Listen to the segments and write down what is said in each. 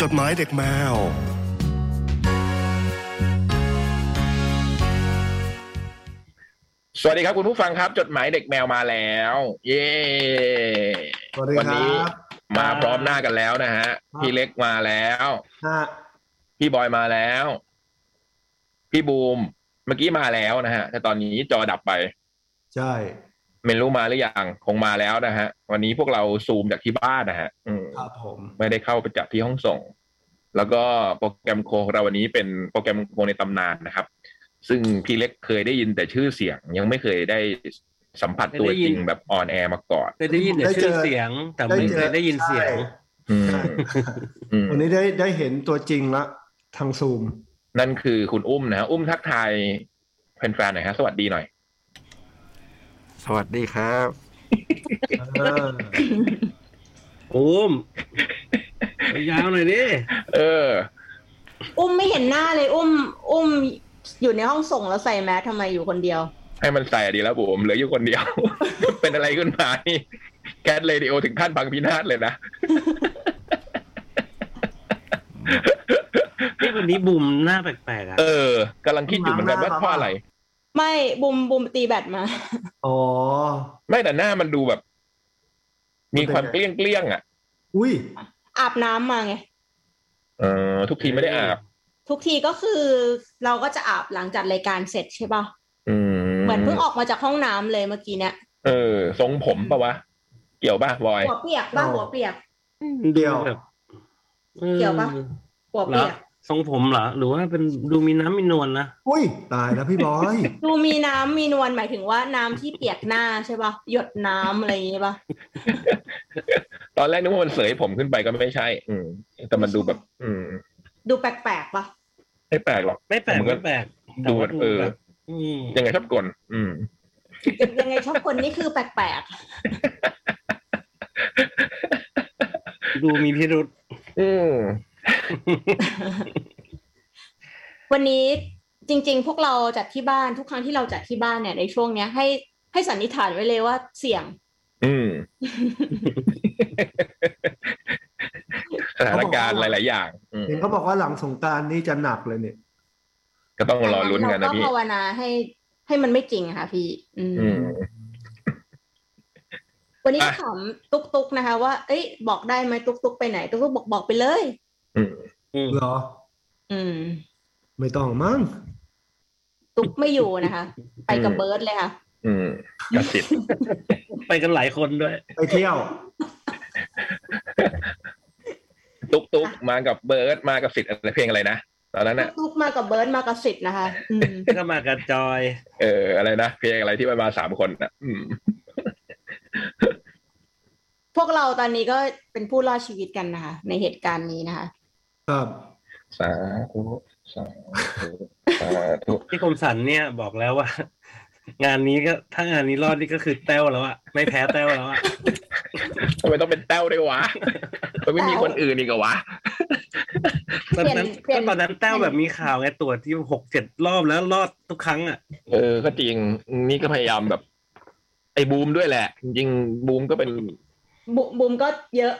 จดหมายเด็กแมว สวัสดีครับคุณผู้ฟังครับ จดหมายเด็กแมวมาแล้ว เย้ สวัสดี วั ค นี้ รับ มาพร้อมหน้ากันแล้วนะฮะ ครับ พี่เล็กมาแล้ว ฮะ พี่บอยมาแล้ว พี่บูมเมื่อกี้มาแล้วนะฮะแต่ตอนนี้จอดับไป ใช่ เมนรู้มาหรือยังคงมาแล้วนะฮะ วันนี้พวกเราซูมจากที่บ้านนะฮะ อืม ครับผม ไม่ได้เข้าไปจัดที่ห้องส่ง แล้วก็โปรแกรมโคของเราวันนี้เป็นโปรแกรมโคในตำนานนะครับ ซึ่งพี่เล็กเคยได้ยินแต่ชื่อเสียงยังไม่เคยได้สัมผัสตัวจริงแบบออนแอร์มาก่อน เคยได้ยินแต่ชื่อเสียง แต่ไม่เคยได้ยินเสียง อืมอืม ใช่วันนี้ได้ได้เห็นตัวจริงละทางซูม นั่นคือคุณอุ้มนะฮะอุ้มทักทายแฟนๆหน่อยฮะสวัสดีหน่อย สวัสดีครับ เออ โอ้ มยาวหน่อยดิ เออ อุ้มไม่เห็นหน้าเลย อุ้ม อุ้มอยู่ในห้องส่งแล้วใส่แมสทำไมอยู่คนเดียว ให้มันใส่ดีแล้วผมเหลืออยู่คนเดียว เป็นอะไรขึ้นมานี่แคทเรดิโอถึงขั้นบังพินาศเลยนะ นี่วันนี้บุมหน้าแปลกๆอ่ะ เออกำลังคิดอยู่เหมือนกันว่าเพราะอะไร ไม่บุมบุมตีแบตมา อ๋อ ไม่แต่หน้ามันดูแบบ มีความเกลี้ยงเกลี้ยงๆอ่ะ อุ้ย อาบน้ำมาไง เออทุกทีไม่ได้อาบ ทุกทีก็คือเราก็จะอาบหลังจากรายการเสร็จใช่ป่ะ อื เหมือนเพิ่งออกมาจากห้องน้ำเลยเมื่อกี้เนี่ย เออ ทรงผมปะวะ เกี่ยวบ้าบอย หัวเปียกบ้าหัวเปียก เดียว แบบออ เกี่ยวปะ หัว เหร เปี อย ก ทรงผมเหรอ หรือว่าเป็นดูมีน้ำมีนวลนะ อุ้ยตายแล้วพี่บอย ดูมีน้ำมีนวลหมายถึงว่าน้ำที่เปียกหน้าใช่ป่ะ หยดน้ำอะไรอย่างงี้ป่ะ ตอนแรกนึกว่ามันเสยผมขึ้นไปก็ไม่ใช่ อืม แต่มันดูแบบ อืม ดูแปลกๆป่ะ ไม่แปลกหรอก ไม่แปลกไม่แปลกแต่ ดู ว่า เออ แบบม ยังไงชอบกลอืม ยังไงชอบคนนี่คือแปลก ดูมีพิรุษ อืม ๆ วันนี้จริง ๆ พวกเราจัดที่บ้านทุกครั้งที่เราจัดที่บ้านเนี่ยในช่วงเนี้ยให้ให้สันนิษฐานไว้เลยว่าเสี่ยง อืมสถานการณ์หลาย ๆ อย่าง อืม เห็นเขาบอกว่าหลังสงกรารนี่จะหนักเลยเนี่ย ก็ต้องรอลุ้นกันนะพี่ เราก็ภาวนาให้ให้มันไม่จริงอะค่ะพี่ อืม อืม วันนี้ก็ อ่ะ ถามตุกตุกนะคะ ว่า เอ้ยบอกได้ไหมตุกตุกไปไหนตุกตุกบอกบอกไปเลย อืม อืม เหรอ อืม ไม่ต้องมั้ง ตุกไม่อยู่นะคะ ไปกับเบิร์ดเลยค่ะ อืมกระสิบ ไปกันหลายคนด้วย ไปเที่ยว ตุ๊กตุ๊กมากับเบิร์ดมากับสิทธิ์อะไรเพลงอะไรนะตอนนั้น ตุ น่ะ กตุกมากับเบิร์ดมากับสิทธิ์นะคะอืม ก็มากับจอย เอออะไรนะเพลงอะไรที่มันมาสามคนนะอืม พวกเราตอนนี้ก็เป็นผู้รอดชีวิตกันนะคะ ในเหตุการณ์นี้นะคะ ครับ สาธุสาธุสาธุ พี่คมสันเนี่ยบอกแล้วว่า งานนี้ก็ถ้างานนี้รอดนี่ก็คือแต้วแล้วอะไม่แพ้แต้วแล้วอะ ทำไมต้องเป็นแต้วด้วยวะมันไม่มีคนอื่นอีกเหรอวะ ตอนนั้น เปลี่ยน ก็ตอนนั้นแต้วแบบมีข่าวไงตรวจที่หกเจ็ดรอบแล้วรอดทุกครั้งอะ เออ ก็จริง นี่ก็พยายามแบบ ไอ้บูมด้วยแหละ จริงๆบูมก็เป็น บุบุมก็เยอะ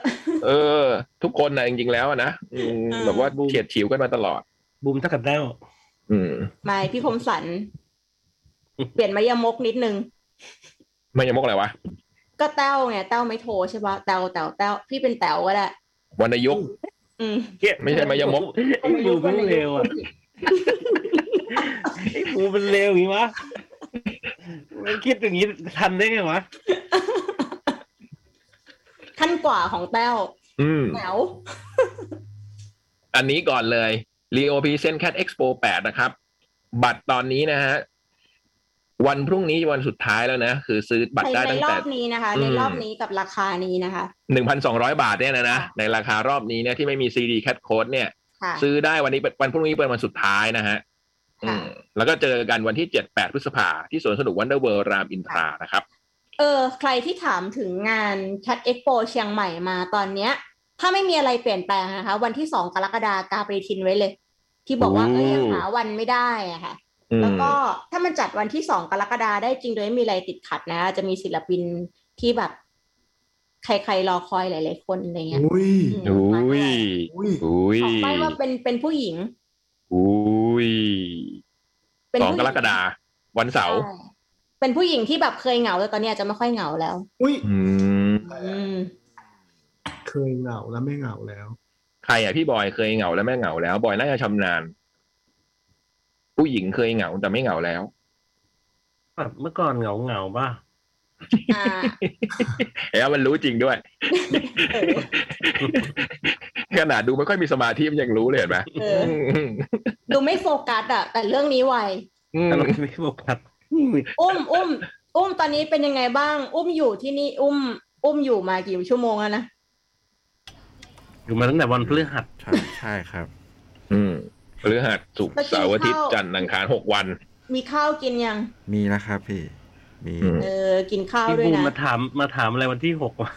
เออ ทุกคนนะจริง ๆ แล้วอะนะอืม เออ แบบว่าเฉียดฉิวกันมาตลอด บูมเท่ากับแต้ว อืม ไม่พี่คมสัน เปลี่ยนมายมกนิดนึง ไม่ยมกอะไรวะ ก็แต้วไงแต้วไม่โทรใช่ปะแต้วแต้วแต้วพี่เป็นแต้วก็ได้ วรรณยุกต์ อืม ไม่ใช่มายมก ไอ้บูมมันเร็วอะไอ้บูมมันเร็วอย่างนี้วะไม่คิดอย่างนี้ทันได้ไงวะ ขั้นกว่าของแต้ว อืม แหนว อันนี้ก่อนเลย Leo p r e s e n t Cat Expo 8 นะครับ บัตรตอนนี้นะฮะ วันพรุ่งนี้วันสุดท้ายแล้วนะ คือซื้อบัตร ใน ได้ ใน ตั้ง รอ แต่ บนี้นะคะ อืม ในรอบนี้กับราคานี้นะคะ หนึ่งพันสองร้อยบาทเนี่ยนะนะ ค่ะ ในราคารอบนี้เนี่ยที่ไม่มีซีดีแค d โค้ดเนี่ย ค่ะ ซื้อได้วันนี้เป็นวันพรุ่งนี้เป็นวันสุดท้ายนะฮะ ค่ะ อืมแล้วก็เจอกันวันที่เจ็ดแปดพฤษภาที่สวนสนุกวันเดอร์เวิร์รามอินทรานะครับ เออ ใครที่ถามถึงงาน Cat Expo เชียงใหม่มาตอนเนี้ย ถ้าไม่มีอะไรเปลี่ยนแปลงนะคะ วันที่สองกรกฎาคมกาไปทินไว้เลย ที่บอกว่า โอ้ เอ้ยหาวันไม่ได้อะค่ะ อืม แล้วก็ถ้ามันจัดวันที่สองกรกฎาคมได้จริงโดยไม่มีอะไรติดขัดนะ จะมีศิลปินที่แบบ ใครๆรอคอยหลาย ๆ คนอะไรเงี้ย อุ้ย อืม อุ้ย อุ้ย อุ้ย ขอไปว่าเป็นเป็นผู้หญิง อุ้ย เป็น สอง ผู้ห ก ญิ รกฎาวันเสาร์ ใช่เป็นผู้หญิงที่แบบเคยเหงาแต่ตอนเนี้ยอาจจะไม่ค่อยเหงาแล้ว อุ้ย อืม อืม เคยเหงาแล้วไม่เหงาแล้ว ใครอ่ะพี่บอยเคยเหงาแล้วไม่เหงาแล้วบอยน่าจะชำนาญผู้หญิงเคยเหงาแต่ไม่เหงาแล้ว แบบเมื่อก่อนเหงาเหงาๆป่ะ อ่า แล้วมันรู้จริงด้วย เออ ขนาดดูไม่ค่อยมีสมาธิมันยังรู้เลยเห็นไหม เออ ดูไม่โฟกัสอะแต่เรื่องนี้ไว แต่เราไม่โฟกัส อุ้มอุ้มอุ้มตอนนี้เป็นยังไงบ้าง อุ้มอยู่ที่นี่ อุ้ม อุ้มอยู่มากี่ชั่วโมงแล้วนะ อยู่มาตั้งแต่วันพฤหัส ใช่ใช่ครับ อืมพฤหัสศุกร์ แล้วกิน เสาร์อาทิตย์ ข้าว จันทร์อังคารหกวัน มีข้าวกินยัง มีนะครับพี่ มี อืม เออ กินข้าว พี่ ด้วย บูม นะ มาถามมาถามอะไรวันที่หกวะ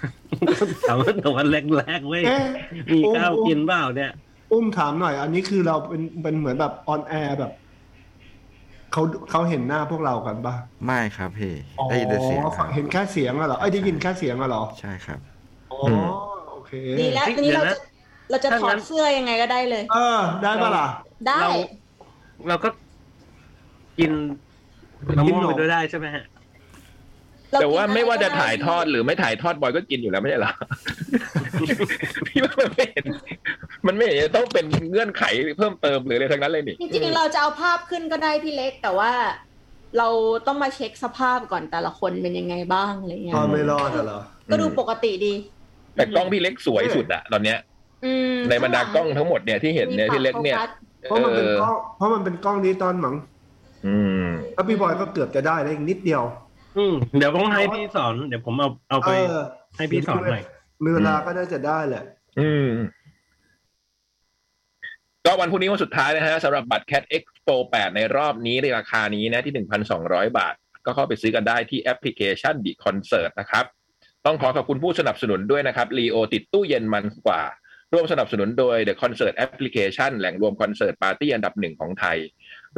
ถามตั้งแต่วันแรกๆเว้ย เอ๊ะ มี อุ้ ข้าว อุ้ กินเปล่าเนี่ย อุ้มถามหน่อย อันนี้คือเราเป็นเป็นเหมือนแบบออนแอร์แบบเขาเขาเห็นหน้าพวกเรากันปะ ไม่ครับพี่ อ๋อ ได้ยินแต่เสียงค ฟั รับ งเห็นแค่เสียงอะเหรอไอ้ยได้ยินแค่เสียงอะเหรอ ใช่ครับ อ๋อโอเค ดีแล้ว เฮ้ย ทีนี้เรา เดี๋ยวนจะะ เราจะ ถ้า ถอ งั้ ด น เสื้อยังไงก็ได้เลย เออ ได้ปะล่ะ ได้ เรา เราก็กินมะม่วงไปด้วยได้ใช่ไหมฮะ เรา แต่ กิน ว่า อร ไม่ว่า ก็ จะ ด้ ถ่ายทอดหรือไม่ถ่ายทอดบอยก็กินอยู่แล้วไม่ใช่ เหรอ พี่ว่ามันไม่เห็นมันไม่เห็นจะต้องเป็นเงื่อนไขเพิ่มเติมหรืออะไรทั้งนั้นเลยนี่ จริงๆเราจะเอาภาพขึ้นก็ได้พี่เล็ก แต่ว่า เราต้องมาเช็คสภาพก่อนแต่ละคนเป็นยังไงบ้างอะไรเงี้ ต ย อนไม่รอดอะเหรอ ก็ดูปกติดี แต่กล้องพี่เล็กสวยสุดอะตอนเนี้ย อืม ในบรรดากล้องทั้งหมดเนี่ยที่เห็นเนี่ย มี พี่เล็กเนี่ย ปาเพราะโฟสมันเป็นกล้องเพราะมันเป็นกล้องดิจิตอนมั้ง อืม แล้วพี่บอยก็เกือบจะได้แล้วอีกนิดเดียว อืมเดี๋ยวต้องให้พี่สอน เดี๋ยวผมเอาเอาไป เออ ให้พี่สอนหน่อย มีเวลาก็น่าจะได้แหละ อืม ก็วันพรุ่งนี้วันสุดท้ายนะฮะสำหรับบัตร Cat Expo 8 ในรอบนี้ในราคานี้นะที่ 1,200 บาท ก็เข้าไปซื้อกันได้ที่แอปพลิเคชันดีคอนเสิร์ตนะครับ ต้องขอขอบคุณผู้สนับสนุนด้วยนะครับรีโอติดตู้เย็นมันกว่า ร่วมสนับสนุนโดย The Concert Application แหล่งรวมคอนเสิร์ตปาร์ตี้อันดับหนึ่งของไทย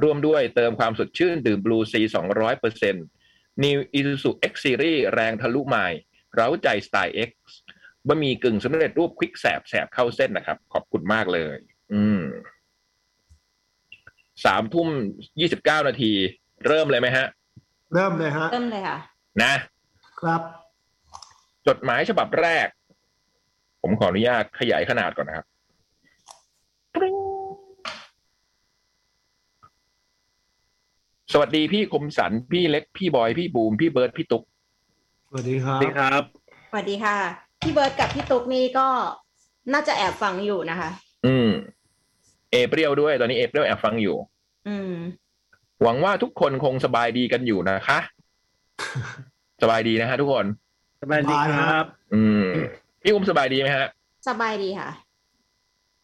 ร่วมด้วยเติมความสดชื่น ดื่มบลูซี200% New Isuzu X Series แรงทะลุไมล์เร้าใจสไตล์ X บะหมี่กึ่งสำเร็จรูปควิกแสบแสบเข้าเส้นนะครับ ขอบคุณมากเลย อืมสามทุ่มยี่สิบเก้านาที เริ่มเลยไหมฮะ เริ่มเลยฮะ เริ่มเลยค่ะ นะ ครับ จดหมายฉบับแรก ผมขออนุญาตขยายขนาดก่อนนะครับ สวัสดีพี่คมสัน พี่เล็ก พี่บอย พี่บูม พี่เบิร์ด พี่ตุ๊ก สวัสดีค ส รับวัสดีครับ สวัสดีค่ะ พี่เบิร์ดกับพี่ตุ๊กนี่ก็น่าจะแอบฟังอยู่นะคะ อืม เอเปรียวด้วย ตอนนี้เอเปรียวแอบฟังอยู่ อืม หวังว่าทุกคนคงสบายดีกันอยู่นะคะ สบายดีนะฮะทุกคน สวัสดีครับ อืม พี่อุ้มสบายดีไหมฮะ สบายดีค่ะ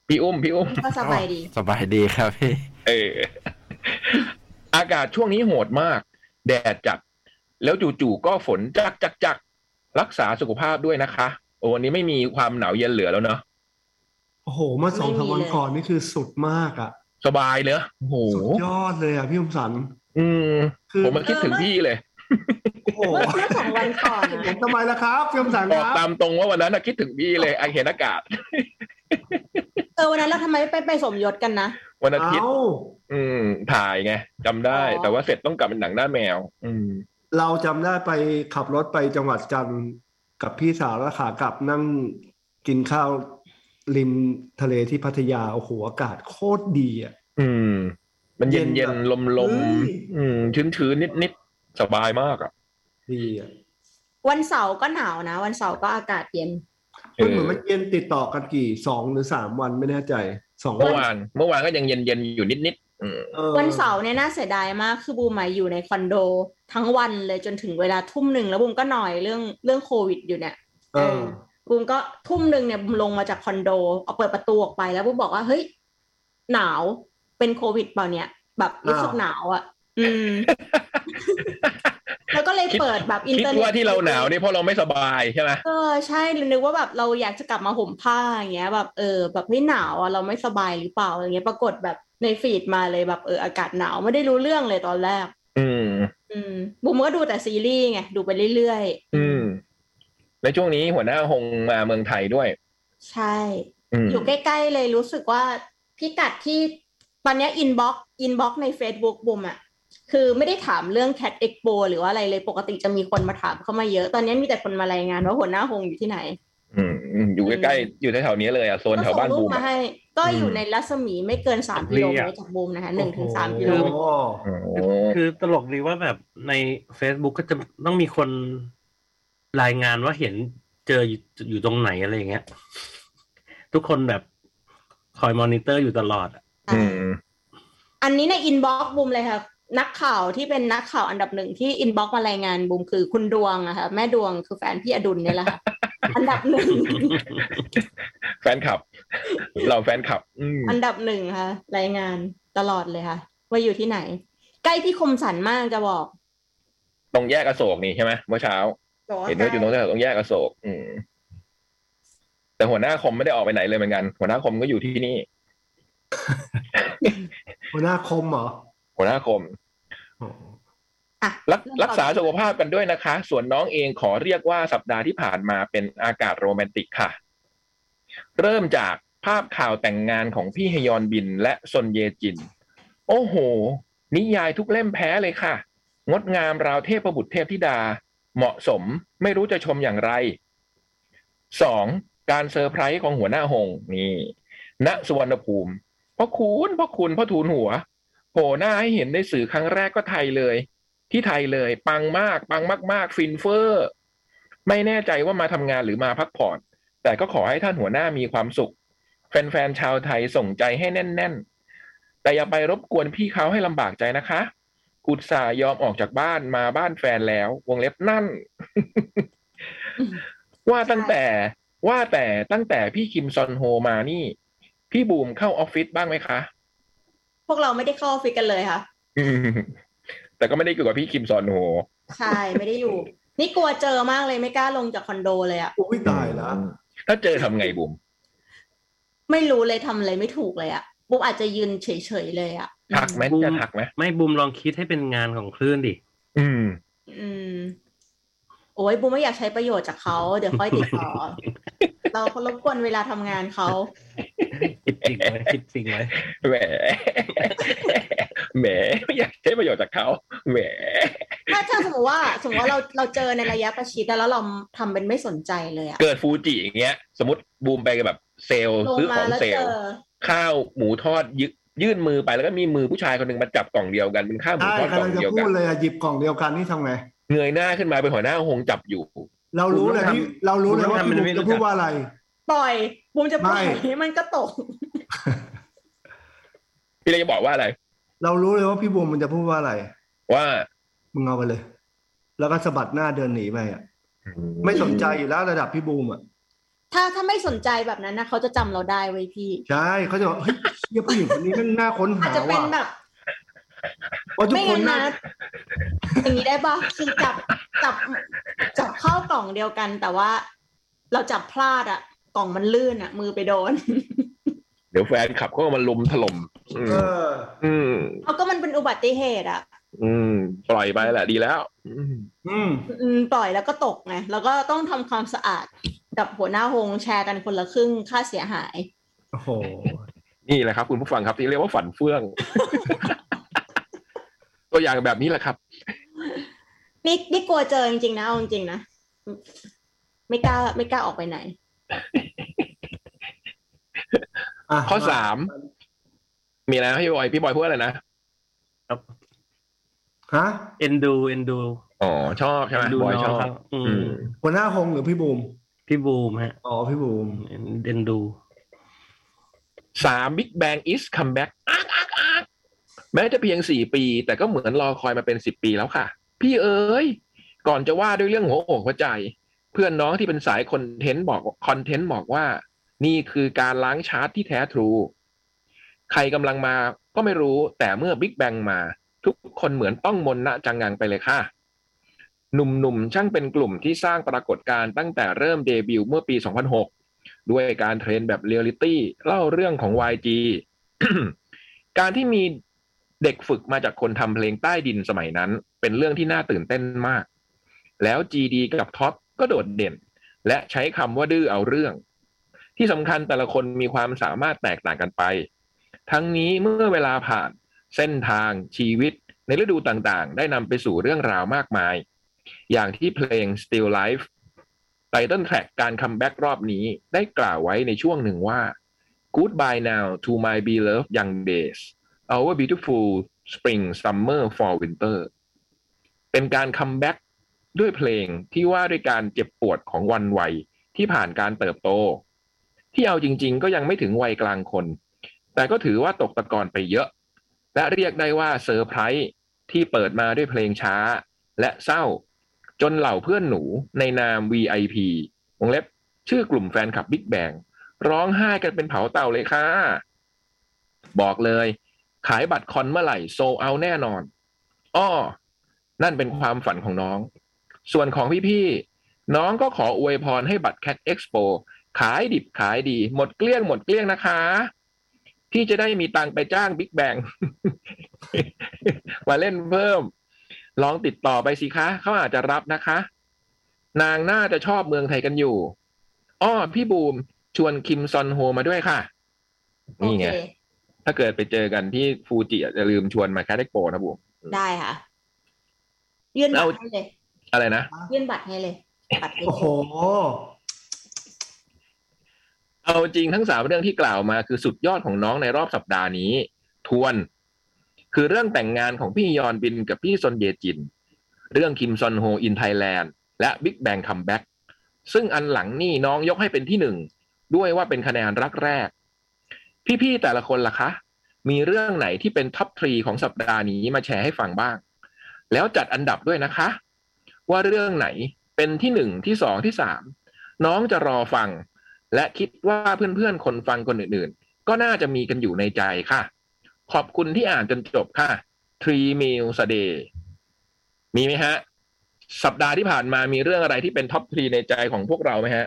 พี่อุ้ม พี่อุ้ม ก็สบายดี สบายดีครับพี่ เออ อากาศช่วงนี้โหดมาก แดดจัด แล้วจู่ๆก็ฝนจักจักจักรักษาสุขภาพด้วยนะคะ โอ้วันนี้ไม่มีความหนาวเย็นเหลือแล้วเนาะ โอ้โห เมื่อสองสามวัน ไม่มีเลย ก่อนนี่คือสุดมากอ่ะ สบายเนอะโอ้โห สุดยอดเลยอ่ะพี่คมสัน อืม คือ ผมมาคิดถึงพี่เลย โอ้โห เมื่อเมื่อสองวันก่อนนะ ทำไมล่ะครับพี่คมสันคบอก รับ ตามตรงว่าวันนั้นน่ะคิดถึงพี่เลยไอเห็นอากาศ เออวันนั้นเราทำไมไม่ไปไปสมยศกันนะ วันอาทิตย์ เอ้า อืม ถ่ายไงจำได้ อ๋อ แต่ว่าเสร็จต้องกลับเป็นหนังหน้าแมว อืม เราจำได้ไปขับรถไปจังหวัดจันทร์กับพี่สาวแล้วขากลับนั่งกินข้าวริมทะเลที่พัทยา โอ้โห อากาศโคตรดีอ่ะ อืม มันเย็น เย็ เย็ น น แบบ ลมลม เฮ้ย ๆอืม ชื้นชื้นนิดนิดๆสบายมากอ่ะ ดีอ่ะ วันเสาร์ก็หนาวนะ วันเสาร์ก็อากาศเย็น มันเหมือนมันเย็นติดต่อกันกี่สองหรือสามวันไม่แน่ใจสอง เมื่วัอน วาน เมื่อวานก็ยังเย็นเย็นๆอยู่นิดนิดๆอืม ออ วันเสาร์เนี่ยน่าเสียดายมากคือบูมมาอยู่ในคอนโด ทั้งวันเลยจนถึงเวลาทุ่มหนึ่งแล้วบูมก็หน่อยเรื่องเรื่องโควิดอยู่เนี่ย เออ บูมก็ทุ่มหนึ่งเนี่ยบูมลงมาจากคอนโดเอาเปิดประตูออกไปแล้วบูมบอกว่าเฮ้ยหนาวเป็นโควิดเปล่าเนี่ย แบบรู้สึก อ้าว หนาวอ่ะ อืม แล้วก็เลย คิด เปิดแบบอิน คิด เทอร์เน็ต ว่าที่เราหนาวนี่เพราะเราไม่สบายใช่ไหม เออใช่นึกว่าแบบเราอยากจะกลับมาห่มผ้าอย่างเงี้ย แบบเออ แบบเฮ้ยหนาวอ่ะเราไม่สบายหรือเปล่าอะไรเงี้ยปรากฏแบบในฟีดมาเลยแบบเอออากาศหนาวไม่ได้รู้เรื่องเลยตอนแรก อืม อืมบูมก็ดูแต่ซีรีส์ไงดูไปเรื่อย อืม และช่วงนี้หัวหน้าฮงมาเมืองไทยด้วย ใช่ อืม อยู่ใกล้ ๆ เลยรู้สึกว่าพิกัดที่ตอนเนี้อินบ็อกอินบ็อกใน Facebook บุมอะคือไม่ได้ถามเรื่อง Cat Expo หรือว่าอะไรเลยปกติจะมีคนมาถามเข้ามาเยอะ ตอนนี้มีแต่คนมารายงานว่าหัวหน้าหงอยู่ที่ไหน อืมอืมอยู่ใกล้ๆอยู่แถวๆนี้เลยอ่ะโซนแถวบ้าน ก็ส่งรู บู ป ม มา อะ ให้ ก็อยู่ในรัศมีไม่เกินสาม เรียกิโล บ เมตรจากบูมนะคะหนึ่งถึงสาม โอ้ กิโลเมตร โห โอ้โห คือตลกดีว่าแบบใน Facebook ก็จะต้องมีคนรายงานว่าเห็นเจออยู่อยู่ตรงไหนอะไรอย่างเงี้ย ทุกคนแบบคอยมอนิเตอร์อยู่ตลอดอะ อืม อันนี้ในอินบ็อกบูมเลยค่ะ นักข่าวที่เป็นนักข่าวอันดับหนึ่งที่อินบ็อกมารายงานบูมคือคุณดวงอะค่ะแม่ดวงคือแฟนพี่อดุลเนี่ยแห ละค่ะ อันดับหนึ่ง แฟนคลับ เราแฟนคลับ อืม อันดับหนึ่งค่ะ รายงานตลอดเลยค่ะ ว่าอยู่ที่ไหน ใกล้พี่คมสันมากจะบอก ตรงแยกอโศกนี่ใช่ไหมเมื่อเช้า บอกว่า เห็นว่าอยู่ตรงแถวตรงแยกอโศก อืม แต่หัวหน้าคอมไม่ได้ออกไปไหนเลยเหมือนกัน หัวหน้าคอมก็อยู่ที่นี่ หัวหน้าคมเหรอ หัวหน้าคม โอ้โห อ่ะ รักรักษาสุขภาพกันด้วยนะคะ ส่วนน้องเองขอเรียกว่าสัปดาห์ที่ผ่านมาเป็นอากาศโรแมนติกค่ะ เริ่มจากภาพข่าวแต่งงานของพี่ฮยอนบินและซนเยจิน โอ้โห นิยายทุกเล่มแพ้เลยค่ะ งดงามราวเทพบุตรเทพธิดา เหมาะสมไม่รู้จะชมอย่างไร สองการเซอร์ไพรส์ของหัวหน้าหงนี่ ณสุวรรณภูมิพ่อคุณพ่อคุณพ่อทูลหัวโผล่หน้าให้เห็นในสื่อครั้งแรกก็ไทยเลย ที่ไทยเลยปังมาก ปังมาก ๆ ฟินเฟอร์ ไม่แน่ใจว่ามาทำงานหรือมาพักผ่อน แต่ก็ขอให้ท่านหัวหน้ามีความสุข แฟน ๆ ชาวไทยส่งใจให้แน่น ๆ แต่อย่าไปรบกวนพี่เขาให้ลำบากใจนะคะ กุดสายอมออกจากบ้านมาบ้านแฟนแล้ว วงเล็บนั่น ว่าตั้งแต่ว่าแต่ตั้งแต่พี่คิมซอนโฮมานี่ พี่บูมเข้าออฟฟิศบ้างไหมคะ พวกเราไม่ได้เข้าออฟฟิศกันเลยค่ะ อืม แต่ก็ไม่ได้เกี่ยวกับพี่คิมซอนโฮ ใช่ไม่ได้อยู่ นี่กลัวเจอมากเลยไม่กล้าลงจากคอนโดเลยอะ อุ้ยตายแล้ว ถ้าเจอทำไงบุ๋ม ไม่รู้เลยทำอะไรไม่ถูกเลยอะบุ๊กอาจจะยืนเฉยๆเลยอะ ทักไหมจะทักไหม ไม่บูมลองคิดให้เป็นงานของคลื่นดิ อืม อืม โอ้ยบุ๊กไม่อยากใช้ประโยชน์จากเขา เดี๋ยวค่อยติดต่อ เราเคารพกวนเวลาทำงานเขา คิดจริงไหมคิดจริงไหม แหม แหมไม่อยากใช้ประโยชน์จากเขาแหม ถ้าถ้าสมมติว่า สมมติว่าเราเราเจอในระยะประชิดแล้วเราทำเป็นไม่สนใจเลยอะ เกิดฟูจิอย่างเงี้ย สมมติบูมไปกับแบบเซลล์ ลง ซื้อข มา อง แล้ว เซล เจ ล์ อ ข้าวหมูทอดยืยื่นมือไปแล้วก็มีมือผู้ชายคนหนึ่งมาจับกล่องเดียวกันเป็นข้าวหมู ใช่ ทอดก กำ ล่ ลั อง ง จะ เดียว พู กั ด น เลยอะหยิบกล่องเดียวกันนี่ทำไง เงยหน้าขึ้นมาเป็นหัวหน้าหงจับอยู่ เรารู้เลยที่เรารู้เลยว่าพี่บุ๊คจะพูดว่าอะไร ปล่อยบุ๊กจะปล่อย ไม่ มันก็ตก พี่เลยจะบอกว่าอะไร เรารู้เลยว่าพี่บูมมันจะพูดว่าอะไร ว่า มึงเอาไปเลย แล้วก็สะบัดหน้าเดินหนีไปอ่ะ ไม่สนใจอยู่แล้วระดับพี่บูมอ่ะ ถ้าถ้าไม่สนใจแบบนั้นนะเขาจะจำเราได้ไว้ยพี่ ใช่เขาจะบอกเฮ้ยเชี่ยผู้หญิงคนนี้แมันน่าค้น อา หา จจะเป็น ว่ะ แบบ เพราะทุก ไม่ ค งั้ น น น่า นะ อย่างนี้ได้ปะคือจับจับจับเข้ากล่องเดียวกัน แต่ว่าเราจับพลาดอะกล่องมันลื่นอะมือไปโดน เดี๋ยวแฟนขับเขาก็มาลุมถล่มอืม เออ อืม เอาก็มันเป็นอุบัติเหตุอะ อืม ปล่อยไปแหละดีแล้ว อืม อืม อืมปล่อยแล้วก็ตกไงแล้วก็ต้องทำความสะอาดกับหัวหน้าโฮงแชร์กันคนละครึ่งค่าเสียหาย โอ้โห นี่แหละครับคุณผู้ฟังครับที่เรียกว่าฝันเฟื่อง ตัวอย่างแบบนี้แหละครับ นี่นี่กลัวเจอจริงๆนะเอาจริงๆนะไม่กล้าไม่กล้าออกไปไหน ะ ข้อสามมีอะไรนะพี่บอยพี่บอยพูดอะไรนะ ฮะ เอ็นดูเอ็นดู อ๋อชอบใช่ไหม ดู บอย น้อ ช ง อบ เขาอื อื ม ม หัวหน้าหงหรือพี่บูม พี่บูมฮะ อ๋อพี่บูม เอ็นเอ็นดู สามบิ๊กแบงอิสคัมแบ็กอักอักอักแม้จะเพียงสี่ปี แต่ก็เหมือนรอคอยมาเป็นสิบปีแล้วค่ะ พี่เอ๋ยก่อนจะว่าด้วยเรื่องหัวอกหัวใจ เพื่อนน้องที่เป็นสายคอนเทนต์บอกคอนเทนต์บอกว่า นี่คือการล้างชาร์จที่แท้ทรู ใครกำลังมาก็ไม่รู้แต่เมื่อบิ๊กแบงมา ทุกคนเหมือนต้องมนต์ณจังงังไปเลยค่ะ หนุ่มๆช่างเป็นกลุ่มที่สร้างปรากฏการณ์ตั้งแต่เริ่มเดบิวต์เมื่อปี 2006 ด้วยการเทรนแบบเรียลลิตี้เล่าเรื่องของ YG การที่มีเด็กฝึกมาจากคนทำเพลงใต้ดินสมัยนั้น เป็นเรื่องที่น่าตื่นเต้นมาก แล้ว GD กับท็อปก็โดดเด่น และใช้คำว่าดื้อเอาเรื่อง ที่สำคัญแต่ละคนมีความสามารถแตกต่างกันไป ทั้งนี้เมื่อเวลาผ่านเส้นทางชีวิตในฤดูต่างๆ ได้นำไปสู่เรื่องราวมากมาย อย่างที่เพลง Still Life ไตเติ้ลแทร็กการคัมแบ็กรอบนี้ได้กล่าวไว้ในช่วงหนึ่งว่า Goodbye now to my beloved young days our beautiful spring summer fall winter เป็นการคัมแบ็กด้วยเพลงที่ว่าด้วยการเจ็บปวดของวันวัยที่ผ่านการเติบโต ที่เอาจริงๆ ก็ยังไม่ถึงวัยกลางคน แต่ก็ถือว่าตกตะกอนไปเยอะ และเรียกได้ว่าเซอร์ไพรส์ที่เปิดมาด้วยเพลงช้า และเศร้า จนเหล่าเพื่อนหนูในนาม VIP วงเล็บชื่อกลุ่มแฟนคลับ Big Bang ร้องไห้กันเป็นเผาเต่าเลยค่ะ บอกเลย ขายบัตรคอนเมื่อไหร่โซเอาแน่นอน อ้อ นั่นเป็นความฝันของน้อง ส่วนของพี่ๆ น้องก็ขออวยพรให้บัตรแค t เอ็กซ์โปขายดิบขายดี หมดเกลี้ยงหมดเกลี้ยงนะคะ พี่จะได้มีตังค์ไปจ้างบิ๊กแบง มาเล่นเพิ่ม ลองติดต่อไปสิคะ เขาอาจจะรับนะคะ นางน่าจะชอบเมืองไทยกันอยู่ อ้อ พี่บูมชวนคิมซอนโฮมาด้วยค่ะ โอ นี่ เค ไง ถ้าเกิดไปเจอกันที่ฟูจิอย่าลืมชวนมาแคทเอ็กซ์โปนะบูม ได้ค่ะ ยื่นบัตร เอา ให้เลย อะไรนะ ยื่นบัตรให้เลยบัตรเอ็ก โอ้ ซ์ โห โป เอาจริงทั้งสามเรื่องที่กล่าวมาคือสุดยอดของน้องในรอบสัปดาห์นี้ ทวน คือเรื่องแต่งงานของพี่ยอนบินกับพี่ซอนเยจิน เรื่องคิมซอนโฮอินไทยแลนด์และบิ๊กแบงคัมแบ็กซึ่งอันหลังนี่น้องยกให้เป็นที่หนึ่ง ด้วยว่าเป็นคะแนนรักแรก พี่ๆแต่ละคนล่ะคะ มีเรื่องไหนที่เป็นท็อปทรีของสัปดาห์นี้มาแชร์ให้ฟังบ้าง แล้วจัดอันดับด้วยนะคะ ว่าเรื่องไหนเป็นที่หนึ่งที่สองที่สามน้องจะรอฟัง และคิดว่าเพื่อนๆ คนฟังคนอื่นๆ ก็น่าจะมีกันอยู่ในใจค่ะ ขอบคุณที่อ่านจนจบค่ะ Three Meals a Day มีไหมฮะ สัปดาห์ที่ผ่านมามีเรื่องอะไรที่เป็นท็อปทรีในใจของพวกเราไหมฮะ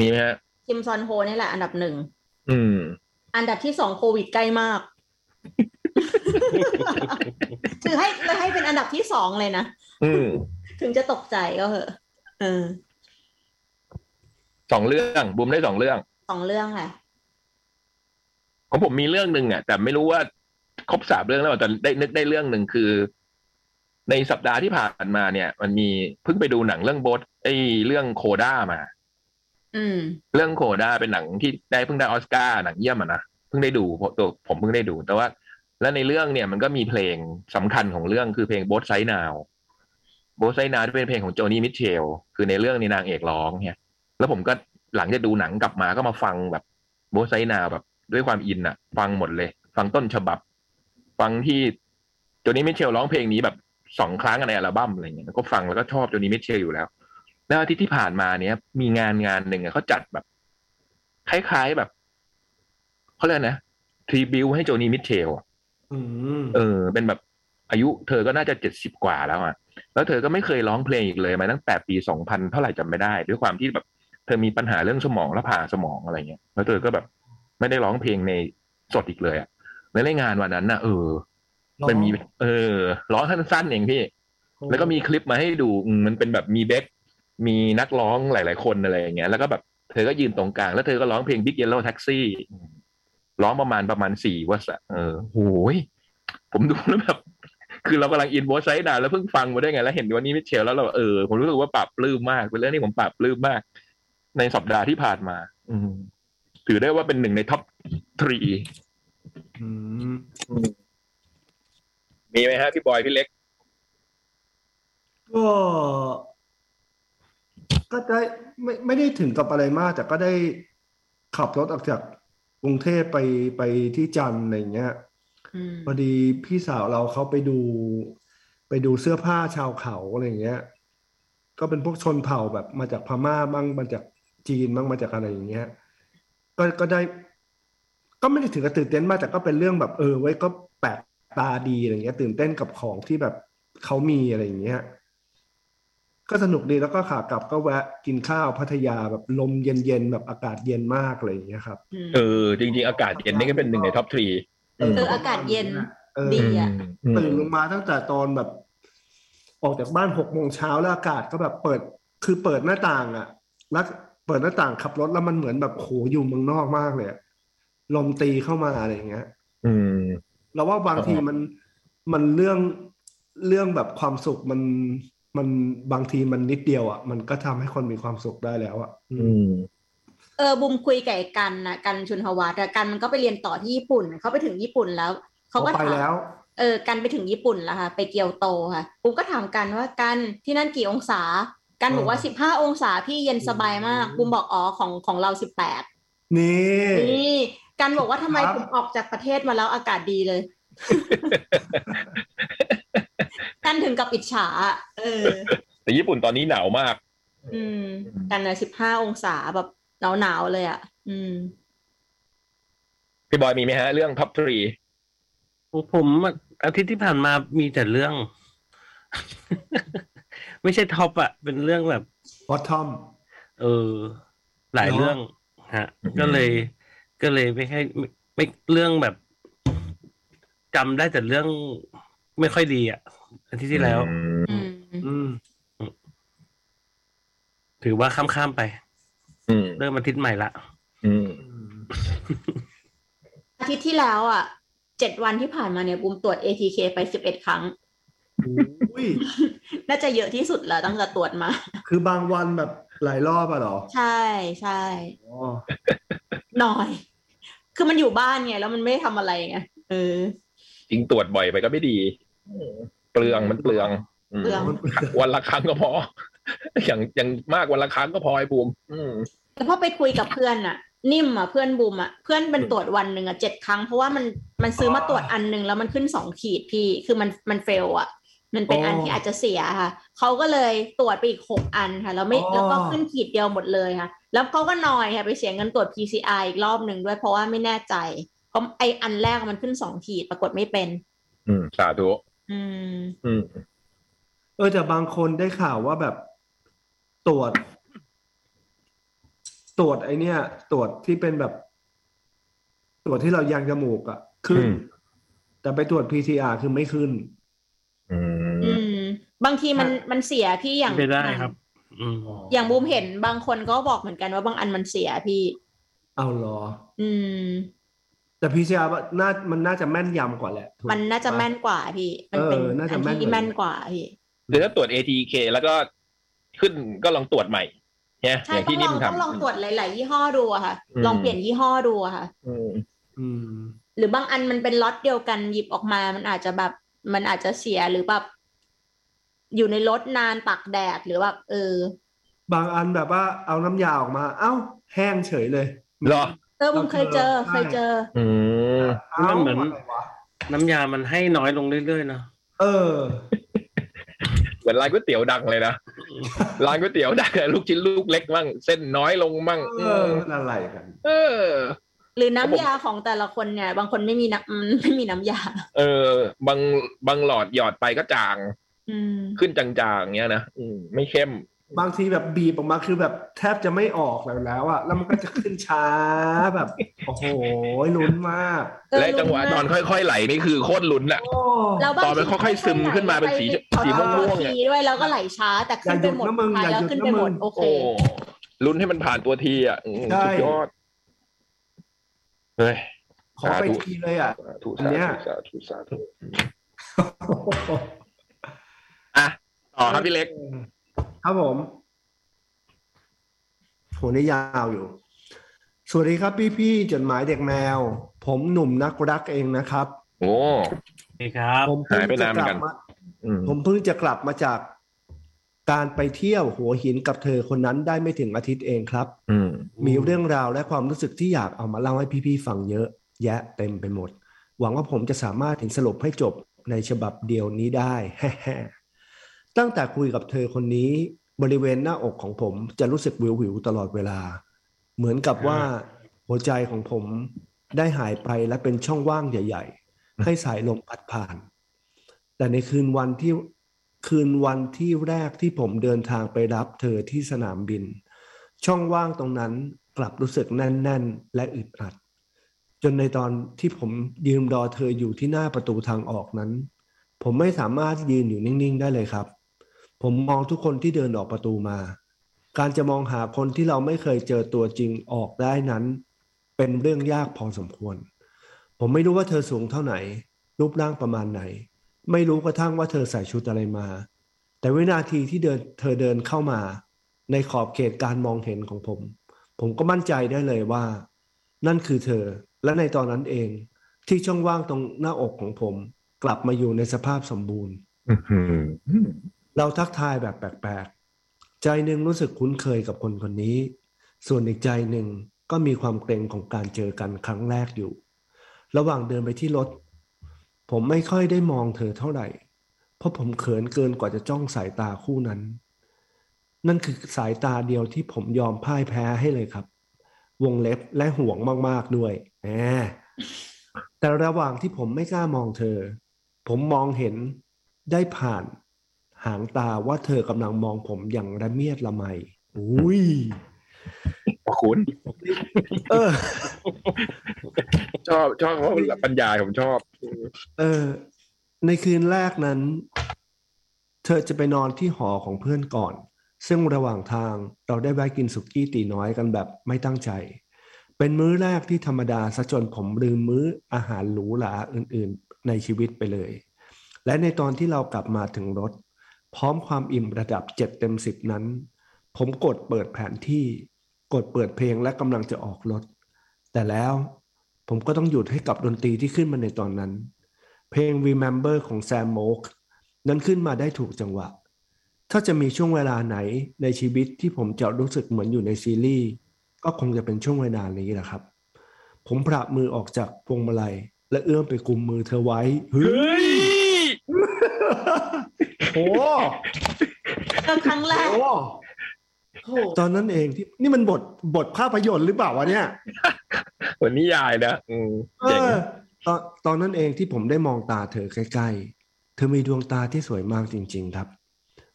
มีไหมฮะ คิมซอนโฮนี่แหละอันดับหนึ่ง อืม อันดับที่สองโควิดใกล้มาก คือให้เลยให้เป็นอันดับที่สองเลยนะ อืม ถึงจะตกใจก็เหอะเออ สองเรื่องบุมได้สองเรื่อง สองเรื่องแหละ ของผมมีเรื่องหนึ่งอ่ะแต่ไม่รู้ว่าครบสามเรื่องแล้วแต่ได้นึกได้เรื่องหนึ่งคือ ในสัปดาห์ที่ผ่านมาเนี่ย มันมีเพิ่งไปดูหนังเรื่องโบทไอ้เรื่องโคด้ามา อืม เรื่องโคด้าเป็นหนังที่ได้เพิ่งได้ออสการ์หนังเยี่ยมอ่ะนะเพิ่งได้ดูเพราะตัวผมเพิ่งได้ดู แต่ว่า แล้วในเรื่องเนี่ยมันก็มีเพลงสำคัญของเรื่องคือเพลงโบทไซนาวโบทไซนาวเป็นเพลงของโจนี่มิเชลคือในเรื่องในนางเอกร้องเนี่ย แล้วผมก็หลังจากดูหนังกลับมาก็มาฟังแบบโบทไซนาวแบบด้วยความอินอ่ะ ฟังหมดเลย ฟังต้นฉบับ ฟังที่โจนี่มิเชลร้องเพลงนี้แบบสองครั้งในอัลบั้มอะไรเงี้ยแล้วก็ฟังแล้วก็ชอบโจนี่มิเชลอยู่แล้ว แล้วอาทิตย์ที่ผ่านมาเนี้ยมีงานงานหนึ่งอะเขาจัดแบบ คล้ายๆแบบเขาเรียกนะทรีบิวให้โจนี่มิเชลอะ อืม เออเป็นแบบอายุเธอก็น่าจะเจ็ดสิบกว่าแล้วอ่ะ แล้วเธอก็ไม่เคยร้องเพลงอีกเลยมาตั้งแต่ปีสองพันเท่าไหร่จำไม่ได้ ด้วยความที่แบบ เธอมีปัญหาเรื่องสมองและผ่าสมองอะไรเงี้ยแล้วเธอก็แบบ ไม่ได้ร้องเพลงในสดอีกเลยอ่ะแล้วในงานวันนั้นน่ะเออมันมี เออ ร้องสั้นๆเองพี่ แล้วก็มีคลิปมาให้ดูอืมมันเป็นแบบมีเบคมีนักร้องหลาย ๆ คนอะไรอย่างเงี้ย แล้วก็แบบเธอก็ยืนตรงกลาง แล้วเธอก็ร้องเพลง Big Yellow Taxi ร้องประมาณประมาณสี่วัสอะเออโหยผมดูแล้วแบบ คือเรากำลังอินโวไซด์นานแล้วเพิ่งฟังมาได้ไง แล้วเห็นวันนี้มิเชลแล้วเราแบบเออ ผมรู้สึกว่าปรับปลื้มมาก เป็นเรื่องที่ผมปรับปลื้มมาก ในสัปดาห์ที่ผ่านมา อืม ถือได้ว่าเป็นหนึ่งในท็อปทรี อืม มีไหมฮะพี่บอยพี่เล็ก ก็ก็ได้ไม่ไม่ได้ถึงกับอะไรมาก แต่ก็ได้ขับรถออกจากกรุงเทพไปไปที่จันทร์อะไรอย่างเงี้ย อืม พอดีพี่สาวเราเขาไปดู ไปดูเสื้อผ้าชาวเขาอะไรอย่างเงี้ย ก็เป็นพวกชนเผ่าแบบมาจากพม่าบ้างมาจากจีนบ้างมาจากอะไรอย่างเงี้ย ก็ก็ได้ ก็ไม่ได้ถึงกับตื่นเต้นมากแต่ก็เป็นเรื่องแบบเออไว้ยก็แปลกตาดีอะไรอย่างเงี้ย ตื่นเต้นกับของที่แบบเขามีอะไรอย่างเงี้ย ก็สนุกดีแล้วก็ขากลับก็แวะกินข้าวพัทยาแบบลมเย็นๆแบบอากาศเย็นมากอะไรอย่างเงี้ยครับ เออ จริง ๆ อากาศเย็นนี่ก็เป็นหนึ่งในท็อปทรี เอออากาศเย็น เออ ดี อะ ตื่นลงมาตั้งแต่ตอนแบบ ออกจากบ้านหกโมงเช้าแล้วอากาศก็แบบเปิดคือเปิดหน้าต่างอะแล้วเปิดหน้าต่างขับรถแล้วมันเหมือนแบบโหอยู่เมืองนอกมากเลยอะลมตีเข้ามาอะไรอย่างเงี้ย อืม เราว่าบางที ครับ มันมันเรื่องเรื่องแบบความสุขมันมันบางทีมันนิดเดียวอะ่ะ มันก็ทำให้คนมีความสุขได้แล้วอะ่ะอื อื ม ม เออบุมคุยกับไอ้กันนะกันชุนฮวาแต่กันมันก็ไปเรียนต่อที่ญี่ปุ่นเขาไปถึงญี่ปุ่นแล้วเขาก็ อไป ถาม แล้ว เออกันไปถึงญี่ปุ่นแล้วค่ะ ไปเกียวโตค่ะปุ๊บก็ถามกันว่ากันที่นั่นกี่องศา กันบอกว่า อืม สิบห้าองศาพี่เย็นสบายมาก อืม บุมบอกอ๋อของของเราสิบแปด นี่ นี่กันบอกว่าทำไม ครับ ผมออกจากประเทศมาแล้วอากาศดีเลย กันถึงกับอิจฉาอะเออ แต่ญี่ปุ่นตอนนี้หนาวมาก อืม กันนะสิบห้าองศาแบบหนาวหนาวๆเลยอ่ะ อืม พี่บอยมีไหมฮะ เรื่องท็อปทรี โอ้ผมอะอาทิตย์ที่ผ่านมามีแต่เรื่อง ไม่ใช่ท็อปอะเป็นเรื่องแบบ บอททอม เออ หลาย เนอะ เรื่องฮะ ก็เลย ก็เลยไม่ให้ไม่ไม่เรื่องแบบจำได้แต่เรื่องไม่ค่อยดีอะอาทิตย์ที่แล้ว อืม อืม ถือว่าข้ามๆไป อืม เริ่มอาทิตย์ใหม่ละ อืม อาทิตย์ที่แล้วอ่ะเจ็ดวันที่ผ่านมาเนี่ยบุมตรวจ ATK ไปสิบเอ็ดครั้ง อุ้ย น่าจะเยอะที่สุดแล้วตั้งแต่ตรวจมา คือบางวันแบบหลายรอบอะเหรอ ใช่ใช่ อ๋อ หน่อย คือมันอยู่บ้านไงแล้วมันไม่ได้ทำอะไรไงเออ จริงตรวจบ่อยไปก็ไม่ดีอืมเปลืองมันเปลืองอืม เปลือง วันละครั้งก็พอ อย่างอย่างมากวันละครั้งก็พอไอ้บูมอืม แต่พอไปคุยกับเพื่อนอะนิ่มอะเพื่อนบูมอะเพื่อนเป็นตรวจวันหนึ่งอะเจ็ดครั้ง เพราะว่ามันมันซื้อมาตรวจอันหนึ่งแล้วมันขึ้นสองขีดพี่ คือมันมันเฟลอะมันเป็นอันที่อาจจะเสียค่ะเขาก็เลยตรวจไปอีกหกอันค่ะแล้วไม่แล้วก็ขึ้นขีดเดียวหมดเลยค่ะ แล้วเขาก็นอยค่ะไปเสียเงินตรวจ PCR อีกรอบหนึ่งด้วย เพราะว่าไม่แน่ใจเพราะไออันแรกมันขึ้นสองขีดปรากฏไม่เป็น อืมสาธุ อืม อืม เออแต่บางคนได้ข่าวว่าแบบตรวจ ตรวจไอเนี้ยตรวจที่เป็นแบบ ตรวจที่เรายางจมูกอะขึ้น อืม แต่ไปตรวจ PCR คือไม่ขึ้น อื อื ม ม บางทีมันมันเสียพี่อย่าง ไม่ได้ครับ อืม อย่างบูมเห็นบางคนก็บอกเหมือนกันว่าบางอันมันเสียพี่ เอาเหรอ อืม แต่ PCR ว่าน่ามันน่าจะแม่นยำกว่าแหละถูก มันน่าจะ ป แม่นกว่าพี่ มัเป็น เออน่าจะแม่น อัที่แม่นกว่าพี่ คือถ้าตรวจ ATK แล้วก็ขึ้นก็ลองตรวจใหม่เนี่ย ใช่ อย่าง ต้อ ที่ งล นิ่ อ ม ง ทำ ต้องลองตรวจหลาย ๆ ยี่ห้อดูอะค่ะ อืม ลองเปลี่ยนยี่ห้อดูอะค่ะ อืม อืม หรือบางอันมันเป็นล็อตเดียวกันหยิบออกมา มันอาจจะแบบ มันอาจจะเสียหรือแบบ อยู่ในรถนานตากแดดหรือแบบเออ บางอันแบบว่าเอาน้ำยาออกมา เอ้า แห้งเฉยเลย เหรอ เออผมเคยเจอ เคยเจอ อืม เอ้า มันเหมือน อะไรวะ น้ำยามันให้น้อยลงเรื่อยๆเนาะ เออ เหมือนร้านก๋วยเตี๋ยวดังเลยนะร้านก๋วยเตี๋ยวดังอะลูกชิ้นลูกเล็กมั่งเส้นน้อยลงมั่ง เอออะไรกัน เออ หรือน้ำยาของแต่ละคนเนี่ย บางคนไม่มีน้ำอืมไม่มีน้ำยา เออบางบางหลอดหยอดไปก็จาง อืม ขึ้นจางๆเงี้ยนะอืมไม่เข้ม บางทีแบบบีบออกมาคือแบบแทบจะไม่ออกแล้วแล้วอะแล้วมันก็จะขึ้นช้าแบบ โอ้โหลุ้นมาก เออ และจังหวะ ลุ้นมาก ตอนค่อยๆไหลนี่คือโคตรลุ้นอะ โอ้ แล้วบาง ตอนมัน ที ค่อยๆซึมขึ้นมาเป็นสีสีม่วงๆเนี่ย ทีด้วยแล้วก็ไหลช้าแต่ขึ้นไปหมด อย่าหยุดนะมึงอย่าหท้ายแล้วยุดนะ ขึ้นไปหมด มึง โอเค โอ้ลุ้นให้มันผ่านตัวทีอ่ะอืม ใช่ สุดยอดเฮ้ย ขอไป สาธุ ทีเลยอะ สาธุ อัน สา เนี้ย ธุสาธุสาธุอ่ะ ต่อครับพี่เล็ก ครับผมโหนี่ยาวอยู่ สวัสดีครับพี่พี่ๆจดหมายเด็กแมว ผมหนุ่มนักรักเองนะครับ โอ้ นี่ครับ ผมเพิ่ง หายไป จะ นานเหมื ก อน ลั กับ น มา อืม ผมเพิ่งจะกลับมาจากการไปเที่ยวหัวหินกับเธอคนนั้นได้ไม่ถึงอาทิตย์เองครับ อืม มีเรื่องราวและความรู้สึกที่อยากเอามาเล่าให้พี่ๆฟังเยอะแยะเต็มไปหมด หวังว่าผมจะสามารถเห็นสรุปให้จบในฉบับเดียวนี้ได้ ตั้งแต่คุยกับเธอคนนี้ บริเวณหน้าอกของผมจะรู้สึกวิวๆตลอดเวลา เหมือนกับว่าหัวใจของผมได้หายไปและเป็นช่องว่างใหญ่ ๆ ให้สายลมพัดผ่าน แต่ในคืนวันที่คืนวันที่แรกที่ผมเดินทางไปรับเธอที่สนามบิน ช่องว่างตรงนั้นกลับรู้สึกแน่น ๆ และอึดอัด จนในตอนที่ผมยืนรอเธออยู่ที่หน้าประตูทางออกนั้น ผมไม่สามารถยืนอยู่นิ่ง ๆ ได้เลยครับ ผมมองทุกคนที่เดินออกประตูมา การจะมองหาคนที่เราไม่เคยเจอตัวจริงออกได้นั้น เป็นเรื่องยากพอสมควร ผมไม่รู้ว่าเธอสูงเท่าไหน รูปร่างประมาณไหน ไม่รู้กระทั่งว่าเธอใส่ชุดอะไรมา แต่วินาทีที่เดินเธอเดินเข้ามา ในขอบเขตการมองเห็นของผม ผมก็มั่นใจได้เลยว่า นั่นคือเธอ และในตอนนั้นเอง ที่ช่องว่างตรงหน้าอกของผม กลับมาอยู่ในสภาพสมบูรณ์ อื้อหือ เราทักทายแบบแปลกๆ ใจหนึ่งรู้สึกคุ้นเคยกับคนคนนี้ ส่วนอีกใจหนึ่งก็มีความเกรงของการเจอกันครั้งแรกอยู่ ระหว่างเดินไปที่รถ ผมไม่ค่อยได้มองเธอเท่าไหร่ เพราะผมเขินเกินกว่าจะจ้องสายตาคู่นั้น นั่นคือสายตาเดียวที่ผมยอมพ่ายแพ้ให้เลยครับ วงเล็บและห่วงมากๆด้วยแหมแต่ระหว่างที่ผมไม่กล้ามองเธอ ผมมองเห็นได้ผ่านหางตาว่าเธอกำลังมองผมอย่างระเมียดละไมอุ้ย ขอบคุณ เออ ชอบชอบเพราะปัญญายผมชอบ เออ ในคืนแรกนั้น เธอจะไปนอนที่หอของเพื่อนก่อน ซึ่งระหว่างทางเราได้แวะกินสุกี้ตีน้อยกันแบบไม่ตั้งใจ เป็นมื้อแรกที่ธรรมดาซะจนผมลืมมื้ออาหารหรูหราอื่นๆ ในชีวิตไปเลย และในตอนที่เรากลับมาถึงรถ พร้อมความอิ่มระดับเจ็ดเต็มสิบนั้น ผมกดเปิดแผนที่ กดเปิดเพลงและกำลังจะออกรถ แต่แล้วผมก็ต้องหยุดให้กับดนตรีที่ขึ้นมาในตอนนั้น เพลง Remember ของ Sam Moke นั้นขึ้นมาได้ถูกจังหวะ ถ้าจะมีช่วงเวลาไหนในชีวิตที่ผมจะรู้สึกเหมือนอยู่ในซีรีส์ ก็คงจะเป็นช่วงเวลานี้แหละครับ ผมปราบมือออกจากพวงมาลัย และเอื้อมไปกุมมือเธอไว้เฮ้ย โอ้ เจอครั้งแรก โห โอ้โห ตอนนั้นเองที่นี่มันบทบทภาพยนตร์หรือเปล่าวะเนี่ย วันนี้ยายนะอืม เอ เจ๋ง อตอนตอนนั้นเองที่ผมได้มองตาเธอใกล้ๆ เธอมีดวงตาที่สวยมากจริงๆครับ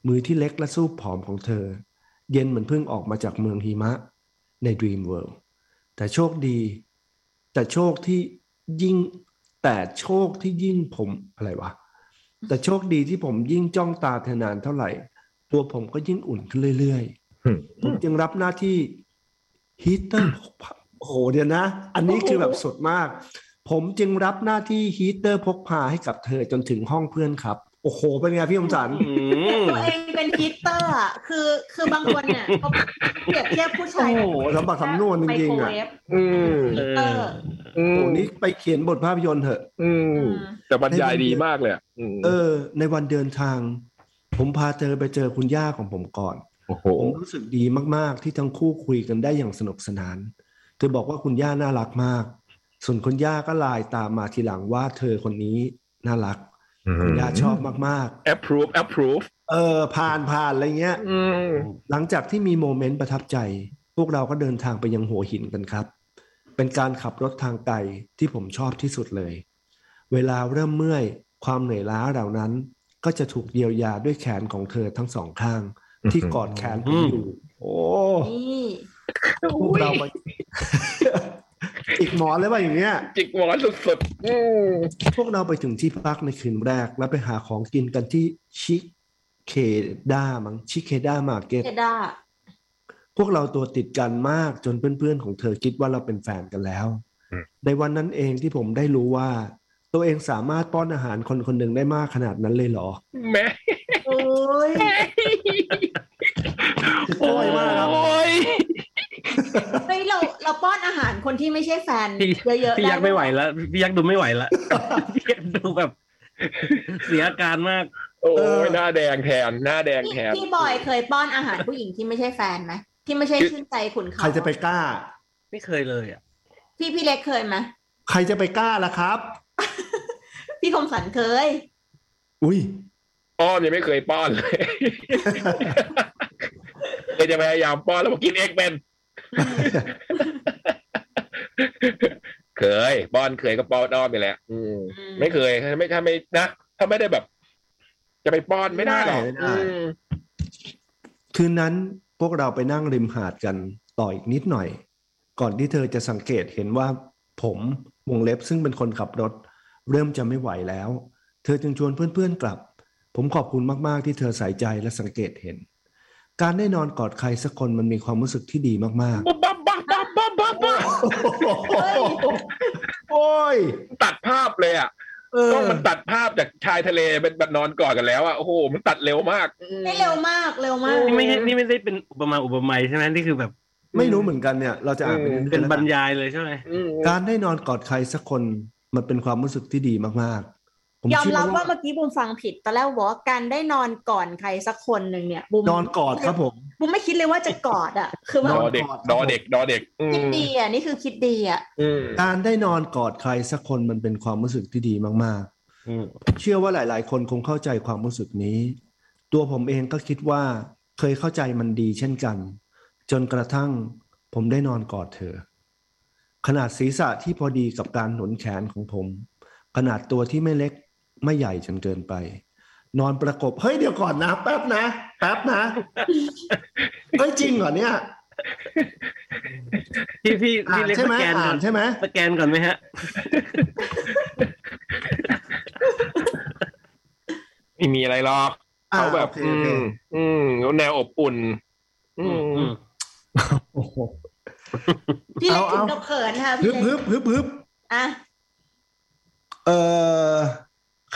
มือที่เล็กและสู้ผอมของเธอ เย็นเหมือนเพิ่งออกมาจากเมืองหิมะใน Dream World แต่โชคดี แต่โชคที่ยิ่งแต่โชคที่ยิ่งผมอะไรวะ แต่โชคดีที่ผมยิ่งจ้องตาเธอนานเท่าไหร่ ตัวผมก็ยิ่งอุ่นขึ้นเรื่อยๆ ผมจึงรับหน้าที่ฮีเตอร์พกพาโอ้โหเดี๋ยวนะ อันนี้คือแบบสดมาก ผมจึงรับหน้าที่ฮีเตอร์พกพาให้กับเธอจนถึงห้องเพื่อนครับ โอ้โห เป็นไงพี่อมสัน อืม ตัวเองเป็นฮิตเตอร์อ่ะคือคือบางคนเนี่ยเขาเปรียบเทียบผู้ชาย โอ้โหสมบัติสำนวนจริงๆอะ ไมโคเวฟ อืม เอ เอ อ อ อื โอ้ ม โหนี่ไปเขียนบทภาพยนตร์เถอะ อืม อืม แต่บรรยายดีมากเลยอะอืม เออ ในวันเดินทาง ผมพาเธอไปเจอคุณย่าของผมก่อน โอ้โห ผมรู้สึกดีมาก ๆ ที่ทั้งคู่คุยกันได้อย่างสนุกสนาน เธอบอกว่าคุณย่าน่ารักมาก ส่วนคุณย่าก็ไลน์ตามมาทีหลังว่าเธอคนนี้น่ารัก คุณย่าชอบมาก approve approve ๆ เออ ผ่านผ่านอะไรเงี้ย อืม หลังจากที่มีโมเมนต์ประทับใจ พวกเราก็เดินทางไปยังหัวหินกันครับ เป็นการขับรถทางไกลที่ผมชอบที่สุดเลย เวลาเริ่มเมื่อย ความเหนื่อยล้าเหล่านั้น ก็จะถูกเยียวยาด้วยแขนของเธอทั้งสองข้าง ที่กอดแขนผมอยู่ โอ้ นี่ พวกเราไป อีกหมอนเลยว่าอย่างเงี้ย จิกหมอนสุดๆอืม พวกเราไปถึงที่พักในคืนแรก แล้วไปหาของกินกันที่ชิเคด้ามั้งชิเคด้ามาร์เก็ต เจด้า พวกเราตัวติดกันมากจนเพื่อนๆของเธอคิดว่าเราเป็นแฟนกันแล้ว ในวันนั้นเองที่ผมได้รู้ว่า ตัวเองสามารถป้อนอาหารคนคนหนึ่งได้มากขนาดนั้นเลยเหรอ แม่ โอ้ย โอ้ยมากครับ โอ้ย เฮ้ยเราเราป้อนอาหารคนที่ไม่ใช่แฟน พี่ เยอะๆ พี่ยักษ์ ด้ ไม่ไหวแล้วพี่ยักษ์ดูไม่ไหว แล้วพี่ยักษ์ดูแบบ เสียอาการมาก โอ้ เออ ยหน้าแดงแทนหน้าแดง พี่ แทน พี่บอยเคยป้อนอาหารผู้หญิงที่ไม่ใช่แฟนไหมที่ไม่ใช่ชื่นใจขุนเขา ใครจะไปกล้า ไม่เคยเลยอ่ะ พี่พี่เล็กเคยไหม ใครจะไปกล้าล่ะครับ พี่คมสันเคย อุ้ย ป้อนยังไม่เคยป้อนเลย เคยจะพยายามป้อนแล้วมากินเองเป็น เคย ป้อนเคยก็ป้อนอ้อมไปแล้วอืม อืม ไม่เคยถ้าไม่ถ้าไม่นะถ้าไม่ได้แบบ จะไปป้อนไม่ได้หรอก ไม่ได้ อืม คืนนั้นพวกเราไปนั่งริมหาดกันต่ออีกนิดหน่อย ก่อนที่เธอจะสังเกตเห็นว่าผมวงเล็บซึ่งเป็นคนขับรถ เริ่มจะไม่ไหวแล้ว เธอจึงชวนเพื่อนๆกลับ ผมขอบคุณมากๆที่เธอใส่ใจและสังเกตเห็น การได้นอนกอดใครสักคนมันมีความรู้สึกที่ดีมาก บ๊อบบ๊อบบ๊อบบ๊อบบ๊อบบ๊อบบ๊อบ ๆ โอ้ย ตัดภาพเลยอ่ะ เออก ล้องมันตัดภาพจากชายทะเลเป็นแบบนอนกอดกันแล้วอ่ะโอ้โหมันตัดเร็วมาก ไม่เร็วมากเร็วมาก นี่ไม่ใช่นี่ไม่ได้เป็นอุปมาอุปไมยใช่ไหมนี่คือแบบ ไม่รู้เหมือนกันเนี่ย เราจะอ่านไปเรื่อยๆ เป็น แล้ว บ กั ร น รยายเลยใช่ไหม อืม การได้นอนกอดใครสักคนมันเป็นความรู้สึกที่ดีมากๆ ผม ยอม เชื่อ รับว่า ว่า เมื่อกี้บุมฟังผิดตอนแรกบอกว่าการได้นอนก่อนใครสักคนหนึ่งเนี่ยบุม นอนกอดครับผม บุมไม่คิดเลยว่าจะกอดอ่ะ คือมัน ดอเด็กดอเด็กดอเด็ก อื คิด ม ดีอ่ะนี่คือคิดดีอ่ะ อืม การได้นอนกอดใครสักคนมันเป็นความรู้สึกที่ดีมาก อืม ๆ เชื่อว่าหลาย ๆ คนคงเข้าใจความรู้สึกนี้ ตัวผมเองก็คิดว่าเคยเข้าใจมันดีเช่นกัน จนกระทั่งผมได้นอนกอดเธอ ขนาดศีรษะที่พอดีกับการหนุนแขนของผม ขนาดตัวที่ไม่เล็กไม่ใหญ่จนเกินไป นอนประกบ เฮ้ยเดี๋ยวก่อนนะแป๊บนะ แป๊บนะ เฮ้ยจริงเหรอเนี่ย พี่พี่ อ่า พี่ น เล็ก ใช่ ส ไหม แกนก่ อ่า อน นใช่ไหม สแกนก่อนไหมฮะ ไม่มีอะไรหรอก อ่า เขาแบบ โอเคโอเค อืมอืมแล้วแนวอบอุ่น อืม อืม โอ้โห พี่เล็ก เอา ถึง เอากั กับเขินค่ะ ฮึ พี่ บ เล็ ฮึ ก บฮึบฮึบ อ่ะ เอ่อ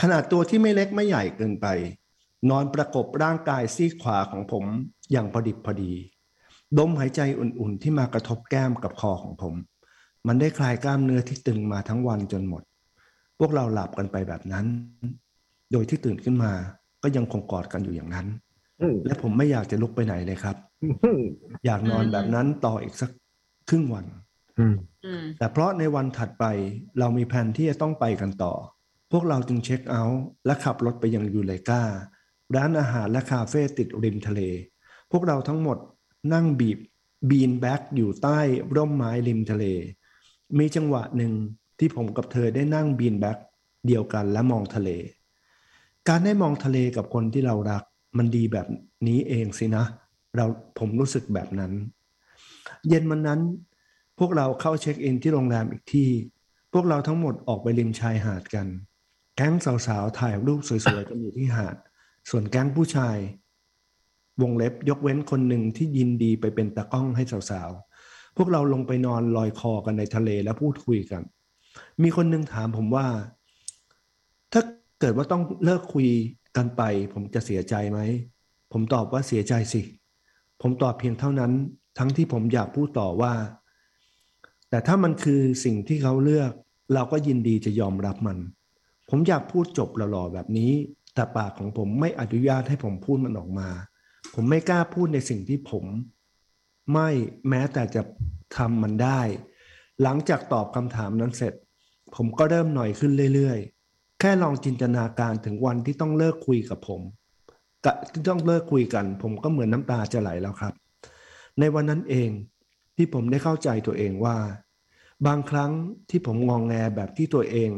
ขนาดตัวที่ไม่เล็กไม่ใหญ่เกินไป นอนประกบร่างกายซีกขวาของผมอย่างพอดิบพอดีลมหายใจอุ่นๆ ที่มากระทบแก้มกับคอของผม มันได้คลายกล้ามเนื้อที่ตึงมาทั้งวันจนหมด พวกเราหลับกันไปแบบนั้น โดยที่ตื่นขึ้นมาก็ยังคงกอดกันอยู่อย่างนั้น อืม และผมไม่อยากจะลุกไปไหนเลยครับ อืม อยากนอนแบบนั้นต่ออีกสักครึ่งวัน อืม แต่เพราะในวันถัดไปเรามีแผนที่จะต้องไปกันต่อ พวกเราจึงเช็คเอาท์และขับรถไปยังยูเลการ้านอาหารและคาเฟ่ติดริมทะเล พวกเราทั้งหมดนั่งบีบบีนแบ็กอยู่ใต้ร่มไม้ริมทะเล มีจังหวะหนึ่งที่ผมกับเธอได้นั่งบีนแบ็กเดียวกันและมองทะเล การได้มองทะเลกับคนที่เรารัก มันดีแบบนี้เองสินะ เราผมรู้สึกแบบนั้น เย็นวันนั้น พวกเราเข้าเช็คอินที่โรงแรมอีกที่ พวกเราทั้งหมดออกไปริมชายหาดกัน แก๊งสาวๆ ถ่ายรูปสวยๆ กันอยู่ที่หาด ส่วนแก๊งผู้ชาย วงเล็บยกเว้นคนหนึ่งที่ยินดีไปเป็นตากล้องให้สาวๆ พวกเราลงไปนอนลอยคอกันในทะเลและพูดคุยกัน มีคนหนึ่งถามผมว่า ถ้าเกิดว่าต้องเลิกคุยกันไป ผมจะเสียใจไหม ผมตอบว่าเสียใจสิ ผมตอบเพียงเท่านั้น ทั้งที่ผมอยากพูดต่อว่า แต่ถ้ามันคือสิ่งที่เขาเลือก เราก็ยินดีจะยอมรับมัน ผมอยากพูดจบหล่อๆแบบนี้ แต่ปากของผมไม่อนุญาตให้ผมพูดมันออกมา ผมไม่กล้าพูดในสิ่งที่ผม ไม่แม้แต่จะทำมันได้ หลังจากตอบคำถามนั้นเสร็จ ผมก็เริ่มหน่อยขึ้นเรื่อยๆ แค่ลองจินตนาการถึงวันที่ต้องเลิกคุยกับผมกะที่ต้องเลิกคุยกัน ผมก็เหมือนน้ำตาจะไหลแล้วครับ ในวันนั้นเอง ที่ผมได้เข้าใจตัวเองว่า บางครั้งที่ผมงองแงแบบที่ตัวเอง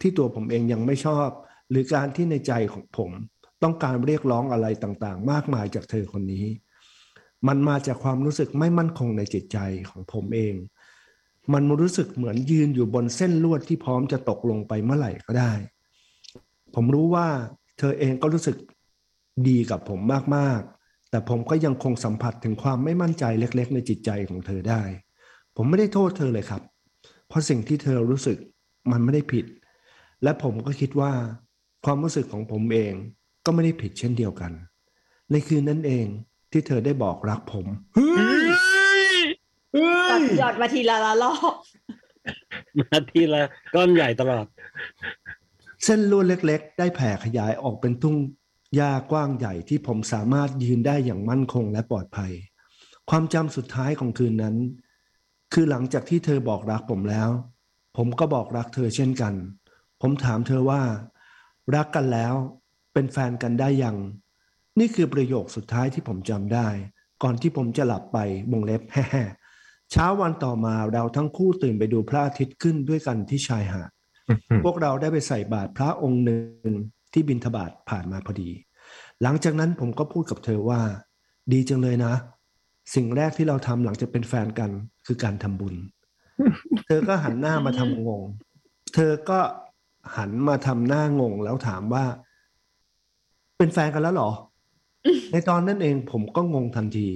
ที่ตัวผมเองยังไม่ชอบ หรือการที่ในใจของผม ต้องการเรียกร้องอะไรต่างๆ มากมายจากเธอคนนี้ มันมาจากความรู้สึกไม่มั่นคงในจิตใจของผมเอง มันรู้สึกเหมือนยืนอยู่บนเส้นลวดที่พร้อมจะตกลงไปเมื่อไหร่ก็ได้ ผมรู้ว่าเธอเองก็รู้สึกดีกับผมมากๆ แต่ผมก็ยังคงสัมผัสถึงความไม่มั่นใจเล็ก ๆ ในจิตใจของเธอได้ ผมไม่ได้โทษเธอเลยครับ เพราะสิ่งที่เธอรู้สึกมันไม่ได้ผิด และผมก็คิดว่า ความรู้สึกของผมเองก็ไม่ได้ผิดเช่นเดียวกัน ในคืนนั้นเองที่เธอได้บอกรักผมเฮ้ยเฮ้ หยอด ย หยอดมาทีละละรอบ มาทีละก้อนใหญ่ตลอด เส้นลวดเล็กๆ ได้แผ่ขยายออกเป็นทุ่งหญ้ากว้างใหญ่ที่ผมสามารถยืนได้อย่างมั่นคงและปลอดภัย ความจำสุดท้ายของคืนนั้น คือหลังจากที่เธอบอกรักผมแล้ว ผมก็บอกรักเธอเช่นกัน ผมถามเธอว่า รักกันแล้วเป็นแฟนกันได้ยัง นี่คือประโยคสุดท้ายที่ผมจำได้ ก่อนที่ผมจะหลับไปวงเล็บ แฮ่ๆเช้าวันต่อมาเราทั้งคู่ตื่นไปดูพระอาทิตย์ขึ้นด้วยกันที่ชายหาด พวกเราได้ไปใส่บาตรพระองค์หนึ่งที่บินทบาทผ่านมาพอดี หลังจากนั้นผมก็พูดกับเธอว่า ดีจังเลยนะ สิ่งแรกที่เราทำหลังจากเป็นแฟนกันคือการทำบุญ เธอก็หันหน้ามาทำงง เธอก็หันมาทำหน้างงแล้วถามว่า เ เป็นแฟนกันแล้วเหรอ ในตอนนั้นเองผมก็งงทันที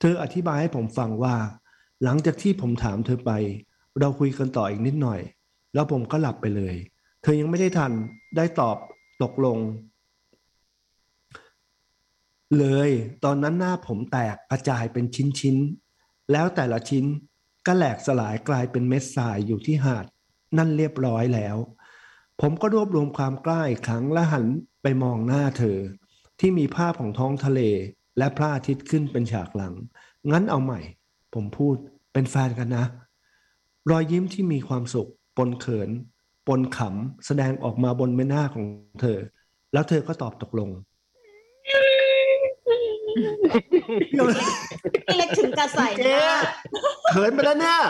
เธออธิบายให้ผมฟังว่า หลังจากที่ผมถามเธอไป เราคุยกันต่ออีกนิดหน่อย แล้วผมก็หลับไปเลย เธอยังไม่ได้ทันได้ตอบตกลง เลย ตอนนั้นหน้าผมแตกกระจายเป็นชิ้นๆ แล้วแต่ละชิ้นก็แหลกสลายกลายเป็นเม็ดทรายอยู่ที่หาด นั่นเรียบร้อยแล้ว ผมก็รวบรวมความกล้าอีกครั้งและหันไปมองหน้าเธอ ที่มีภาพของท้องทะเลและพระอาทิตย์ขึ้นเป็นฉากหลัง งั้นเอาใหม่ ผมพูดเป็นแฟนกันนะ รอยยิ้มที่มีความสุข ปนเขิน ปนขำ แสดงออกมาบนใบหน้าของเธอ แล้วเธอก็ตอบตกลง พี่เล็กถึงกระใส่ เจ๊ นะ เขินไปแล้วเนี่ย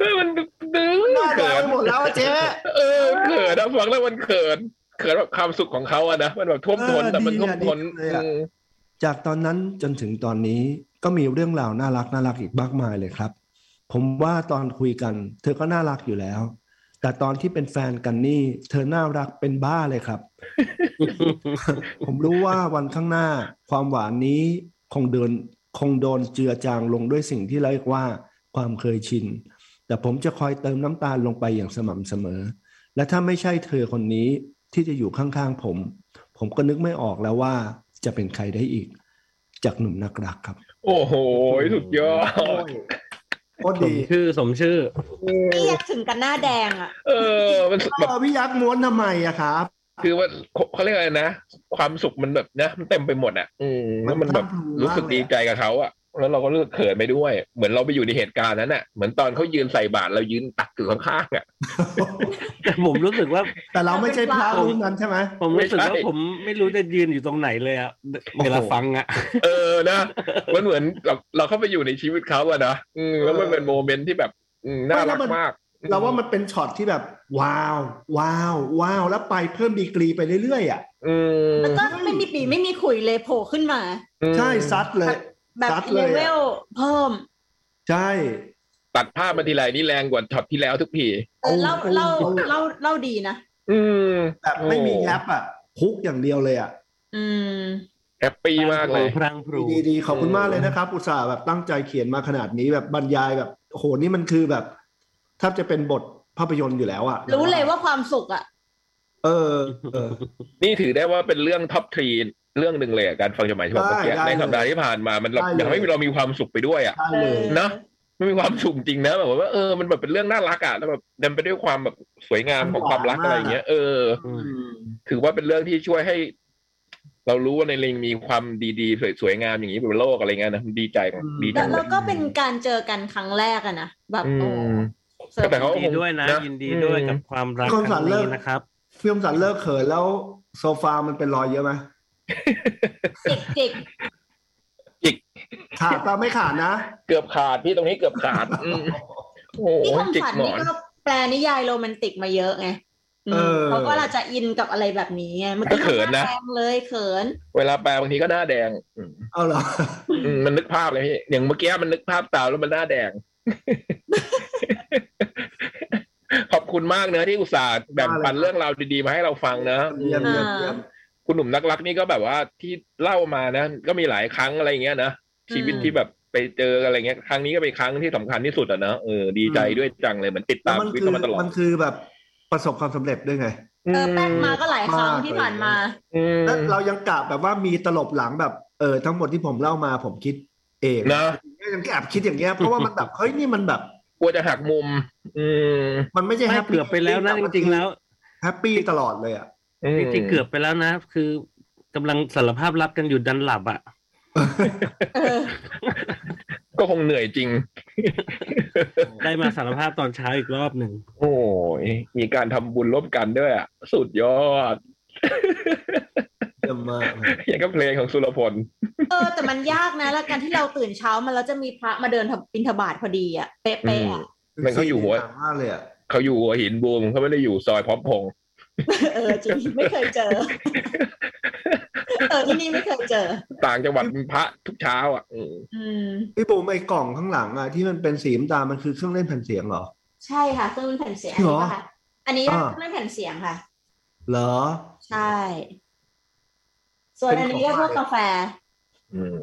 เออมันดึง หน้าแด เขิ ง น ไปหมดแล้วอะเจ๊ เออเขินนะฟังแล้วมันเขินเขินแบบความสุขของเขาอะนะมันแบบท่วมท้นแต่มันท่วมท้นอืม จากตอนนั้นจนถึงตอนนี้ก็มีเรื่องราวน่ารักน่ารักอีกมากมายเลยครับ ผมว่าตอนคุยกัน เธอก็น่ารักอยู่แล้ว แต่ตอนที่เป็นแฟนกันนี่ เธอน่ารักเป็นบ้าเลยครับ ผมรู้ว่าวันข้างหน้าความหวานนี้คงเดินคงโดนเจือจางลงด้วยสิ่งที่เรียกว่าความเคยชิน แต่ผมจะคอยเติมน้ำตาลลงไปอย่างสม่ำเสมอ และถ้าไม่ใช่เธอคนนี้ที่จะอยู่ข้างๆผม ผมก็นึกไม่ออกแล้วว่าจะเป็นใครได้อีก จากหนุ่มนักรักครับ โอ้โหสุดยอด ก็ ส ดี มชื่อสมชื่อ พี่ยักษ์ถึงกันหน้าแดงอ่ะ เออมันแบบ พี่ยักษ์ม้วนทำไมอะครับ คือว่าเขาเขาเรียกอะไรนะ ความสุขมันแบบนะ มันเต็มไปหมดอ่ะ อืมแล้วมันแบบรู้สึกดีใจกับเขาอ่ะ แล้วเราก็รู้สึกเขินไปด้วย เหมือนเราไปอยู่ในเหตุการณ์นั้นอ่ะ เหมือนตอนเขายืนใส่บาตรเรายืนตักอยู่ข้างๆอ่ะ แต่ผมรู้สึกว่า แต่เราไม่ใช่พระรูปนั้นใช่ไหม ผมรู้สึกว่า ไม่ใช่ ผมไม่รู้จะยืนอยู่ตรงไหนเลยอะเวลา โอ้โห ฟังอะ เออนะมันเหมือนเราเราเข้าไปอยู่ในชีวิตเขาอ่ะนะอืมแล้วมันเป็นโมเมนต์ที่แบบอืมน่ารักมาก เราว่ามันเป็นช็อตที่แบบ ว้าว ว้าว ว้าวแล้วไปเพิ่มดีกรีไปเรื่อยๆอ่ะ อืม แล้วก็ไม่มีปีไม่มีขุยเลยโผล่ขึ้นมา ใช่ซัดเลย แบบ ชัดเล เลย อะ เวลเพิ่ม ใช่ ตัดภาพมาทีไรนี่แรงกว่าช็อตที่แล้วทุกที เออเล่า โอ้โห เล่าเล่าเล่าดีนะ อืม แบบไม่มีแรปอ่ะพุกอย่างเดียวเลยอ่ะ อืม แฮปปี้มากเลย พลังพรู ดีๆ ขอบคุณมากเลยนะครับ อุตส่าห์แบบตั้งใจเขียนมาขนาดนี้แบบบรรยายแบบโอ้โหนี่มันคือแบบแทบจะเป็นบทภาพยนตร์อยู่แล้วอ่ะ รู้เลยว่าความสุขอ่ะ เออเออ นี่ถือได้ว่าเป็นเรื่องท็อปทรีเรื่องหนึ่งเลยอะการฟังจดหมายฉบับเมื่อกี้ ได้ ใน ได้ สัปดาห์ที่ผ่านมามันเรา ได้เลย ยังไม่มีเรามีความสุขไปด้วยอ่ะ ได้เลย นะ ไม่มีความสุขจริงนะแบบว่าเออมันแบบเป็นเรื่องน่ารักอ่ะแล้วแบบเต็มไปด้วยความแบบสวยงามของความรัก มันหวานมาก อะไรอย่างเงี้ยเออ อืม ถือว่าเป็นเรื่องที่ช่วยให้ เรารู้ว่าในลิงมีความดีๆสวยๆงามอย่างนี้บนโลกอะไรเงี้ยนะดีใจดี แล้ จั ว งเล แล้ว ย ก็เป็นการเจอกันครั้งแรกอะนะ แบบ อื โอ้ ม เซอร์ไพร แต่ ส์ เขา ยินดีด้วยนะ นะ ยินดีด้วย อืม กับความรัก ความ ค สั รั้ น ง เลิ นี้ ก นะครับ พี่อมสันเลิกเขินแล้วโซฟามันเป็นรอยเยอะไหม จิกจิก ขาดตาไม่ขาดนะ เกือบขาดพี่ตรงนี้เกือบขาดอืมโอ้ พี่ โห คำ จิก ฝัน หมอ นี่ น ก็แปลนิยายโรแมนติกมาเยอะไงอืม เออ เขาก็อาจจะอินกับอะไรแบบนี้ไงมัน ก็เขินนะ แรงเลยเขิน เวลาแปลบางทีก็หน้าแดงอืม เอาเหรอ อืมมันนึกภาพเลยพี่อย่างเมื่อกี้มันนึกภาพตามแล้วมันหน้าแดง ขอบคุณมากเนอะที่อุตส่าห์แบ่งปันเรื่องราวดีๆมาให้เราฟังนะ เยี่ยมเยี่ยมเยี่ยม คุณหนุ่มนักรักนี่ก็แบบว่าที่เล่ามานะ ก็มีหลายครั้งอะไรอย่างเงี้ยนะชีวิตที่แบบไปเจออะไรเงี้ยครั้งนี้ก็เป็นครั้งที่สำคัญที่สุดอ่ะนะเออดีใจ อืม ด้วยจังเลยเหมือนติด แล้ว ตาม มัน ชีวิต คือ เขามาตลอด มันคือแบบประสบความสำเร็จด้วยไง เออแป้งมาก็หลายครั้ง มาก ที่ผ่าน เลย มา อืม แล้วเรายังกะแบบว่ามีตลบหลังแบบเออทั้งหมดที่ผมเล่ามาผมคิดเอง นะ ยังแอบคิดอย่างเงี้ยเพราะว่ามันแบบเฮ้ยนี่มันแบบ กลัวจะหักมุม อืม มันไม่ใช่ ไม่ แฮปปี้ เกือบไปแล้วนะจริง ๆ แล้ว แฮปปี้ตลอดเลยอ่ะ อืม จริงๆเกือบไปแล้วนะ คือกำลังสารภาพรักกันอยู่ดันหลับอะ เออ ก็คงเหนื่อยจริง ได้มาสารภาพตอนเช้าอีกรอบหนึ่ง โอ้ยมีการทำบุญร่วมกันด้วยอ่ะสุดยอด เยี่ยมมากเลย อย่างก็เพลงของสุรพล เออ แต่มันยากนะ แล้วการที่เราตื่นเช้ามาแล้วจะมีพระมาเดินทำบิณฑบาตพอดีอ่ะเป๊ะๆอะ มันก็อยู่หัว ดีมากเลยอ่ะ เขาอยู่หัวหินบูมเขาไม่ได้อยู่ซอยพร้อมพงษ์ เออจริงไม่เคยเจอ เออที่นี่ไม่เคยเจอ ต่างจังหวัดพระทุกเช้าอ่ะอืม อืม พี่ปูมไอ้กล่องข้างหลังอ่ะที่มันเป็นสีน้ำตาลมันคือเครื่องเล่นแผ่นเสียงเหรอ ใช่ค่ะเครื่องเล่นแผ่นเสียง เหรอ ใช่ปะคะอันนี้ อ่า เครื่องเล่นแผ่นเสียงค่ะ เหรอ ใช่ ส่วนอันนี้ก็พวกกาแฟ อืม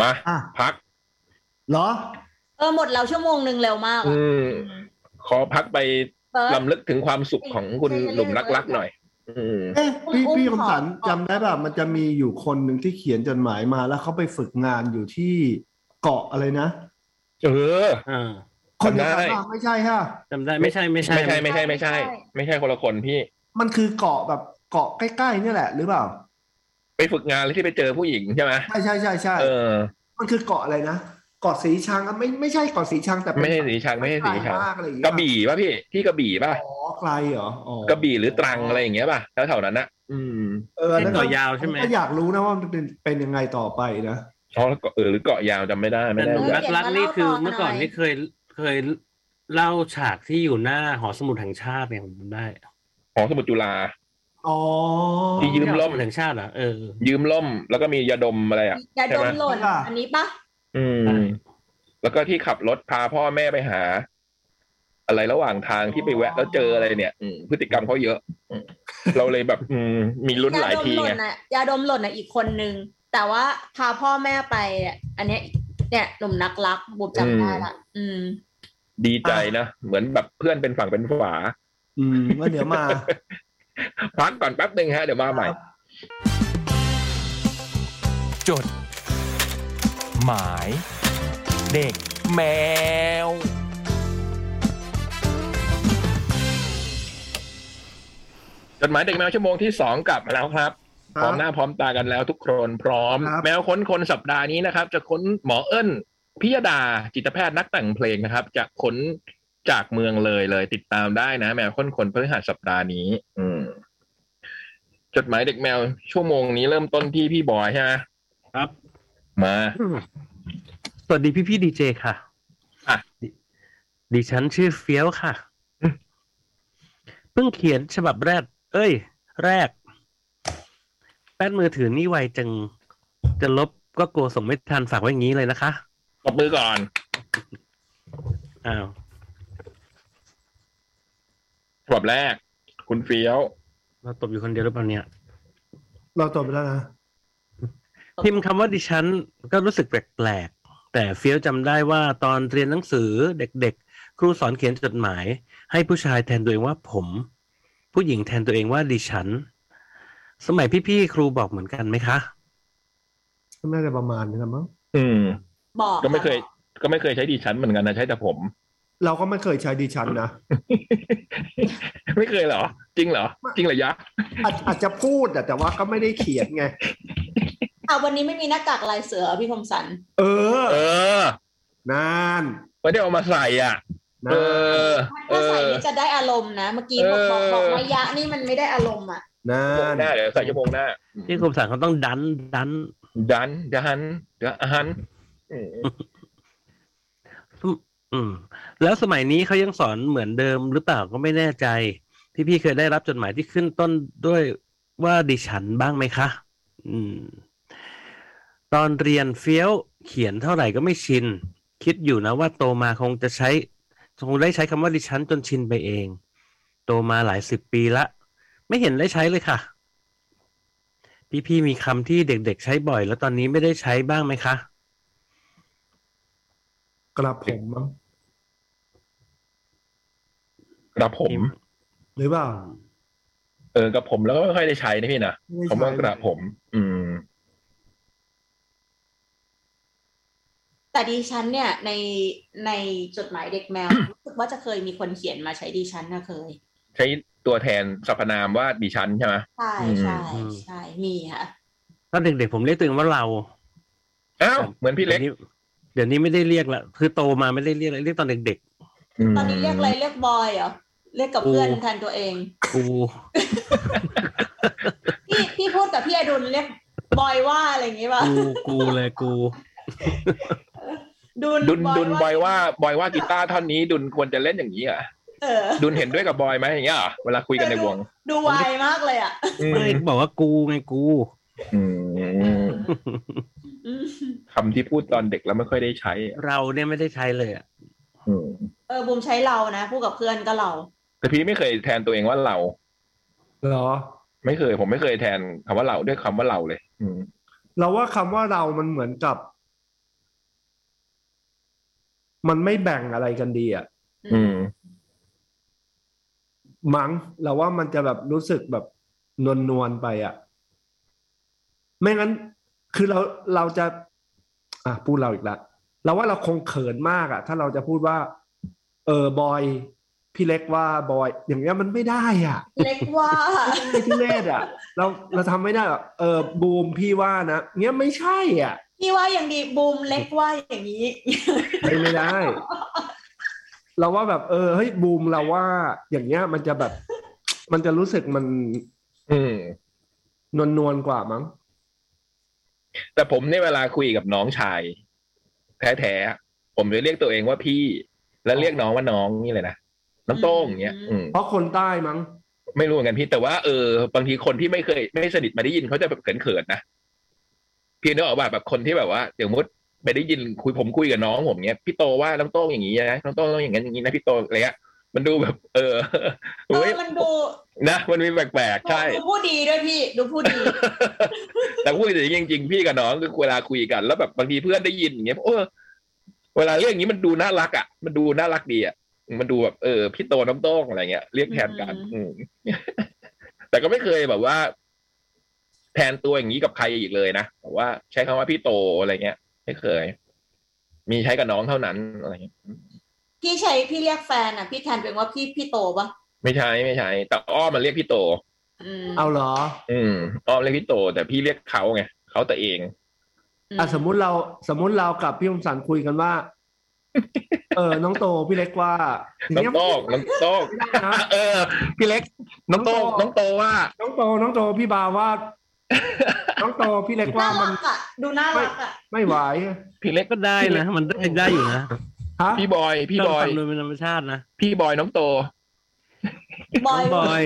มา อ่ะ พัก เหรอ เออหมดแล้วชั่วโมงหนึ่งเร็วมาก อื อะ ม ขอพักไป เบิร์ด ลำลึกถึงความสุขของคุณ ใช่ใช่ หลุมรักๆหน่อย อืม เอ๊ะพี่ อุ้ม พี่คขอ มสัน ขอ จำได้ป่ะมันจะมีอยู่คนหนึ่งที่เขียนจดหมายมาแล้วเขาไปฝึกงานอยู่ที่เกาะอะไรนะ เออ อ่า คนเดียว จำได้ กันป่ะไม่ใช่ฮะ จำได้ไม่ใช่ไม่ใช่ ไม่ใช่ไม่ใช่ไม่ใช่ ไม่ใช่คนละคนพี่ มันคือเกาะแบบเกาะใกล้ๆเนี่ยแหละหรือเปล่า ไปฝึกงานแล้วที่ไปเจอผู้หญิงใช่ไหม ใช่ใช่ใช่ใช่ เออ มันคือเกาะอะไรนะเกาะสีชังอะไม่ไม่ใช่เกาะสีชังแต่เป็น ไม่ใช่สีชังไม่ใช่สีชัง ไกลมากอะไรอย่าง ก เงี้ ระ ย บี่ป่ะพี่ที่กระบี่ป่ะ อ๋อไกลเหรออ๋อก ระบี่หรือตรังอะไรอย่างเงี้ยป่ะแล้วแถวๆนั้นนะอืม เออแล้ว เกาะยาวใช่ไหม ก็อยากรู้นะว่ามันเป็นเป็นยังไงต่อไปนะ อ๋อแล้วเกาะเออหรือเกาะยาวจำไม่ได้ไม่ได้แต่หนุ่ม แบ รับ กรักนี่คือเมื่อก่อนนี่เคยเคยเล่าฉากที่อยู่หน้าหอสมุดแห่งชาติเนี่ยผมจำได้ หอสมุดจุฬา อ๋อ ที่ยืม หอสดแห่งชาติเหรอเออ ยืมล่ม แล้วก็มียาดมอะไรอ่ะ ยาดมหล่น ใช่ป่ะ อันนี้ปะ อื ใช่ ม แล้วก็ที่ขับรถพาพ่อแม่ไปหา อะไรระหว่างทางที่ไปแวะแล้วเจออะไรเนี่ย อืมพฤติกรรมเขาเยอะอืมเราเลยแบบ อืมมีลุ้นห ยา ลาย ดม ที หล่ ไง นอ่ะยาดมหล่นอ่ะอีกคนนึง แต่ว่าพาพ่อแม่ไปเนี่ยอันเนี้ยเนี่ยหนุ่มนักรักบุบจำได้ละอืม ดีใจนะ เหมือนแบบเพื่อนเป็นฝั่งเป็นฝา อืมงั้นเดี๋ยวมา พักก่อนแป๊บหนึ่งฮะ เดี๋ยวมาใหม่ จด หมาย เด็กแมว จดหมายเด็กแมวชั่วโมงที่สองกลับมาแล้วครับ พร้อมหน้าพร้อมตากันแล้วทุกคนพร้อม ครับ แมวค้นคนสัปดาห์นี้นะครับ จะค้นหมอเอิญพิยดาจิตแพทย์นักแต่งเพลงนะครับ จะค้นจากเมืองเลยเลย ติดตามได้นะ แมวค้นคนพฤหัสสัปดาห์นี้ อืม จดหมายเด็กแมวชั่วโมงนี้เริ่มต้นที่พี่บอยใช่ไหม ครับ มา สวัสดีพี่พี่ดีเจค่ะ อ่ะ ดิดิฉันชื่อเฟี้ยว ค่ะ เพิ่งเขียนฉบับแรก เอ้ย แรก แป้นมือถือนี่ไวจัง จะลบก็กลัวส่งไม่ทันฝากไว้อย่างนี้เลยนะคะ ตบมือก่อน อ้าว ฉบับแรก คุณเฟี้ยว เราตบอยู่คนเดียวหรือเปล่าเนี่ย เราจบไปแล้วนะ พิมพ์คำว่าดิฉันก็รู้สึกแปลกๆ แต่เฟี้ยวจำได้ว่าตอนเรียนหนังสือเด็กๆ ครูสอนเขียนจดหมาย ให้ผู้ชายแทนตัวเองว่าผม ผู้หญิงแทนตัวเองว่าดิฉัน สมัยพี่ๆ ครูบอกเหมือนกันไหมคะ น่าจะประมาณนี้ละมั้ง อืม บอก ก็ไม่เคย ก็ไม่เคยใช้ดีชั้นเหมือนกันนะใช้แต่ผม เราก็ไม่เคยใช้ดิฉันนะ ไม่เคยเหรอ จริงเหรอ จริงเหรอยะ อาจอาจจะพูดอะแต่ว่าก็ไม่ได้เขียนไง อ่ะวันนี้ไม่มีหน้ากากลายเสือพี่คมสัน เออ เออ นาน ไม่ได้เอามาใส่อ่ะ นา เอน อ เอ ถ้าใส่ อ นี่จะได้อารมณ์นะ เมื่อกี้บอกบอกบอกมายะนี่มันไม่ได้อารมณ์อ่ะ นาน หน้าเดี๋ยวใส่ชั่วโมงหน้า ที่ครูสอนเขาต้องดันดัน ดันดันดันอืม อืม แล้วสมัยนี้เขายังสอนเหมือนเดิมหรือเปล่าก็ไม่แน่ใจ พี่ๆ เคยได้รับจดหมายที่ขึ้นต้นด้วยว่าดิฉันบ้างไหมคะ อืม ตอนเรียนเฟี้ยวเขียนเท่าไหร่ก็ไม่ชิน คิดอยู่นะว่าโตมาคงจะใช้ คงได้ใช้คำว่าดิฉันจนชินไปเอง โตมาหลายสิบปีละ ไม่เห็นได้ใช้เลยค่ะ พี่ๆ มีคำที่เด็กๆ ใช้บ่อย แล้วตอนนี้ไม่ได้ใช้บ้างไหมคะ กระผมมั้ง กระผม หรือเปล่า เออกระผมแล้วก็ไม่ค่อยได้ใช้นะพี่นะ ไม่ได้ใช้ คำว่ากระผม อืม แต่ดิฉันเนี่ยในในจดหมายเด็กแมว รู้สึกว่าจะเคยมีคนเขียนมาใช้ดิฉันนะเคย ใช้ตัวแทนสรรพนามว่าดิฉันใช่ไหม ใช่ อืม ใช่ อืม ใช่มีค่ะ ตอนเด็กๆ ผมเรียกตัวเองว่าเรา อ้าวเหมือนพี่เล็ก ดี๋ยวนี้เดี๋ยวนี้ไม่ได้เรียกละคือโตมาไม่ได้เรียกละเรียกตอนเด็ก ม ตอนนี้เรียกอะไรเรียกบอยเหรอ เรียกกับเพื่อน กู แทนตัวเอง ๆกู พี่พี่พูดกับพี่อดุลเรียกบอยว่าอะไรอย่างงี้ป่ะ กูกูเลยกู ดุล ดุนดุนบอยว่าบอยว่ากีตาร์ท่อนนี้ดุนควรจะเล่นอย่างนี้เหรอ่ะ เออ ดุนเห็นด้วยกับบอยไหมอย่างเงี้ยเหรอเวลาคุยกันในวง ดูวายมากเลยอ่ะ อืม ไม่บอกว่ากูไงกู อืม อืม คำที่พูดตอนเด็กแล้วไม่ค่อยได้ใช้อ่ะ เราเนี่ยไม่ได้ใช้เลยอะ อืม เออบูมใช้เรานะพูดกับเพื่อนก็เรา แต่พี่ไม่เคยแทนตัวเองว่าเรา เหรอ ไม่เคย ผมไม่เคยแทนคำว่าเราด้วยคำว่าเราเลย อืม เราว่าคำว่าเรามันเหมือนกับ มันไม่แบ่งอะไรกันดีอะ อืม มั้งเราว่ามันจะแบบรู้สึกแบบนวลนวลๆไปอะไม่งั้น คือเราเราจะ อ่ะพูดเราอีกละเราว่าเราคงเขินมากอะถ้าเราจะพูดว่า เออบอย พี่เล็กว่าบอย อย่างเงี้ยมันไม่ได้อ่ะ เล็กว่า ไอ้ทุเรศอ่ะ เราเราทำไม่ได้หรอกเออบูมพี่ว่านะเงี้ยไม่ใช่อ่ะ พี่ว่าอย่างดีบูมเล็กว่าอย่างนี้ ไม่ไม่ได้ เราว่าแบบเออเฮ้ยบูมเราว่า อย่างเงี้ยมันจะแบบ มันจะรู้สึกมัน อืม นวลนวลๆกว่ามั้ง แต่ผมเนี่ยเวลาคุยกับน้องชาย แท้ๆ ผมจะเรียกตัวเองว่าพี่ แล้วเรียกน้องว่าน้องนี่เลยนะ น้ำโต้งอย่างเงี้ย อื อื ม ม เพราะคนใต้มั้ง ไม่รู้เหมือนกันพี่แต่ว่าเออบางทีคนที่ไม่เคย ไม่สนิทมาได้ยินเขาจะแบบเขินๆนะพี่นึกออกว่าแบบคนที่แบบว่าเดี๋ยวมุดไปได้ยินคุยผมคุยกับน้องผมเนี้ยพี่โตว่าน้องโต้งอย่างนี้นะน้องโต้งต้องอย่างนั้นอย่างนี้นะพี่โตอะไรเงี้ยมันดูแบบ เอ อ เอ เฮ้ อย มันดู นะ มันมีแปลกๆใช่ ดูผู้ดีด้วยพี่ ดูผู้ดี แต่พูดจริงจริงๆพี่กับน้องคือเวลาคุยกัน แล้วแบบบางทีเพื่อนได้ยินอย่างเงี้ยโอ้เวลาเรื่องนี้มันดูน่ารักอ่ะ มันดูน่ารักดีอ่ะมันดูแบบเออพี่โตน้ำโต้งอะไรเงี้ยเรียกแทนกัน อืม แต่ก็ไม่เคยแบบว่า แทนตัวอย่างนี้กับใครอีกเลยนะแบบว่าใช้คำว่าพี่โตอะไรเงี้ย ไม่เคย มีใช้กับน้องเท่านั้นอะไรเงี้ย พี่ใช้พี่เรียกแฟนอ่ะ พี่แทนเป็นว่าพี่พี่โตปะ ไม่ใช่ไม่ใช่แต่อ้อมมันเรียกพี่โต อืม เอาเหรอ อืมอ้อมเรียกพี่โต แต่พี่เรียกเขาไงเขาตัวเอง อ่ะสมมุติเราสมมุติเรากับพี่คมสันคุยกัน ว่า เออ น้องโตพี่เล็กว่าอย่างเงี้ย น้ำโต้งน้ำโต้ง นะ เออ พี่เล็ก น้องโตง น้อน้อง ง โต โตว่า น้องโตน้องโตพี่บาว่า น้องโตพี่เล็กว่า น่า มั รั น กอ่ะ ดูน่ารักอ่ะ ไม่ไหวอะ พี่เล็ก ก็ได้นะ มันได้ได้อยู่นะ ฮะ พี่บอย พี่บอย โดยเป็นธรรมชาตินะ พี่บอยน้องโต บ น้ อ อง ย บอย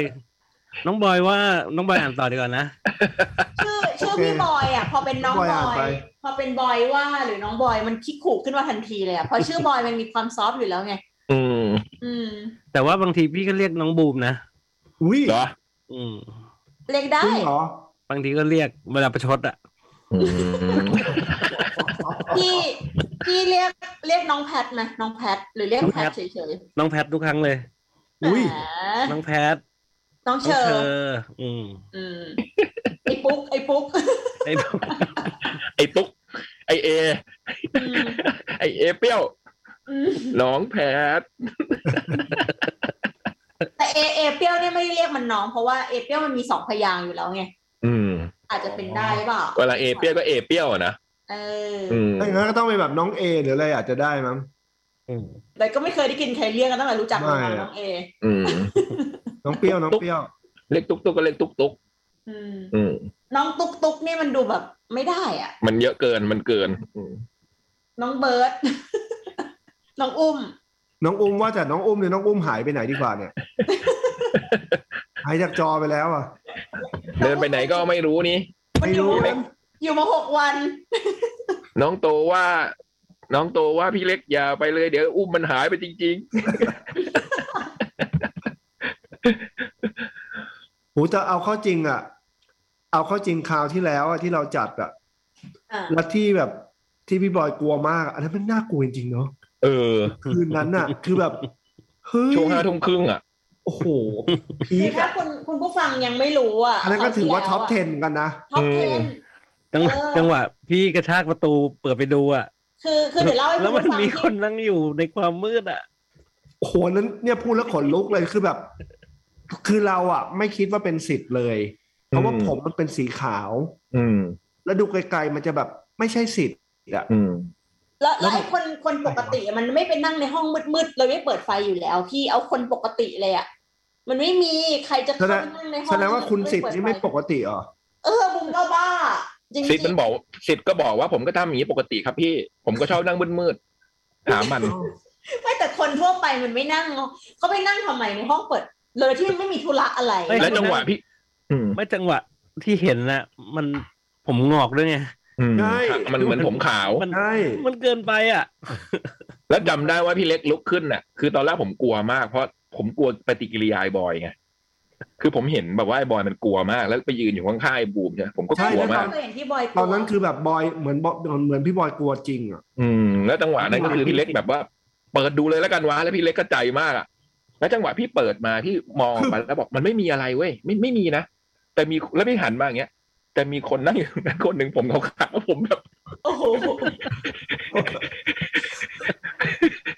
น้องบอยว่าน้องบอยอ่านต่อดีกว่านะ ชื่อชื่อพี่บอยอ่ะ พอเป็นน้อง บอย บ อ่าน อย ไป พอเป็นบอยว่าหรือน้องบอยมันคิกขู่ขึ้นมาทันทีเลยอ่ะเพราะชื่อบอยมันมีความซอฟต์อยู่แล้วไง อืม อืม แต่ว่าบางทีพี่ก็เรียกน้องบูมนะ อุ้ย เหรอ อืม เรียกได้ จริงเหรอ บางทีก็เรียกเวลาประชดอะ อืม พี่พี่เรียกเรียกน้องแพทไหมน้องแพท หรือเรียกแพทเฉย น้องแพททุกครั้งเลย ๆ อุ้ย แหม น้องแพท น้อง น้อง เชอ เธ ร์ ออืม อืมไอ้ปุ๊กไอ้ปุ๊ก ไอ้น้ อง ไอ้ตุ๊ก ไอเอ อืม ไอเอเปรี้ยว อืม น้องแพท แต่เอเอเปรี้ยวเนี่ยไม่ได้เรียกมันน้อง เพราะว่าเอเปรี้ยวมันมีสองพยางค์อยู่แล้วไง อืม อาจจะเป็นได้หรือเปล่า เวลาเอเปรี้ยวก็เอเปรี้ยวอะนะ เออ อืม ถ้าอย่างนั้นก็ต้องเป็นแบบน้องเอหรืออะไรอาจจะได้มั้ง อืม แต่ก็ไม่เคยได้กินใครเรียกกันตั้งแต่รู้จักกันมา ไม่อะ น้องเอ อืม น้องเปรี้ยวน้องเปรี้ยว เล็กตุ๊กตุ๊กก็เล็กตุ๊กตุ๊ก อืม อืม น้องตุ๊กตุ๊กนี่มันดูแบบไม่ได้อ่ะ มันเยอะเกิน มันเกิน อืม น้องเบิร์ด น้องอุ้ม น้องอุ้มว่าแต่น้องอุ้มเนี่ยน้องอุ้มหายไปไหนดีก ว่าเนี่ย หายจากจอไปแล้วอ่ะ เดินไปไหนก็ไม่รู้นี่ มัน ไม่ อยู่ รู้ อยู่มาหกวัน น้องโตว่า น้องโตว่าพี่เล็กอย่าไปเลยเดี๋ยวอุ้มมันหายไปจริง โหจะเอาเข้าจริงอ่ะ เอาเข้าจริงคราวที่แล้วอะที่เราจัดอ่ะ อ่า และที่แบบที่พี่บอยกลัวมากอะอันนั้นมันน่ากลัวจริงๆเนาะ ๆ เออ คืนนั้นอ่ะ คือแบบเฮ้ย ช่วงห้าทุ่มครึ่งอ่ะ โอ้โหพี คือ ค ถ้า อะ คุณคุณผู้ฟังยังไม่รู้อ่ะ อันนั้นก็ถือว่าท็อป 10 กันนะ ท็อป อื เท ม น จังหวะ เออ จังหวะพี่กระชากประตูเปิดไปดูอะ คือคือเดี๋ยวเล่าให้คุ แล้ ณ วมัน ผู้ฟัง มี ที่ คนนั่งอยู่ในความมืดอะ โอ้โหนั้นเนี่ยพูดแล้วขนลุกเลยคือแบบ คือเราอ่ะ ไม่คิดว่าเป็นสิทธิ์เลย เพราะว่า อืม ผมมันเป็นสีขาว อืม แล้วดูไกลๆมันจะแบบไม่ใช่สิทธิ์อ่ะ อืม แล้ว แล้ แล้วว มัน ไอ้คนคนปกติมันไม่ไปนั่งในห้องมืดๆเลยไม่เปิดไฟอยู่แล้ว พี่เอาคนปกติเลยอ่ะมันไม่มีใครจะ แส เข้า ด ไป ง นั่งในห้อง แสดงว่าคุณสิทธิ์นี่ไม่ปกติเหรอ เออบุ้มก็บ้าจริงๆ สิทธิ์มันบอกสิทธิ์ก็บอกว่าผมก็ทำอย่างนี้ปกติครับพี่ ผมก็ชอบนั่งมืดๆถามมัน ไม่แต่คนทั่วไปมันไม่นั่งเนอะเขาไปนั่งทำไมในห้องเปิดเลยที่มันไม่มีธุระอะไร และจังหวะพี่ อืม ไม่จังหวะที่เห็นนะมันผมงอกด้วยไง อืม ใช่ มันเหมือนผมขาว มัน ใช่ มันเกินไปอะ แล้วจำได้ว่าพี่เล็กลุกขึ้นน่ะ คือตอนแรกผมกลัวมากเพราะผมกลัวปฏิกิริยาไอ้บอยไง คือผมเห็นแบบว่าไอ้บอยมันกลัวมาก แล้วไปยืนอยู่ข้างๆไอ้บูมเนี่ยผมก็ ใช่ กลัว แล้ มาว ก เคยเห็นที่บอยกลัว ตอนนั้นคือแบบบอยเหมือนบอยเหมือนพี่บอยกลัวจริงอ่ะ อืมแล้วจังหวะนั้นก็คือพี่เล็กแบบว่า เปิดดูเลยแล้วกันวะแล้วพี่เล็กก็ใจมากอะแล้วจังหวะพี่เปิดมาพี่มองออกไปแล้วบอกมันไม่มีอะไรเว้ยไม่ไม่มีนะแต่มีแล้วพี่หันมาอย่างเงี้ย แต่มีคนนั่งอยู่ ตรงนั้นคนหนึ่งผมเขาขาดแล้วผมแบบ โอ้โห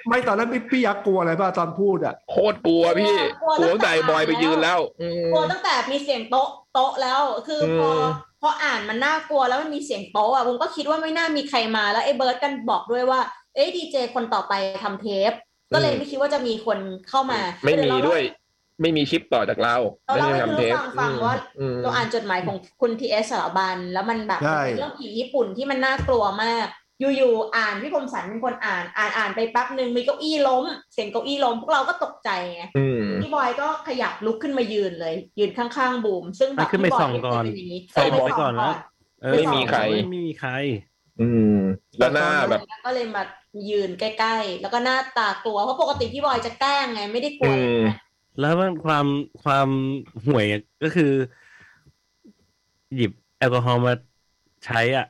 ไม่ตอนนั้นพี่พี่ยักษ์กลัวอะไรป่ะตอนพูดอ่ะ โคตรกลัวพี่กลัวตั้งแต่บอยไปยืนแล้ว อืม กลัวตั้งแต่มีเสียงโต๊ะโต๊ะแล้ว คือพอ ม พออ่านมันน่ากลัวแล้วมันมีเสียงโต๊ะอ่ะผมก็คิดว่าไม่น่ามีใครมาแล้วไอ้เบิร์ดกันบอกด้วยว่า เอ้ยดีเจคนต่อไปทำเทป ก็เลยไม่คิดว่าจะมีคนเข้ามา ไม่มี เเรา ด้วย ไม่มีชิปต่อจากเรา เรา ไม่ได้เล่าให้ ทำเท คือ ป ฟังฟังว่า อืม เราอ่านจดหมายของคุณทีเอสสารบัน แล้วมันแบบ ใช่ เป็นเรื่องผีญี่ปุ่นที่มันน่ากลัวมาก อยู่ๆอ่านพี่คมสันเป็นคนอ่านอ่านอ่านไปแป๊บหนึ่งมีเก้าอี้ล้ม เสียงเก้าอี้ล้ม พวกเราก็ตกใจไง อืม พี่บอยก็ขยับลุกขึ้นมายืนเลย ยืนข้างๆบูม ซึ่งแบบ อ่ะขึ้นไป พี่บย ส่องก่อน เป็ย่างนี้ ส่อง ป ไว้ก่อน นะ เออ ไม่มีใคร ไม่มีใคร อืม แล้วหน้าแบบ ก็เลยมายืนใกล้ๆ แล้วก็หน้าตากลัวเพราะปกติพี่บอยจะแกล้งไงไม่ได้กลัว อืม แล้วมันความความห่วยก็คือ หยิบแอลกอฮอล์มาใช้ อ่ะ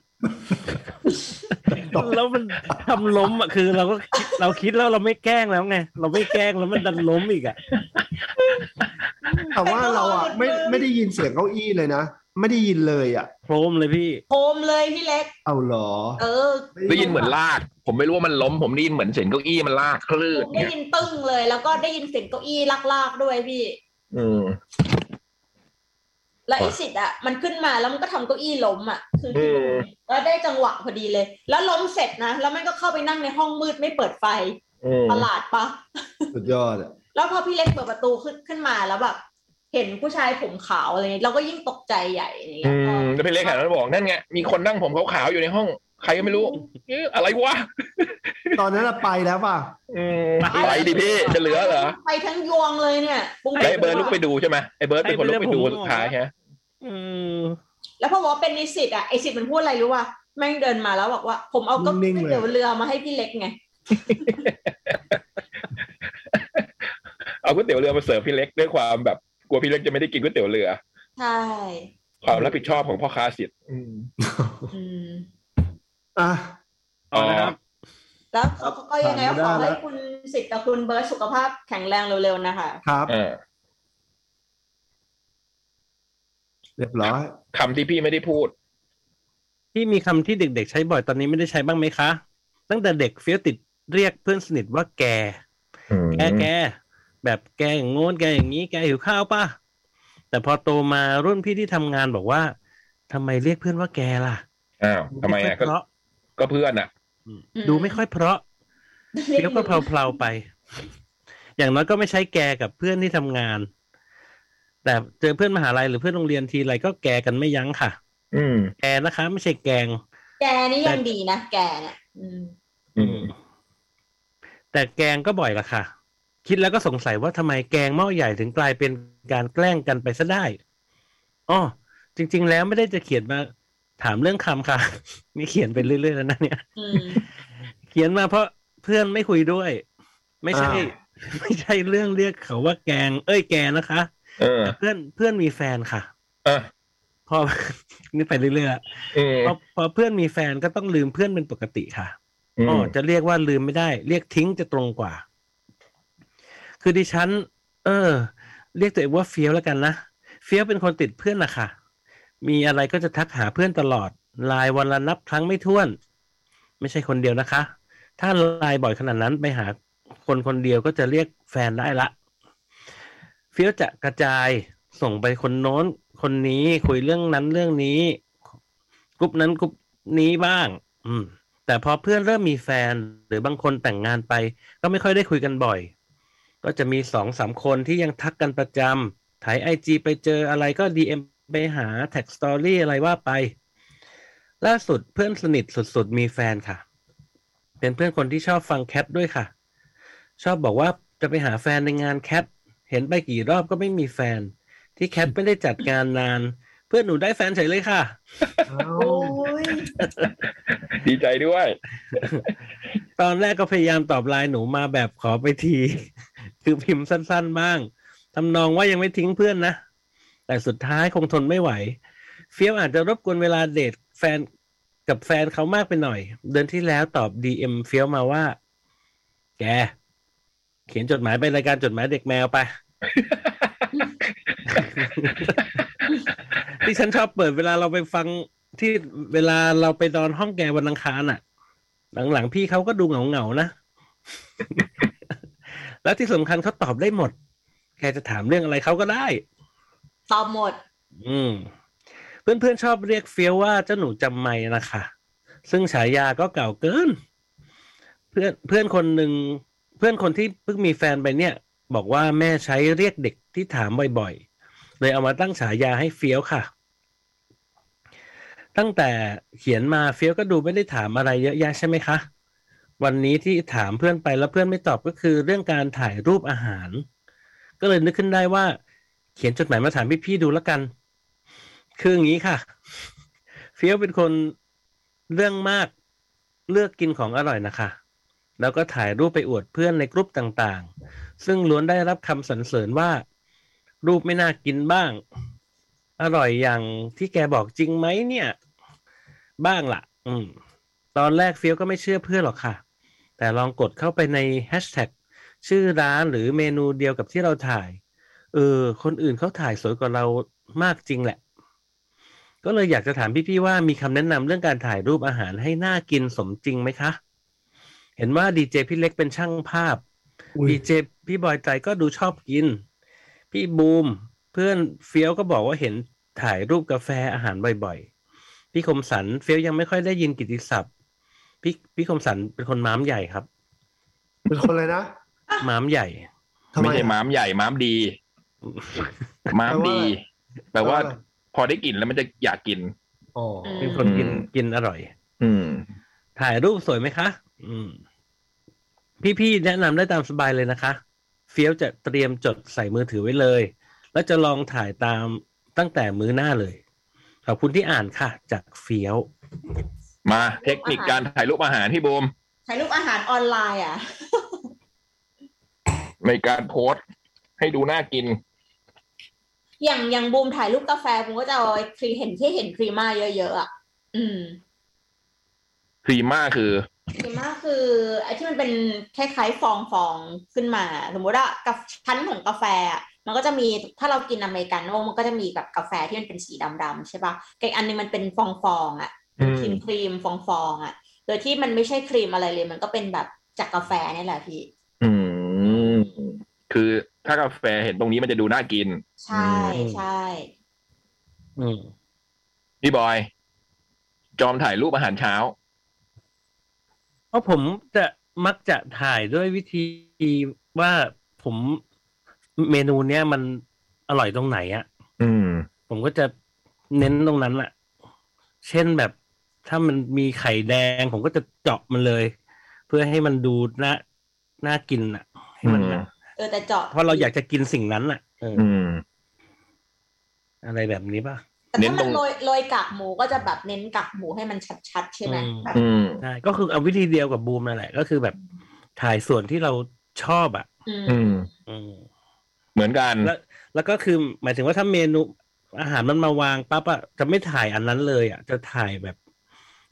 แล้วมันทำล้มอ่ะคือเราก็คิดเราคิดแล้วเราไม่แกล้งแล้วไง เราไม่แกล้งแล้วมันดันล้มอีกอ่ะ แต่ว่าเราอ่ะไม่ไม่ได้ยินเสียงเก้าอี้เลยนะ ไม่ได้ยินเลยอ่ะ โครมเลยพี่ โคมเลยพี่เล็ก เอาเหรอ เออ ได้ยินเหมือนลาก ผมไม่รู้ว่ามันล้ม ผมได้ยินเหมือนเสียงเก้าอี้มันลากคลื่น ได้ เนี่ย ยินตึ้งเลย แล้วก็ได้ยินเสียงเก้าอี้ลากๆด้วยพี่ อืม แล้วไอ้สิทธิ์อ่ะมันขึ้นมาแล้วมันก็ทำเก้าอี้ล้มอ่ะคือ อืม แล้วได้จังหวะพอดีเลย แล้วล้มเสร็จนะ แล้วมันก็เข้าไปนั่งในห้องมืดไม่เปิดไฟ อืม ประหลาดปะ สุดยอดอ่ะ แล้วพอพี่เล็กเปิดประตูขึ้นขึ้นมาแล้วแบบเห็นผู้ชายผมขาวอะไรเงี้ยเราก็ยิ่งตกใจใหญ่อะไร อื เงี้ย มแล้วพี่เล็กหันมาบอกนั่นไง มีคนนั่งผมขาวๆอยู่ในห้อง ใครก็ไม่รู้เอ๊ะอะไรวะ ตอนนั้นอะไปแล้วป่ะ อืมไปดิพี่ จะเหลือเหรอ ไปทั้งยวงเลยเนี่ยปุ้ง แล้วไอ้เบิร์ดลุกไปดูใช่ไหมไอ้เบิร์ดเป็นคนลุกไปดูสุดท้ายฮะ เออ แล้วพอบอกว่าเป็นนิสิตอ่ะไอสิทธิ์มันพูดอะไรรู้ป่ะแม่งเดินมาแล้วบอกว่า ผมเอาเก็ นิ่งๆเลย เดี๋ยวเรือมาให้พี่เล็กไง เอาก๋วยเตี๋ยวเรือมาเสิร์ฟพี่เล็กด้วยความแบบกลัวพี่เล็กจะไม่ได้กินก๋วยเตี๋ยวเรือ ใช่ ความรับผิดชอบของพ่อค้าสิทธิ์อืม อืม อ่ะ เอาละครับ แล้วเขาก็ยังไงก็ข ผ่า อน ไม่ได้ ให้ แล้ว คุณสิทธิ์กับคุณเบิร์ตสุขภาพแข็งแรงเร็วๆนะคะ ครับ เออ เรียบร้อย คำที่พี่ไม่ได้พูด ที่มีคำที่เด็กๆ ใช้บ่อยตอนนี้ไม่ได้ใช้บ้างไหมคะ ตั้งแต่เด็กเฟี้ยวติดเรียกเพื่อนสนิทว่าแก แกแกแบบแกอย่างโน้นแกอย่างนี้แกหิวข้าวป่ะ แต่พอโตมารุ่นพี่ที่ทำงานบอกว่าทำไมเรียกเพื่อนว่าแกล่ะ อ้าวทำไม ค่อย อ่ะ เพ ก็ ราะ ก็เพื่อนอ่ะ ดูไม่ค่อยเพราะเดี๋ยวก็เพลาๆไป อย่างน้อยก็ไม่ใช้แกกับเพื่อนที่ทำงาน แต่เจอเพื่อนมหาลัยหรือเพื่อนโรงเรียนทีไรก็แกกันไม่ยั้งค่ะ อืม แกนะคะ ไม่ใช่แกง แกนี่ยังดีนะแกเนี่ยอืม อืม แต่แกงก็บ่อยละค่ะ คิดแล้วก็สงสัยว่าทำไมแกงหม้อใหญ่ถึงกลายเป็นการแกล้งกันไปซะได้อ๋อจริง ๆ แล้วไม่ได้จะเขียนมาถามเรื่องคำค่ะ นี่เขียนไปเรื่อยๆแล้วนะเนี่ย อืม เขียนมาเพราะเพื่อนไม่คุยด้วย ไม่ใช่ อ่า ไม่ใช่เรื่องเรียกเขาว่าแกง เอ้ยแกนะคะ เออ แต่เพื่อนเพื่อนมีแฟนค่ะ อ่ะ พอ นี่ไปเรื่อยๆละ อืม พอพอเพื่อนมีแฟนก็ต้องลืมเพื่อนเป็นปกติค่ะ อืม อ๋อจะเรียกว่าลืมไม่ได้ เรียกทิ้งจะตรงกว่า คือดิฉัน เออ เรียกตัวเองว่าเฟี้ยวแล้วกันนะเฟี้ยวเป็นคนติดเพื่อนนะคะมีอะไรก็จะทักหาเพื่อนตลอดไลน์วันละนับครั้งไม่ถ้วน ไม่ใช่คนเดียวนะคะ ถ้าไลน์บ่อยขนาดนั้นไปหาคนคนเดียวก็จะเรียกแฟนได้ละเฟี้ยวจะกระจายส่งไปคนโน้น คนนี้คุยเรื่องนั้นเรื่องนี้กรุ๊ปนั้นกรุ๊ปนี้บ้าง อืม แต่พอเพื่อนเริ่มมีแฟนหรือบางคนแต่งงานไป ก็ไม่ค่อยได้คุยกันบ่อย ก็จะมีสองสามคนที่ยังทักกันประจำถ่ายไอจีไปเจออะไรก็ DM ไปหาแท็กสตอรี่อะไรว่าไป ล่าสุดเพื่อนสนิทสุดๆ มีแฟนค่ะ เป็นเพื่อนคนที่ชอบฟังแคทด้วยค่ะ ชอบบอกว่าจะไปหาแฟนในงานแคทเห็นไปกี่รอบก็ไม่มีแฟน ที่แคทไม่ได้จัดงานนาน เพื่อนหนูได้แฟนเฉยเลยค่ะ เอา โอ้ย ดีใจด้วย ตอนแรกก็พยายามตอบไลน์หนูมา แบบขอไปที คือพิมพ์สั้น ๆ บ้างทำนองว่ายังไม่ทิ้งเพื่อนนะ แต่สุดท้ายคงทนไม่ไหว เฟี้ยวอาจจะรบกวนเวลาเดทแฟนกับแฟนเขามากไปหน่อย เดือนที่แล้วตอบดีเอ็มเฟี้ยวมาว่า แก เขียนจดหมายไปรายการจดหมายเด็กแมวไป ที่ฉันชอบเปิดเวลาเราไปฟังที่เวลาเราไปนอนห้องแกวันอังคารน่ะ หลังๆพี่เขาก็ดูเหงาๆนะ แล้วที่สำคัญเขาตอบได้หมด แกจะถามเรื่องอะไรเขาก็ได้ ตอบหมด อืม เพื่อนๆชอบเรียกเฟี้ยวว่าเจ้าหนูจำไม่นะคะ ซึ่งฉายาก็เก่าเกิน เพื่อนเพื่อนคนหนึ่งเพื่อนคนที่เพิ่งมีแฟนไปเนี่ย บอกว่าแม่ใช้เรียกเด็กที่ถามบ่อยๆ เลยเอามาตั้งฉายาให้เฟี้ยวค่ะ ตั้งแต่เขียนมาเฟี้ยวก็ดูไม่ได้ถามอะไรเยอะแยะใช่ไหมคะ วันนี้ที่ถามเพื่อนไปแล้วเพื่อนไม่ตอบก็คือเรื่องการถ่ายรูปอาหาร ก็เลยนึกขึ้นได้ว่า เขียนจดหมายมาถามพี่ๆดูแล้วกัน คืออย่างนี้ค่ะ เฟี้ยวเป็นคนเรื่องมากเลือกกินของอร่อยนะคะ แล้วก็ถ่ายรูปไปอวดเพื่อนในกลุ่มต่างๆ ซึ่งล้วนได้รับคำสรรเสริญว่า รูปไม่น่ากินบ้าง อร่อยอย่างที่แกบอกจริงไหมเนี่ย บ้างละ่ะ อืม ตอนแรกเฟี้ยวก็ไม่เชื่อเพื่อนหรอกค่ะ แต่ลองกดเข้าไปในแฮชแท็กชื่อร้านหรือเมนูเดียวกับที่เราถ่าย เออ คนอื่นเขาถ่ายสวยกว่าเรามากจริงแหละ ก็เลยอยากจะถามพี่ๆว่ามีคำแนะนำเรื่องการถ่ายรูปอาหารให้น่ากินสมจริงไหมคะ เห็นว่าดีเจพี่เล็กเป็นช่างภาพ อุ้ย ดีเจพี่บอยใจก็ดูชอบกิน พี่บูม เพื่อนเฟี้ยวก็บอกว่าเห็นถ่ายรูปกาแฟอาหารบ่อยๆ พี่คมสันเฟี้ยวยังไม่ค่อยได้ยินกิตติศัพท์ พี่พี่คมสันเป็นคนม้ามใหญ่ครับ เป็นคนเลยนะ ม้ามใหญ่ ทำไม ไม่ใช่ อะ ม้ามใหญ่ม้ามดี ม้ามดี แป แป ล ล ว่า ว่า อะไร พอได้กลิ่นแล้วมันจะอยากกิน อ๋อ เป็นคนกิน อืม กินอร่อย อืม ถ่ายรูปสวยไหมคะ อืม พี่ๆ แนะนำได้ตามสบายเลยนะคะ เฟี้ยวจะเตรียมจดใส่มือถือไว้เลย แล้วจะลองถ่ายตามตั้งแต่มื้อหน้าเลย ขอบคุณที่อ่านค่ะ จากเฟี้ยว มาเทคนิคการถ่ายรูปอาหารที่บูม ถ่ายรูปอาหารออนไลน์อ่ะ ในการโพสต์ให้ดูน่ากิน อย่างอย่างบูมถ่ายรูปกาแฟบูมก็จะเอาไอ้ครีเห็นที่เห็นครีม่าเยอะๆอ่ะ อืม ครีมม่าคือ ครีม่าคือไอ้ที่มันเป็นคล้ายๆฟองฟองๆขึ้นมา สมมุติว่ากับชั้นของกาแฟอะมันก็จะมีถ้าเรากินอเมริกาโน่มันก็จะมีแบบกาแฟที่มันเป็นสีดำๆใช่ปะ่ะกับอีกอันหนึงมันเป็นฟองฟองๆอะ อื ค ม รีมครีมฟองฟองๆอะโดยที่มันไม่ใช่ครีมอะไรเลย มันก็เป็นแบบจากกาแฟนี่แหละพี่ อืมคือถ้ากาแฟเห็นตรงนี้มันจะดูน่ากิน ใช่ อืม ใช่ อืม พี่บอย จอมถ่ายรูปอาหารเช้า เพราะผมจะมักจะถ่ายด้วยวิธีว่าผมเมนูเนี้ยมันอร่อยตรงไหนอะ อืม ผมก็จะเน้นตรงนั้นแหละ เช่นแบบถ้ามันมีไข่แดง ผมก็จะเจาะมันเลย เพื่อให้มันดูน่าน่ากินอ่ะ ให้มันน่ะ เออแต่เจาะ เพราะเราอยากจะกินสิ่งนั้นอ่ะเอออ อืม อะไรแบบนี้ป่ะ แต่ เน้ ถ้าน ต มั ร น ง โรยโรยกากหมูก็จะแบบเน้นกากหมูให้มันชัดๆใช่ไหม อืม แบบ อืม ใช่ก็คือเอาวิธีเดียวกับบูมนั่นแหละ ก็คือแบบถ่ายส่วนที่เราชอบอ่ะ อืม อืม อืม เหมือนกัน แล้วแล้วก็คือหมายถึงว่าถ้าเมนูอาหารมันมาวางปั๊บอะจะไม่ถ่ายอันนั้นเลยอะจะถ่ายแบบ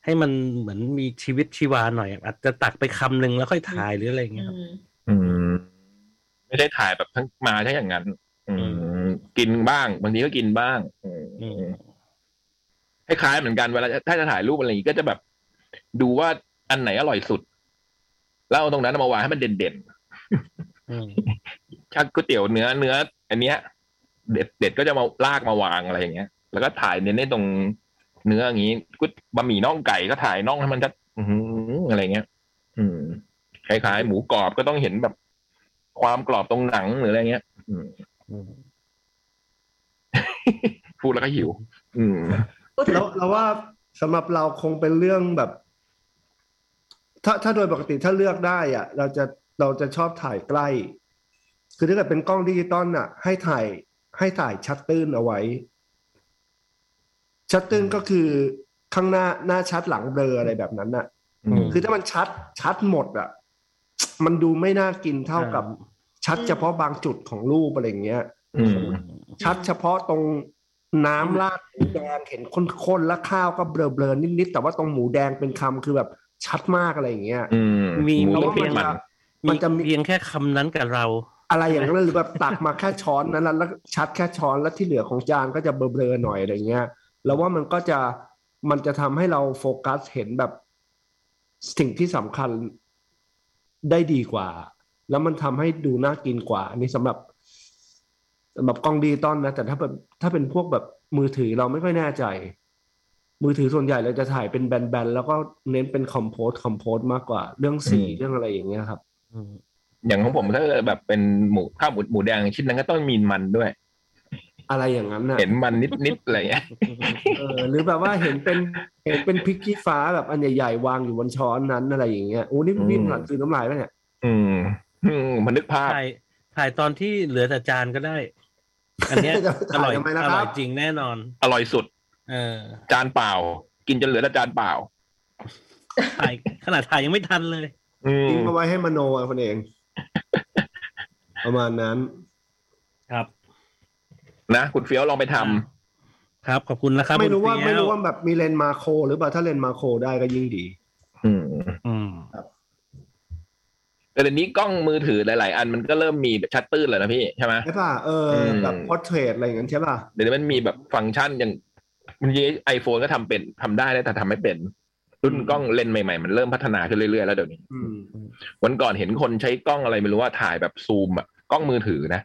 ให้มันเหมือนมีชีวิตชีวาหน่อยอะอาจจะตักไปคำหนึงแล้วค่อยถ่ายหรืออะไรอย่างเงี้ยครับ อืม อืม ไม่ได้ถ่ายแบบทั้งมาใช่อย่างนั้น อื อื ม กินบ้าง บางทีก็กินบ้าง อืม อืม คล้ายๆเหมือนกันเวลาจะถ้าจะถ่ายรูปอะไรอย่างนี้ก็จะแบบ ดูว่าอันไหนอร่อยสุด แล้วเอาตรงนั้นมาวางให้มันเด่น อืม ๆชักก๋วยเตี๋ยวเนื้อเนื้อ อันเนี้ย เด็ดเด็ดก็จะมาลากมาวางอะไรอย่างเงี้ย แล้วก็ถ่ายเน้นในตรงเนื้ออย่างนี้ก๋วยบะหมี่น่องไก่ก็ถ่ายน่องให้มันชัดอื้อหืออะไรเงี้ย อืมคล้ายๆหมูกรอบก็ต้องเห็นแบบความกรอบตรงหนังหรืออะไรเงี้ย อืม อืม พูดแล้วก็หิว อืม แล้วเราว่าสำหรับเราคงเป็นเรื่องแบบ ถ้าถ้าโดยปกติถ้าเลือกได้อะเราจะเราจะชอบถ่ายใกล้ คือถ้าเกิดเป็นกล้องดิจิตอลน่ะ ให้ถ่ายให้ถ่ายชัดตื้นเอาไว้ ชัดตื้นก็คือข้างหน้าหน้าชัดหลังเบลออะไรแบบนั้นน่ะ อืม คือถ้ามันชัดชัดหมดอ่ะ มันดูไม่น่ากินเท่ากับ ชัดเฉพาะบางจุดของรูปอะไรอย่างเงี้ย อืม ชัดเฉพาะตรงน้ำราดหมูแดงเห็นข้นๆแล้วข้าวก็เบลอๆนิดๆแต่ว่าตรงหมูแดงเป็นคำคือแบบชัดมากอะไรอย่างเงี้ย อืม มี หมู เพราะ ต้อ ว่าง มันเป็นจะมันมันจะมี เพียงแค่คำนั้นกับเรา อะไรอย่างนั้นหรือแบบตักมาแค่ช้อนนั้นแล้วแล้วชัดแค่ช้อนแล้วที่เหลือของจานก็จะเบลอๆหน่อยอะไรเงี้ยแล้วว่ามันก็จะมันจะทำให้เราโฟกัสเห็นแบบสิ่งที่สำคัญได้ดีกว่า แล้วมันทำให้ดูน่ากินกว่า อันนี้สำหรับสำหรับกล้องดิจิตอลนะ แต่ถ้าเป็นถ้าเป็นพวกแบบมือถือเราไม่ค่อยแน่ใจ มือถือส่วนใหญ่เราจะถ่ายเป็นแบนๆแล้วก็เน้นเป็นคอมโพสคอมโพสมากกว่า เรื่องสี อืม เรื่องอะไรอย่างเงี้ยครับ อย่างของผมถ้าแบบเป็นหมูข้าวหมูหมูแดงชิ้นนั้นก็ต้องมีมันด้วย อะไรอย่างนั้นนะ เห็นมันนิดนิดๆอะไรเงี้ย เออหรือแบบว่าเห็นเป็นเห็นเป็นพริกขี้ฟ้าแบบอันใหญ่ๆวางอยู่บนช้อนนั้นอะไรอย่างเงี้ยโอ้นี่ อืม พี่หลังคือน้ำลายป่ะเนี่ย อืมอืมมันนึกภาพ ถ่ายถ่ายตอนที่เหลือแต่จานก็ได้ อันเนี้ย จะ อ ถ่าย ร่อย ทำไมนะ อ ค ร่ รั อย บ จริงแน่นอน อร่อยสุด เออ จานเปล่า กินจนเหลือแต่จานเปล่า ถ่ายขนาดถ่ายยังไม่ทันเลย อืม ทิ้งเอาไว้ให้มโนเอาคนเอง ประมาณนั้น ครับ นะคุณเฟี้ยวลองไปทำ ครับขอบคุณนะครับ ไม่รู้ว่า คุณ ไม่ เฟี้ย รู้ว่าแบบมีเลนส์มาโครหรือเปล่าถ้าเลนส์มาโครได้ก็ยิ่งดี อืม อืม แต่เดี๋ยวนี้กล้องมือถือหลาย ๆ อันมันก็เริ่มมีแบบชัตเตอร์แล้วนะพี่ใช่ไหม ใช่ป่ะเอออ ม แบบพอร์เทรตอะไรอย่างนั้นใช่ป่ะ เดี๋ยวนี้มันมีแบบฟังก์ชันอย่างมันยีไอโฟนก็ทำเป็นทำได้นะแต่ทำไม่เป็น รุ่นกล้องเลนส์ใหม่ ๆ มันเริ่มพัฒนาขึ้นเรื่อย ๆ แล้วเดี๋ยวนี้ อืม วันก่อนเห็นคนใช้กล้องอะไรไม่รู้ว่าถ่ายแบบซูมอะกล้องมือถือนะ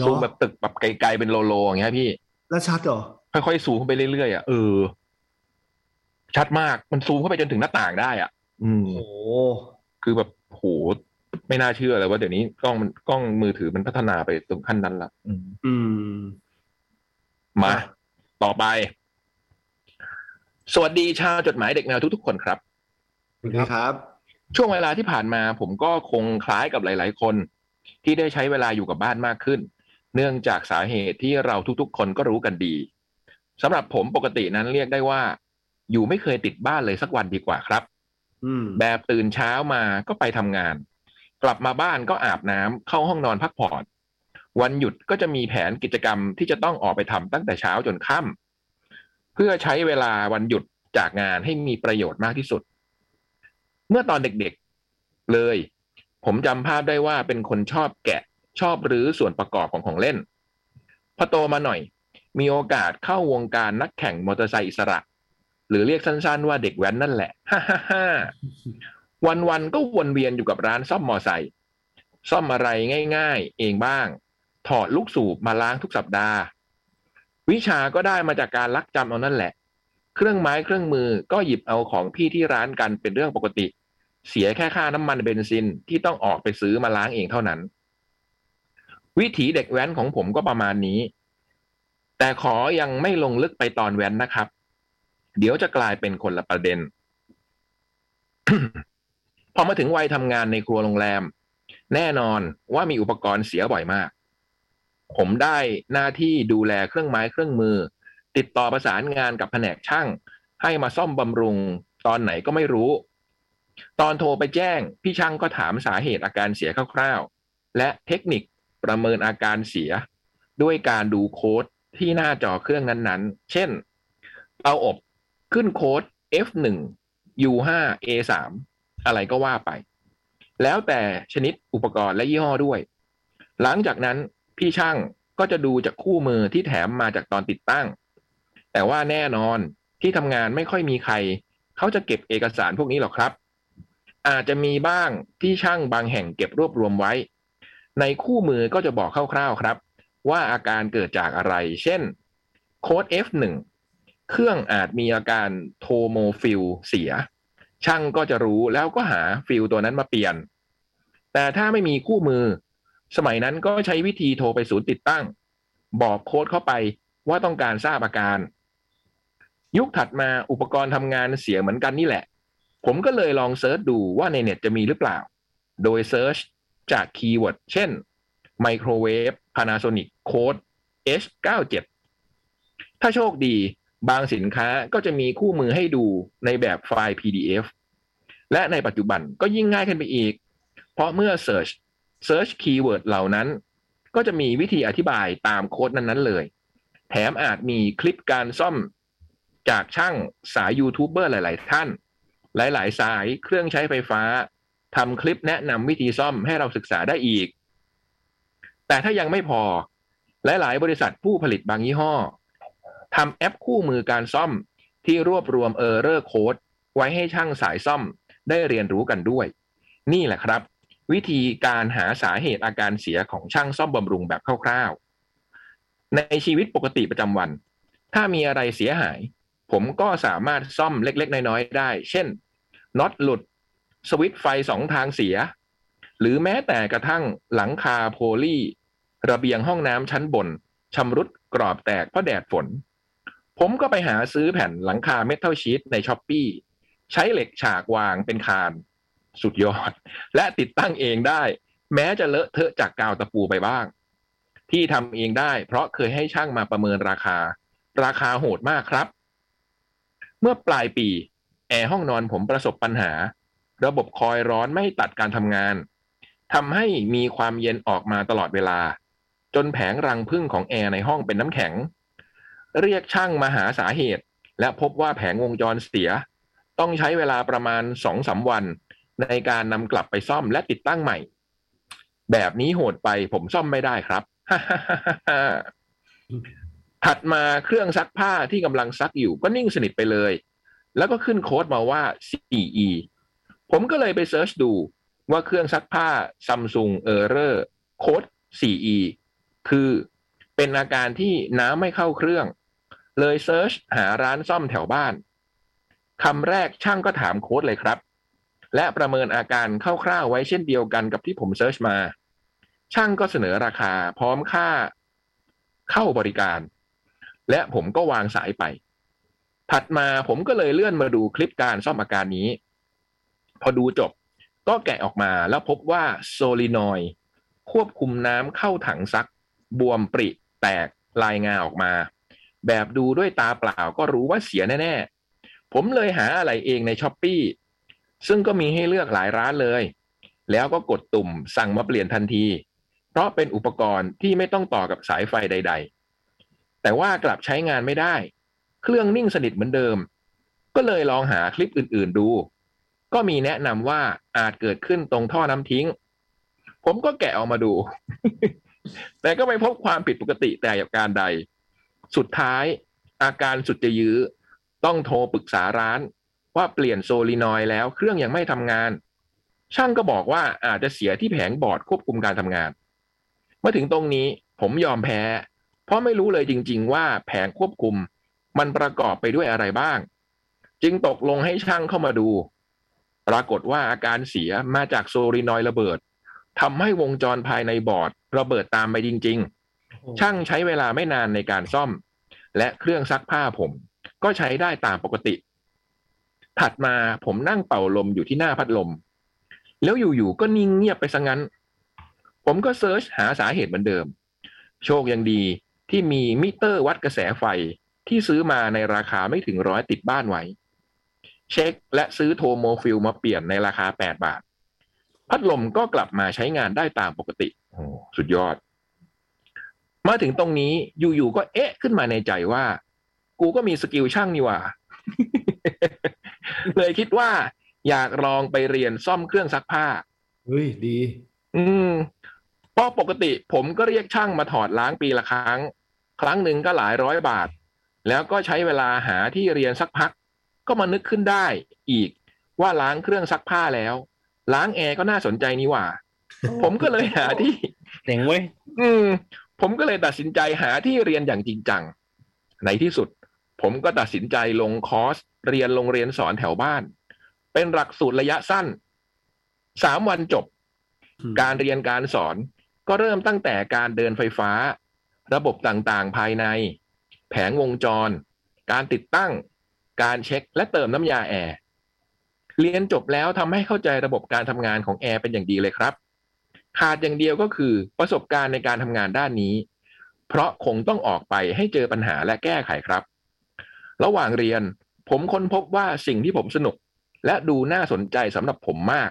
ซูมแบบตึกแบบไกลๆเป็นโลโลอย่างเงี้ยพี่ แล้วชัดเหรอ ค่อยๆซูมเข้าไปเรื่อยๆอ่ะเออ ชัดมากมันซูมเข้าไปจนถึงหน้าต่างได้อ่ะ อืม โอ้ คือแบบโหไม่น่าเชื่อเลยว่าเดี๋ยวนี้กล้องมันกล้องมือถือมันพัฒนาไปตรงขั้นนั้นละอืม อืม มา ต่อไป สวัสดีชาวจดหมายเด็กแมวทุกๆคนครับ ครับ ช่วงเวลาที่ผ่านมาผมก็คงคล้ายกับหลาย ๆ คน ที่ได้ใช้เวลาอยู่กับบ้านมากขึ้น เนื่องจากสาเหตุที่เราทุกๆ คนก็รู้กันดีสำหรับผมปกตินั้นเรียกได้ว่า อยู่ไม่เคยติดบ้านเลยสักวันดีกว่าครับ อืม แบบตื่นเช้ามาก็ไปทำงาน กลับมาบ้านก็อาบน้ำเข้าห้องนอนพักผ่อนวันหยุดก็จะมีแผนกิจกรรมที่จะต้องออกไปทำตั้งแต่เช้าจนค่ำเพื่อใช้เวลาวันหยุดจากงานให้มีประโยชน์มากที่สุด เมื่อตอนเด็กๆเลย ผมจำภาพได้ว่าเป็นคนชอบแกะชอบรื้อส่วนประกอบของของเล่น พอโตมาหน่อย มีโอกาสเข้าวงการนักแข่งมอเตอร์ไซค์อิสระ หรือเรียกสั้นๆว่าเด็กแว้นนั่นแหละ ฮ่าฮ่าฮ่าวันๆก็วนเวียนอยู่กับร้านซ่อมมอไซค์ซ่อมอะไรง่ายๆ เองบ้าง ถอดลูกสูบมาล้างทุกสัปดาห์ วิชาก็ได้มาจากการลักจำเอานั่นแหละ เครื่องไม้เครื่องมือก็หยิบเอาของพี่ที่ร้านกันเป็นเรื่องปกติ เสียแค่ค่าน้ำมันเบนซินที่ต้องออกไปซื้อมาล้างเองเท่านั้น วิถีเด็กแว้นของผมก็ประมาณนี้ แต่ขอยังไม่ลงลึกไปตอนแว้นนะครับ เดี๋ยวจะกลายเป็นคนละประเด็น พอมาถึงวัยทำงานในครัวโรงแรม แน่นอนว่ามีอุปกรณ์เสียบ่อยมาก ผมได้หน้าที่ดูแลเครื่องไม้เครื่องมือ ติดต่อประสานงานกับแผนกช่าง ให้มาซ่อมบำรุง ตอนไหนก็ไม่รู้ ตอนโทรไปแจ้ง พี่ช่างก็ถามสาเหตุอาการเสียคร่าวๆ และเทคนิคประเมินอาการเสีย ด้วยการดูโค้ดที่หน้าจอเครื่องนั้นๆ เช่น เตาอบขึ้นโค้ด F1 U5 A3 อะไรก็ว่าไป แล้วแต่ชนิดอุปกรณ์และยี่ห้อด้วย หลังจากนั้นพี่ช่างก็จะดูจากคู่มือที่แถมมาจากตอนติดตั้ง แต่ว่าแน่นอนที่ทำงานไม่ค่อยมีใคร เขาจะเก็บเอกสารพวกนี้หรอกครับ อาจจะมีบ้างที่ช่างบางแห่งเก็บรวบรวมไว้ ในคู่มือก็จะบอกคร่าวๆครับ ว่าอาการเกิดจากอะไร เช่น โค้ด F1 เครื่องอาจมีอาการโทโมฟิลเสีย ช่างก็จะรู้แล้วก็หาฟิลตัวนั้นมาเปลี่ยน แต่ถ้าไม่มีคู่มือ สมัยนั้นก็ใช้วิธีโทรไปศูนย์ติดตั้ง บอกโค้ดเข้าไปว่าต้องการทราบอาการ ยุคถัดมาอุปกรณ์ทำงานเสียเหมือนกันนี่แหละ ผมก็เลยลองเซิร์ชดูว่าในเน็ตจะมีหรือเปล่า โดยเซิร์ชจากคีย์เวิร์ดเช่นไมโครเวฟ Panasonic โค้ด H97 ถ้าโชคดีบางสินค้าก็จะมีคู่มือให้ดูในแบบไฟล์ PDF และในปัจจุบันก็ยิ่งง่ายขึ้นไปอีก เพราะเมื่อ Search Search Keyword เหล่านั้น ก็จะมีวิธีอธิบายตามโค้ดนั้นๆเลย แถมอาจมีคลิปการซ่อมจากช่างสายยูทูบเบอร์หลาย ๆ ท่าน หลาย ๆ สายเครื่องใช้ไฟฟ้าทำคลิปแนะนำวิธีซ่อมให้เราศึกษาได้อีก แต่ถ้ายังไม่พอ หลาย ๆ บริษัทผู้ผลิตบางยี่ห้อทำแอปคู่มือการซ่อมที่รวบรวมเออร์เรอร์โค้ดไว้ให้ช่างสายซ่อมได้เรียนรู้กันด้วย นี่แหละครับ วิธีการหาสาเหตุอาการเสียของช่างซ่อมบำรุงแบบคร่าว ๆ ในชีวิตปกติประจำวัน ถ้ามีอะไรเสียหาย ผมก็สามารถซ่อมเล็ก ๆ น้อย ๆ ได้ เช่นน็อตหลุด สวิตช์ไฟสองทางเสีย หรือแม้แต่กระทั่งหลังคาโพลีระเบียงห้องน้ำชั้นบนชำรุดกรอบแตกเพราะแดดฝน ผมก็ไปหาซื้อแผ่นหลังคาเมทัลชีตในช้อปปีใช้เหล็กฉากวางเป็นคาน สุดยอด และติดตั้งเองได้ แม้จะเลอะเทอะจากกาวตะปูไปบ้าง ที่ทำเองได้เพราะเคยให้ช่างมาประเมินราคา ราคาโหดมากครับ เมื่อปลายปี แอร์ห้องนอนผมประสบปัญหา ระบบคอยร้อนไม่ตัดการทำงานทำให้มีความเย็นออกมาตลอดเวลา จนแผงรังพึ่งของแอร์ในห้องเป็นน้ำแข็ง เรียกช่างมาหาสาเหตุ และพบว่าแผงวงจรเสีย ต้องใช้เวลาประมาณสองสาวัน ในการนำกลับไปซ่อมและติดตั้งใหม่ แบบนี้โหดไปผมซ่อมไม่ได้ครับ ถัดมาเครื่องซักผ้าที่กำลังซักอยู่ก็นิ่งสนิทไปเลย แล้วก็ขึ้นโค้ดมาว่า CE ผมก็เลยไปเซิร์ชดูว่าเครื่องซักผ้า Samsung Error โค้ด 4E คือเป็นอาการที่น้ำไม่เข้าเครื่อง เลยเซิร์ชหาร้านซ่อมแถวบ้านคำแรกช่างก็ถามโค้ดเลยครับ และประเมินอาการคร่าวๆไว้เช่นเดียวกันกับที่ผมเซิร์ชมา ช่างก็เสนอราคาพร้อมค่าเข้าบริการ และผมก็วางสายไป ถัดมาผมก็เลยเลื่อนมาดูคลิปการซ่อมอาการนี้ พอดูจบก็แกะออกมาแล้วพบว่าโซลินอยด์ควบคุมน้ำเข้าถังซัก บวมปริแตกลายงาออกมา แบบดูด้วยตาเปล่าก็รู้ว่าเสียแน่ๆ ผมเลยหาอะไรเองในช้อปปีซึ่งก็มีให้เลือกหลายร้านเลย แล้วก็กดตุ่มสั่งมาเปลี่ยนทันที เพราะเป็นอุปกรณ์ที่ไม่ต้องต่อกับสายไฟใด ๆ แต่ว่ากลับใช้งานไม่ได้ เครื่องนิ่งสนิทเหมือนเดิม ก็เลยลองหาคลิปอื่นๆดู ก็มีแนะนำว่าอาจเกิดขึ้นตรงท่อน้ำทิ้ง ผมก็แกะออกมาดู แต่ก็ไม่พบความผิดปกติแต่อย่างการใด สุดท้ายอาการสุดจะยื้อ ต้องโทรปรึกษาร้าน ว่าเปลี่ยนโซลินอยด์แล้วเครื่องยังไม่ทำงาน ช่างก็บอกว่าอาจจะเสียที่แผงบอร์ดควบคุมการทำงาน เมื่อถึงตรงนี้ผมยอมแพ้ เพราะไม่รู้เลยจริง ๆ ว่าแผงควบคุมมันประกอบไปด้วยอะไรบ้าง จึงตกลงให้ช่างเข้ามาดู ปรากฏว่าอาการเสียมาจากโซลินอยด์ระเบิดทำให้วงจรภายในบอร์ดระเบิดตามไปจริง ๆ ช่างใช้เวลาไม่นานในการซ่อม และเครื่องซักผ้าผม ก็ใช้ได้ตามปกติ ถัดมาผมนั่งเป่าลมอยู่ที่หน้าพัดลม แล้วอยู่ๆก็นิ่งเงียบไปซะงั้น ผมก็เซิร์ชหาสาเหตุเหมือนเดิม โชคยังดีที่มีมิเตอร์วัดกระแสไฟที่ซื้อมาในราคาไม่ถึงร้อยติดบ้านไว้ เช็คและซื้อโทโมฟิลมาเปลี่ยนในราคา 8 บาท พัดลมก็กลับมาใช้งานได้ตามปกติโอ้สุดยอด มาถึงตรงนี้อยู่ๆก็เอ๊ะขึ้นมาในใจว่า กูก็มีสกิลช่างนี่หว่า เลยคิดว่า อยากลองไปเรียนซ่อมเครื่องซักผ้า เฮ้ยดี อืมเพราะปกติผมก็เรียกช่างมาถอดล้างปีละครั้ง ครั้งหนึ่งก็หลายร้อยบาท แล้วก็ใช้เวลาหาที่เรียนสักพัก ก็มานึกขึ้นได้อีกว่าล้างเครื่องซักผ้าแล้ว ล้างแอร์ก็น่าสนใจนี่หว่า ผมก็เลยหาที่ เจ๋งเว้ย อืมผมก็เลยตัดสินใจหาที่เรียนอย่างจริงจัง ในที่สุด ผมก็ตัดสินใจลงคอร์ส เรียนโรงเรียนสอนแถวบ้าน เป็นหลักสูตรระยะสั้น สามวันจบ อืม การเรียนการสอนก็เริ่มตั้งแต่การเดินไฟฟ้า ระบบต่างๆ ภายใน แผงวงจร การติดตั้ง การเช็คและเติมน้ำยาแอร์ เรียนจบแล้วทำให้เข้าใจระบบการทำงานของแอร์เป็นอย่างดีเลยครับ ขาดอย่างเดียวก็คือประสบการณ์ในการทำงานด้านนี้ เพราะคงต้องออกไปให้เจอปัญหาและแก้ไขครับ ระหว่างเรียนผมค้นพบว่าสิ่งที่ผมสนุก และดูน่าสนใจสำหรับผมมาก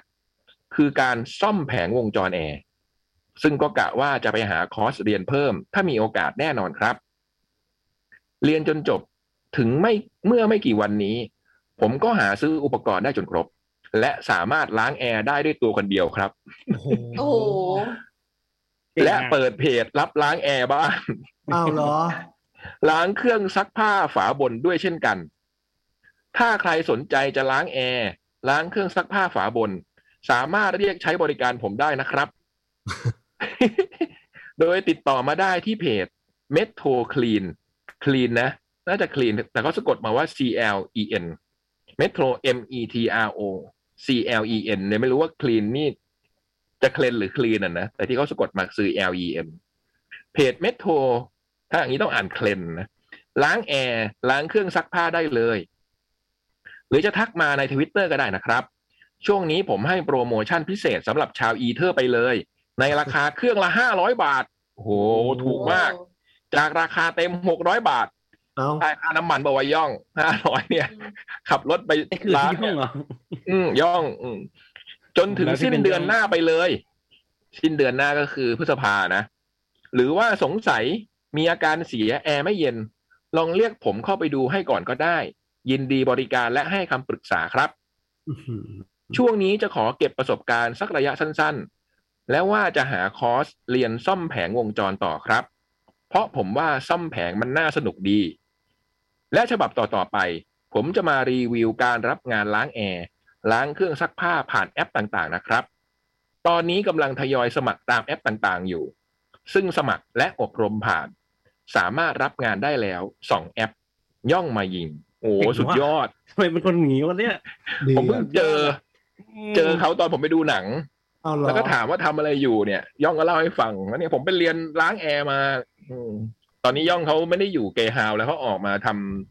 คือการซ่อมแผงวงจรแอร์ ซึ่งก็กะว่าจะไปหาคอร์สเรียนเพิ่ม ถ้ามีโอกาสแน่นอนครับ เรียนจนจบถึงไม่เมื่อไม่กี่วันนี้ ผมก็หาซื้ออุปกรณ์ได้จนครบ และสามารถล้างแอร์ได้ด้วยตัวคนเดียวครับ โอ้โห โอ้โห และเปิดเพจรับล้างแอร์บ้าง อ้าวเหรอ ล้างเครื่องซักผ้าฝาบนด้วยเช่นกัน ถ้าใครสนใจจะล้างแอร์ล้างเครื่องซักผ้าฝาบน สามารถเรียกใช้บริการผมได้นะครับ โดยติดต่อมาได้ที่เพจ Metro Clean Clean นะ น่าจะ Clean แต่เขาสะกดมาว่า C L E N Metro M E T R O C L E N เนี่ยไม่รู้ว่า Clean นี่จะ Clean หรือ Clean อ่ะนะ แต่ที่เขาสะกดมาคือ L E N เพจ Metro ถ้าอย่างนี้ต้องอ่านเคลนนะล้างแอร์ล้างเครื่องซักผ้าได้เลย หรือจะทักมาในทวิตเตอร์ก็ได้นะครับ ช่วงนี้ผมให้โปรโมชั่นพิเศษสำหรับชาวอีเทอร์ไปเลย ในราคาเครื่องละห้าร้อยบาท โอ้โห ถูกมาก จากราคาเต็มหกร้อยบาท เอา ได้ค่าน้ำมันบวาย่องห้าร้อยเนี่ย ขับรถไป นี่คือ ร้าน ที่ห้องเหรอ อืมย่องอืมจนถึง แล้วที่ สิ้น เป็น เดือนหน้าไปเลย สิ้นเดือนหน้าก็คือพฤษภานะ หรือว่าสงสัยมีอาการเสียแอร์ไม่เย็น ลองเรียกผมเข้าไปดูให้ก่อนก็ได้ ยินดีบริการและให้คำปรึกษาครับ อื้อหือ ช่วงนี้จะขอเก็บประสบการณ์สักระยะสั้นๆ แล้วว่าจะหาคอร์สเรียนซ่อมแผงวงจรต่อครับ เพราะผมว่าซ่อมแผงมันน่าสนุกดี และฉบับต่อๆไป ผมจะมารีวิวการรับงานล้างแอร์ล้างเครื่องซักผ้าผ่านแอปต่างๆนะครับ ตอนนี้กำลังทยอยสมัครตามแอปต่างๆอยู่ ซึ่งสมัครและอบรมผ่าน สามารถรับงานได้แล้วสองแอป ย่องมายิง โอ้สุดยอด ทำไมเป็นคนหนีวันเนี้ย ดี ผมเพิ่งเจอ เจอเขาตอนผมไปดูหนัง เอาเหรอ แล้วก็ถามว่าทำอะไรอยู่เนี่ย ย่องก็เล่าให้ฟังว่าเนี่ยผมไปเรียนล้างแอร์มาอืมตอนนี้ย่องเขาไม่ได้อยู่เกฮาวแล้วเขาออกมาท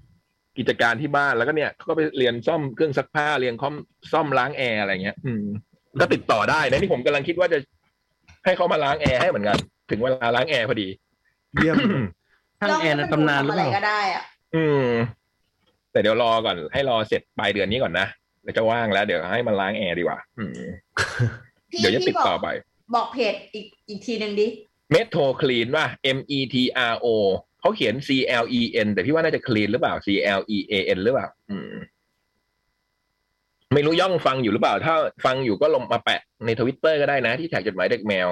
ำกิจการที่บ้านแล้วก็เนี่ยเขาก็ไปเรียนซ่อมเครื่องซักผ้าเรียนคอมซ่อมล้างแอร์อะไรเงี้ย อืมก็ติดต่อได้นะนี่ผมกำลังคิดว่าจะให้เขามาล้างแอร์ให้เหมือนกัน ถึงเวลาล้างแอร์พอดี เยี่ยม ช่างแอร์ในตำนานหรือเปล่า ก็ได้อะ อืม แต่เดี๋ยวรอก่อน ให้รอเสร็จปลายเดือนนี้ก่อนนะเดี๋ยวจะว่างแล้ว เดี๋ยวให้มันล้างแอร์ดีกว่าอืม พี่ เดี๋ยวจะติด พี่บก ต่อไป บอกเพจอีกอีกทีหนึ่งดิ เมโทรคลีนป่ะ M E T R O เขาเขียน C L E N แต่พี่ว่าน่าจะคลีนหรือเปล่า C L E A N หรือเปล่า อืม ไม่รู้ย่องฟังอยู่หรือเปล่า ถ้าฟังอยู่ก็ลงมาแปะในทวิตเตอร์ก็ได้นะ ที่แท็กจดหมายเด็กแมว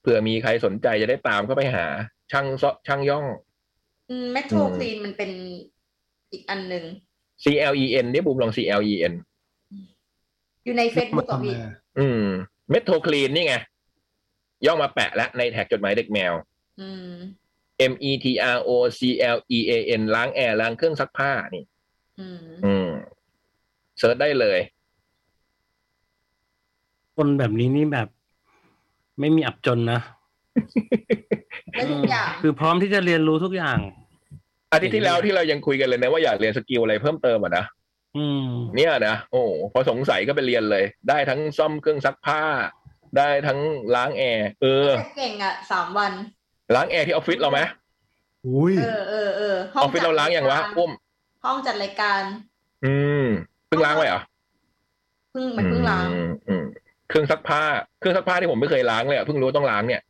เผื่อมีใครสนใจจะได้ตามเข้าไปหา ช่างซอช่างย่อง เมโทร อืม คลีนมันเป็นอีกอันหนึ่ง C L E N เนี่ยบูมลอง C L E N อยู่ในเฟซบุ๊กกับวี อืมเมโทรคลีนนี่ไง ย่องมาแปะแล้วในแท็กจดหมายเด็กแมว อืม M E T R O C L E A N ล้างแอร์ล้างเครื่องซักผ้านี่ อืม อืมเซิร์ชได้เลย คนแบบนี้นี่แบบ ไม่มีอับจนนะ ได้ทุกอย่าง คือพร้อมที่จะเรียนรู้ทุกอย่าง อาทิตย์ที่แล้วที่เรายังคุยกันเลยนะว่าอยากเรียนสกิลอะไรเพิ่มเติมอ่ะนะ อืม เนี่ยนะโอ้โหพอสงสัยก็ไปเรียนเลย ได้ทั้งซ่อมเครื่องซักผ้า ได้ทั้งล้างแอร์เออ แต่เก่งอ่ะสามวัน ล้างแอร์ที่ออฟฟิศเราไหม อุ้ย เออเออเออ ออฟฟิศเราล้างอย่างวะอุ้ม ห้องจัดรายการ อืมเพิ่งล้างไว้เหรอ เพิ่งมันเพิ่งล้าง อืมอืมเครื่องซักผ้าเครื่องซักผ้าที่ผมไม่เคยล้างเลยอะเพิ่งรู้ต้องล้างเนี่ย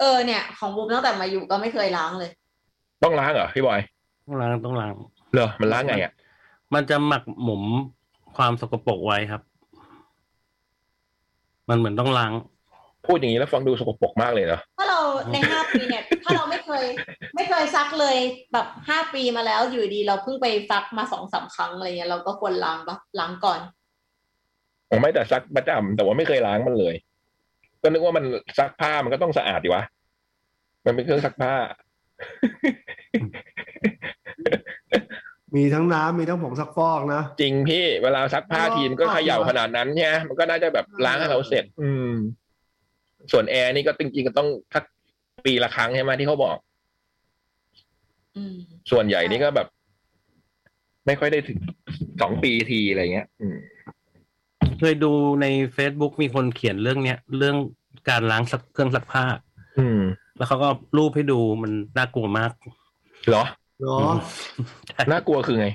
เออเนี่ย ของบูมตั้งแต่มาอยู่ก็ไม่เคยล้างเลย ต้องล้างเหรอพี่บอย ต้องล้างต้องล้าง เหรอมันล้างไงอ่ะ มันจะหมักหมมความสกปรกไว้ครับ มันเหมือนต้องล้าง พูดอย่างนี้แล้วฟังดูสกปรกมากเลยเนาะ ถ้าเราในห้าปีเนี่ย ถ้าเราไม่เคย ไม่เคยซักเลยแบบห้าปีมาแล้วอยู่ดีเราเพิ่งไปซักมาสองสามครั้งอะไรเงี้ยเราก็ควรล้างปะล้างก่อน ผมไม่แต่ซักประจำแต่ว่าไม่เคยล้างมันเลย ก็นึกว่ามันซักผ้ามันก็ต้องสะอาดดีวะมันเป็นเครื่องซักผ้า มีทั้งน้ำมีทั้งผงซักฟอกนะ จริงพี่เวลาซักผ้าทีมก็เขย่าขนาดนั้นใช่ไหมมันก็น่าจะแบบล้างให้เราเสร็จ อืม ส่วนแอร์นี่ก็จริงๆก็ต้องสักปีละครั้งใช่ไหมที่เขาบอก อืม ส่วนใหญ่นี่ก็แบบ ไม่ค่อยได้ถึงสองปีทีอะไรเงี้ย อืม เคยดูใน Facebook มีคนเขียนเรื่องเนี้ย เรื่องการล้างซักเครื่องซักผ้า อืม แล้วเขาก็รูปให้ดูมันน่ากลัวมาก เหรอ เนาะ น่ากลัวคือไง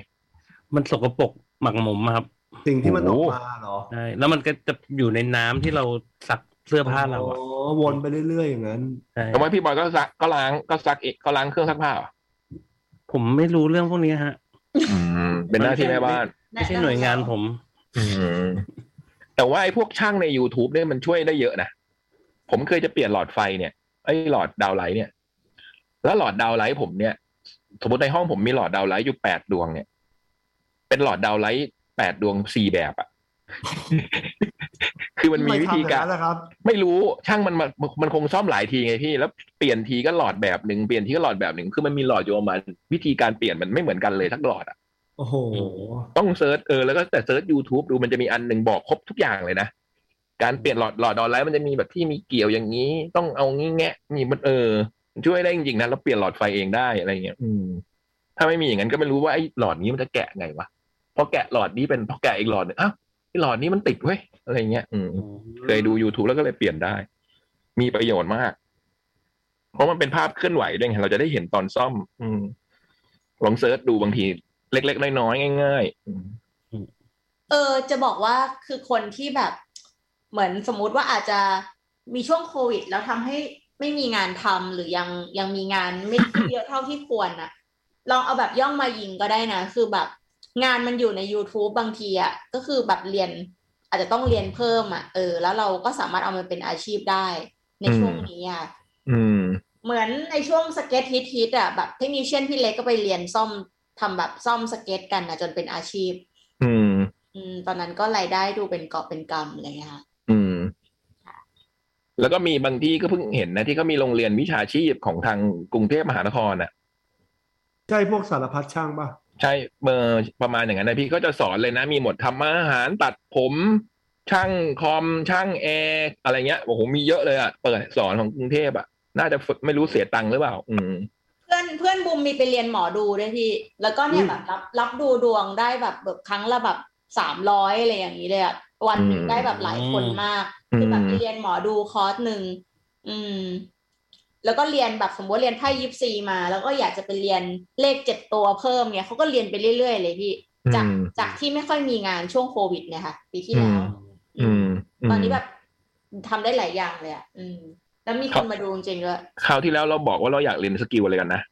มันสกปรกหมักหมมอะครับ สิ่งที่มันออโอ้ก โห มาเหรอ ใช่แล้วมันก็จะอยู่ในน้ำที่เราซัก เสื้อผ้าเราอะ อ๋อวนไปเรื่อยๆอย่างนั้น ใช่ ทำไมพี่บอยก็ซักก็ล้างก็ซักเองก็ล้างเครื่องซักผ้าเหรอ ผมไม่รู้เรื่องพวกนี้ฮะ อืมเป็นหน้าที่แม่บ้าน ไม่ใช่หน่วยงานผม อืมแต่ว่าไอ้พวกช่างใน YouTube เนี่ยมันช่วยได้เยอะนะ ผมเคยจะเปลี่ยนหลอดไฟเนี่ยไอ้หลอดดาวไลท์เนี่ย แล้วหลอดดาวไลท์ผมเนี่ย สมมติในห้องผมมีหลอดดาวไลท์อยู่แปดดวงเนี่ย เป็นหลอดดาวไลท์แปดดวงสี่แบบ อะ คือมันมีวิธีการ ทำอย่งนั้นนะครับ ไม่รู้ช่างมันมามันคงซ่อมหลายทีไงพี่ แล้วเปลี่ยนทีก็หลอดแบบหนึ่งเปลี่ยนทีก็หลอดแบบหนึ่งคือมันมีหลอดอยู่ประมาณวิธีการเปลี่ยนมันไม่เหมือนกันเลยทักหลอดอะ โอ้โห ต้องเซิร์ชเออแล้วก็แต่เซิร์ช YouTube ดูมันจะมีอันหนึ่งบอกครบทุกอย่างเลยนะ การเปลี่ยนหลอดหลอดออนไลน์มันจะมีแบบที่มีเกี่ยวอย่างนี้ ต้องเอางี้แงะนี่มันเออมันช่วยได้จริงๆนะเราเปลี่ยนหลอดไฟเองได้อะไรเงี้ยอืม ถ้าไม่มีอย่างนั้นก็ไม่รู้ว่าไอ้หลอดนี้มันจะแกะไงวะพอแกะหลอดนี้เป็นพอแกะอีกหลอดหนึงอ้าวไอ้หลอดนี้มันติดเว้ยอะไรเงี้ยอืม เคยดู YouTube แล้วก็เลยเปลี่ยนได้ มีประโยชน์มาก เพราะมันเป็นภาพเคลื่อนไหวด้วยไงเราจะได้เห็นตอนซ่อม อืมลองเซิร์ชดูบางที เล็ก ๆ น้อยๆง่ายๆอืม เออจะบอกว่าคือคนที่แบบเหมือนสมมุติว่าอาจจะมีช่วงโควิด แล้วทำให้ไม่มีงานทำหรือยังยังมีงานไม่ เยอะเท่าที่ควรนะลองเอาแบบย่องมายิงก็ได้นะ คือแบบงานมันอยู่ใน YouTube บางทีอะ่ะก็คือแบบเรียน อาจจะต้องเรียนเพิ่มอะ่ะเออ แล้วเราก็สามารถเอามันเป็นอาชีพได้ในช่วง อืม นี้อ่ะ อืม เหมือนในช่วงสเก็ตฮิตฮิตๆอ่ะแบบเทคนิชเชียนพี่เล็กก็ไปเรียนซ่อมทำแบบซ่อมสเก็ตกันนะจนเป็นอาชีพ อืม อืมตอนนั้นก็รายได้ดูเป็นกอบเป็นกำอะไรอย่างเลยค่ะ อืม แล้วก็มีบางที่ก็เพิ่งเห็นนะที่เขามีโรงเรียนวิชาชีพของทางกรุงเทพมหานครน่ะ ใช่พวกสารพัดช่างป่ะ ใช่เออประมาณอย่างนั้นนะพี่ก็จะสอนเลยนะ มีหมดทำอาหารตัดผม ช่างคอมช่างแอร์อะไรเงี้ยโอ้โหมีเยอะเลยอ่ะเปิดสอนของกรุงเทพอ่ะ น่าจะฝึกไม่รู้เสียตังค์หรือเปล่า อืม เพื่อนเพื่อนบุมมีไปเรียนหมอดูด้วยพี่ แล้วก็เนี่ อื ย ม แบบรับรับดูดวงได้แบบแบบครั้งละแบบสามร้อยอะไรอย่างนี้เลยอะวันหนึ่ง อืม ได้แบบหลายคนมาก อืม คือแบบไปเรียนหมอดูคอร์สหนึ่งอืม แล้วก็เรียนแบบสมมติเรียนไพ่ยิปซีมา แล้วก็อยากจะไปเรียนเลขเจ็ดตัวเพิ่มเนี่ยเขาก็เรียนไปเรื่อยๆเลยพี่จาก อืม จากที่ไม่ค่อยมีงานช่วงโควิดเนี่ยค่ะปีที่แล้ว อืม อืมม ตอนนี้แบบทำได้หลายอย่างเลยอะอืม แล้วมี ค ครับ นมาดูจริงๆด้วย คราวที่แล้วเราบอกว่าเราอยากเรียนสกิลอะไรกันนะ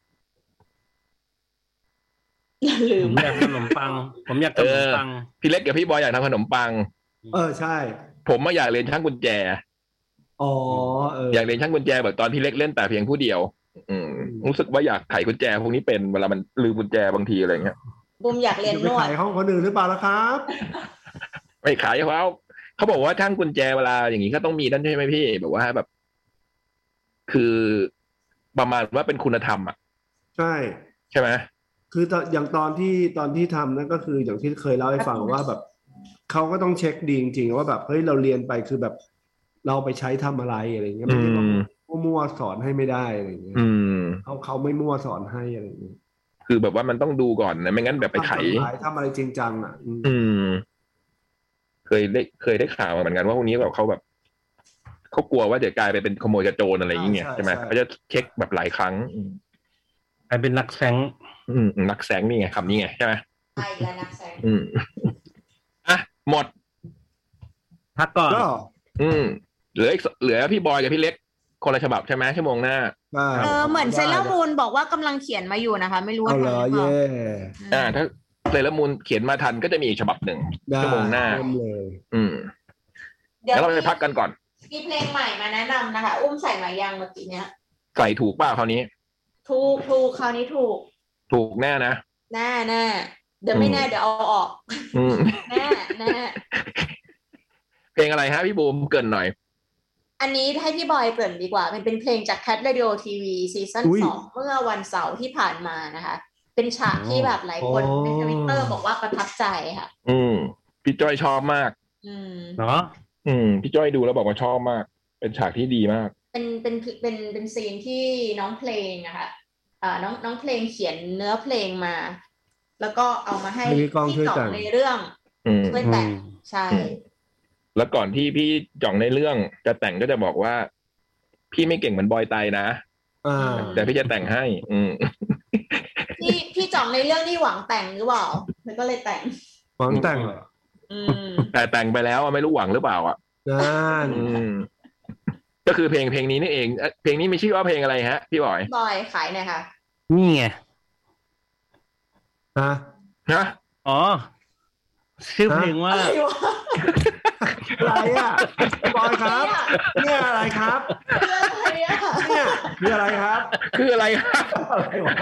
อย่าลื ผม มอยากขนมปัง ผมอยากขนมปัง พี่เล็กกับพี่บอยอยากทำขนมปัง เออใช่ ผมมาอยากเรียนช่างกุญแจ อ๋อเอออยอากเรียนช่างกุญแจแบบตอนพี่เล็กเล่นแต่เพียงผู้เดียว อืมรู้สึกว่าอยากไขกุญแจพวกนี้เป็นเวลามันลืมกุญแจบางทีอะไรเงี้ย บุมอยากเรียน จะไป นวด ขายห้องคนอื่นหรือเปล่าล่ะครับ ไม่ขายเพราะเขาบอกว่าช่างกุญแจเวลาอย่างนี้ก็ต้องมีนั่นใช่ไหมพี่แบบว่าแบบ คือประมาณว่าเป็นคุณธรรมอ่ะ ใช่ ใช่ไหม คือตอนอย่างตอนที่ตอนที่ทำนั่นก็คืออย่างที่เคยเล่าให้ฟังว่าแบบเขาก็ต้องเช็คดีจริงๆว่าแบบเฮ้ยเราเรียนไปคือแบบเราไปใช้ทำอะไรอะไรเงี้ย อื ไม่ได้แบบ ม มั่วๆสอนให้ไม่ได้อะไรเงี้ย อืม เขาเขาไม่มั่วสอนให้อะไรเงี้ย คือแบบว่ามันต้องดูก่อนนะไม่งั้นแบบไปไข ทำกฎหมายทำอะไรจริงจังอ่ะอืม อืม เคยได้เคยได้ข่าวมาเหมือนกันว่าพวกนี้แบบเขาแบบเขากลัวว่าเดี๋ยวกลายไปเป็นขโมยกระโจนอะไรอย่างเงี้ยใช่ไหมเขาจะเช็คแบบหลายครั้ง อืม กลายเป็นรักแซง อืมนักแสงนี่ไงคำนี้ไงใช่ไหม ไปอีกแล้วนะแซง อืม อ่ะหมด พักก่อน ก็ อืม เหลืออีกเหลือพี่บอยกับพี่เล็ก คนละฉบับใช่ไหมชั่วโมงหน้า ได้ เออเหมือนเซเลอร์มูนบอกว่ากำลังเขียนมาอยู่นะคะ ไม่รู้ว่า เอา ทำห เหร รือ อเปล่า เย่ อ่า ถ้าเซเลอร์มูลเขียนมาทันก็จะมีอีกฉบับหนึ่ง ได้ ชั่วโมงหน้า เริ่มเลย อืม เดี๋ยว แล้วเราไปพักกันก่อน มีเพลงใหม่มาแนะนำนะคะ อุ้มใส่หมายยังเมื่อกี้เนี้ย ใส่ถูกเปล่าคราวนี้ ถูกถูกคราวนี้ถูก ถูกแน่นะ แน่แน่เดี๋ยวไม่แน่เดี๋ยวเอาออก อืม แน่แน่ เพลงอะไรฮะพี่บูมเกรินหน่อย อันนี้ให้พี่บอยเกริ่นดีกว่า มันเป็นเพลงจาก Cat Radio TV ซีซั่นสองเมื่อวันเสาร์ที่ผ่านมานะคะ เป็นฉากที่แบบหลายคนในทวิตเตอร์บอกว่าประทับใจค่ะ อืม พี่จ้อยชอบมาก อืม เนาะ อืมพี่จ้อยดูแล้วบอกว่าชอบมาก เป็นฉากที่ดีมาก เป็นเป็นเป็นเป็นซีนที่น้องเพลงอะค่ะอ่าน้องน้องเพลงเขียนเนื้อเพลงมา แล้วก็เอามาให้ มีกล้องช่วย พี่จ่ แต่ง ในเรื่อง อืม ช่วย อื แต่ง ม ใช่ อืม แล้วก่อนที่พี่จ่องในเรื่องจะแต่งก็จะบอกว่า พี่ไม่เก่งเหมือนบอยไตนะ อ่า แต่พี่จะแต่งให้ อืม พี่พี่จ่องในเรื่องนี่หวังแต่งหรือเปล่าแล้วก็เลยแต่ง หวังแต่งเหรอ อืม แต่แต่งไปแล้วอะไม่รู้หวังหรือเปล่าอ่ะ นั่น อืม ก็คือเพลงเพลงนี้นี่เองเอ่อเพลงนี้มีชื่อว่าเพลงอะไรฮะ พี่บอย บอยขายหน่อยค่ะ นี่ไง ฮะ นะ อ๋อ ชื่อเพลงว่า อะไรวะ อะไรอ่ะพี่บอยครับ เนี่ยอะไรครับ อะไรอะ เนี่ยมีอะไรครับ คืออะไรฮะ อะไรวะ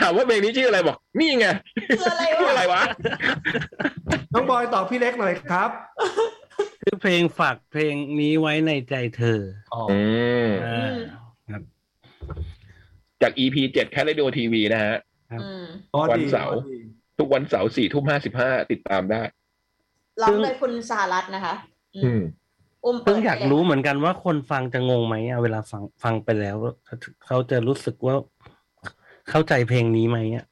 ถามว่าเพลงนี้ชื่ออะไรบอก นี่ไง คืออะไร ชื่ออะไร วะ วะ น้องบอยตอบพี่เล็กหน่อยครับ ชื่อเพลงฝากเพลงนี้ไว้ในใจเธอ อ๋อ อืม อ่าครับ จาก EP เจ็ดแคทเรดิโอทีวีนะฮะ ครับ อืม วัน ดี เสาร์ ดี ทุกวันเสาร์สี่ทุ่มห้าสิบห้าติดตามได้ ร้องโดยคุณสหรัฐนะคะอื อื ม ม อุ้มเปิ ซึ่ ด งอยากรู้เหมือนกันว่าคนฟังจะงงไหมอะเวลาฟังฟังไปแล้ว เขาจะรู้สึกว่า เข้าใจเพลงนี้ไหมอ่ะ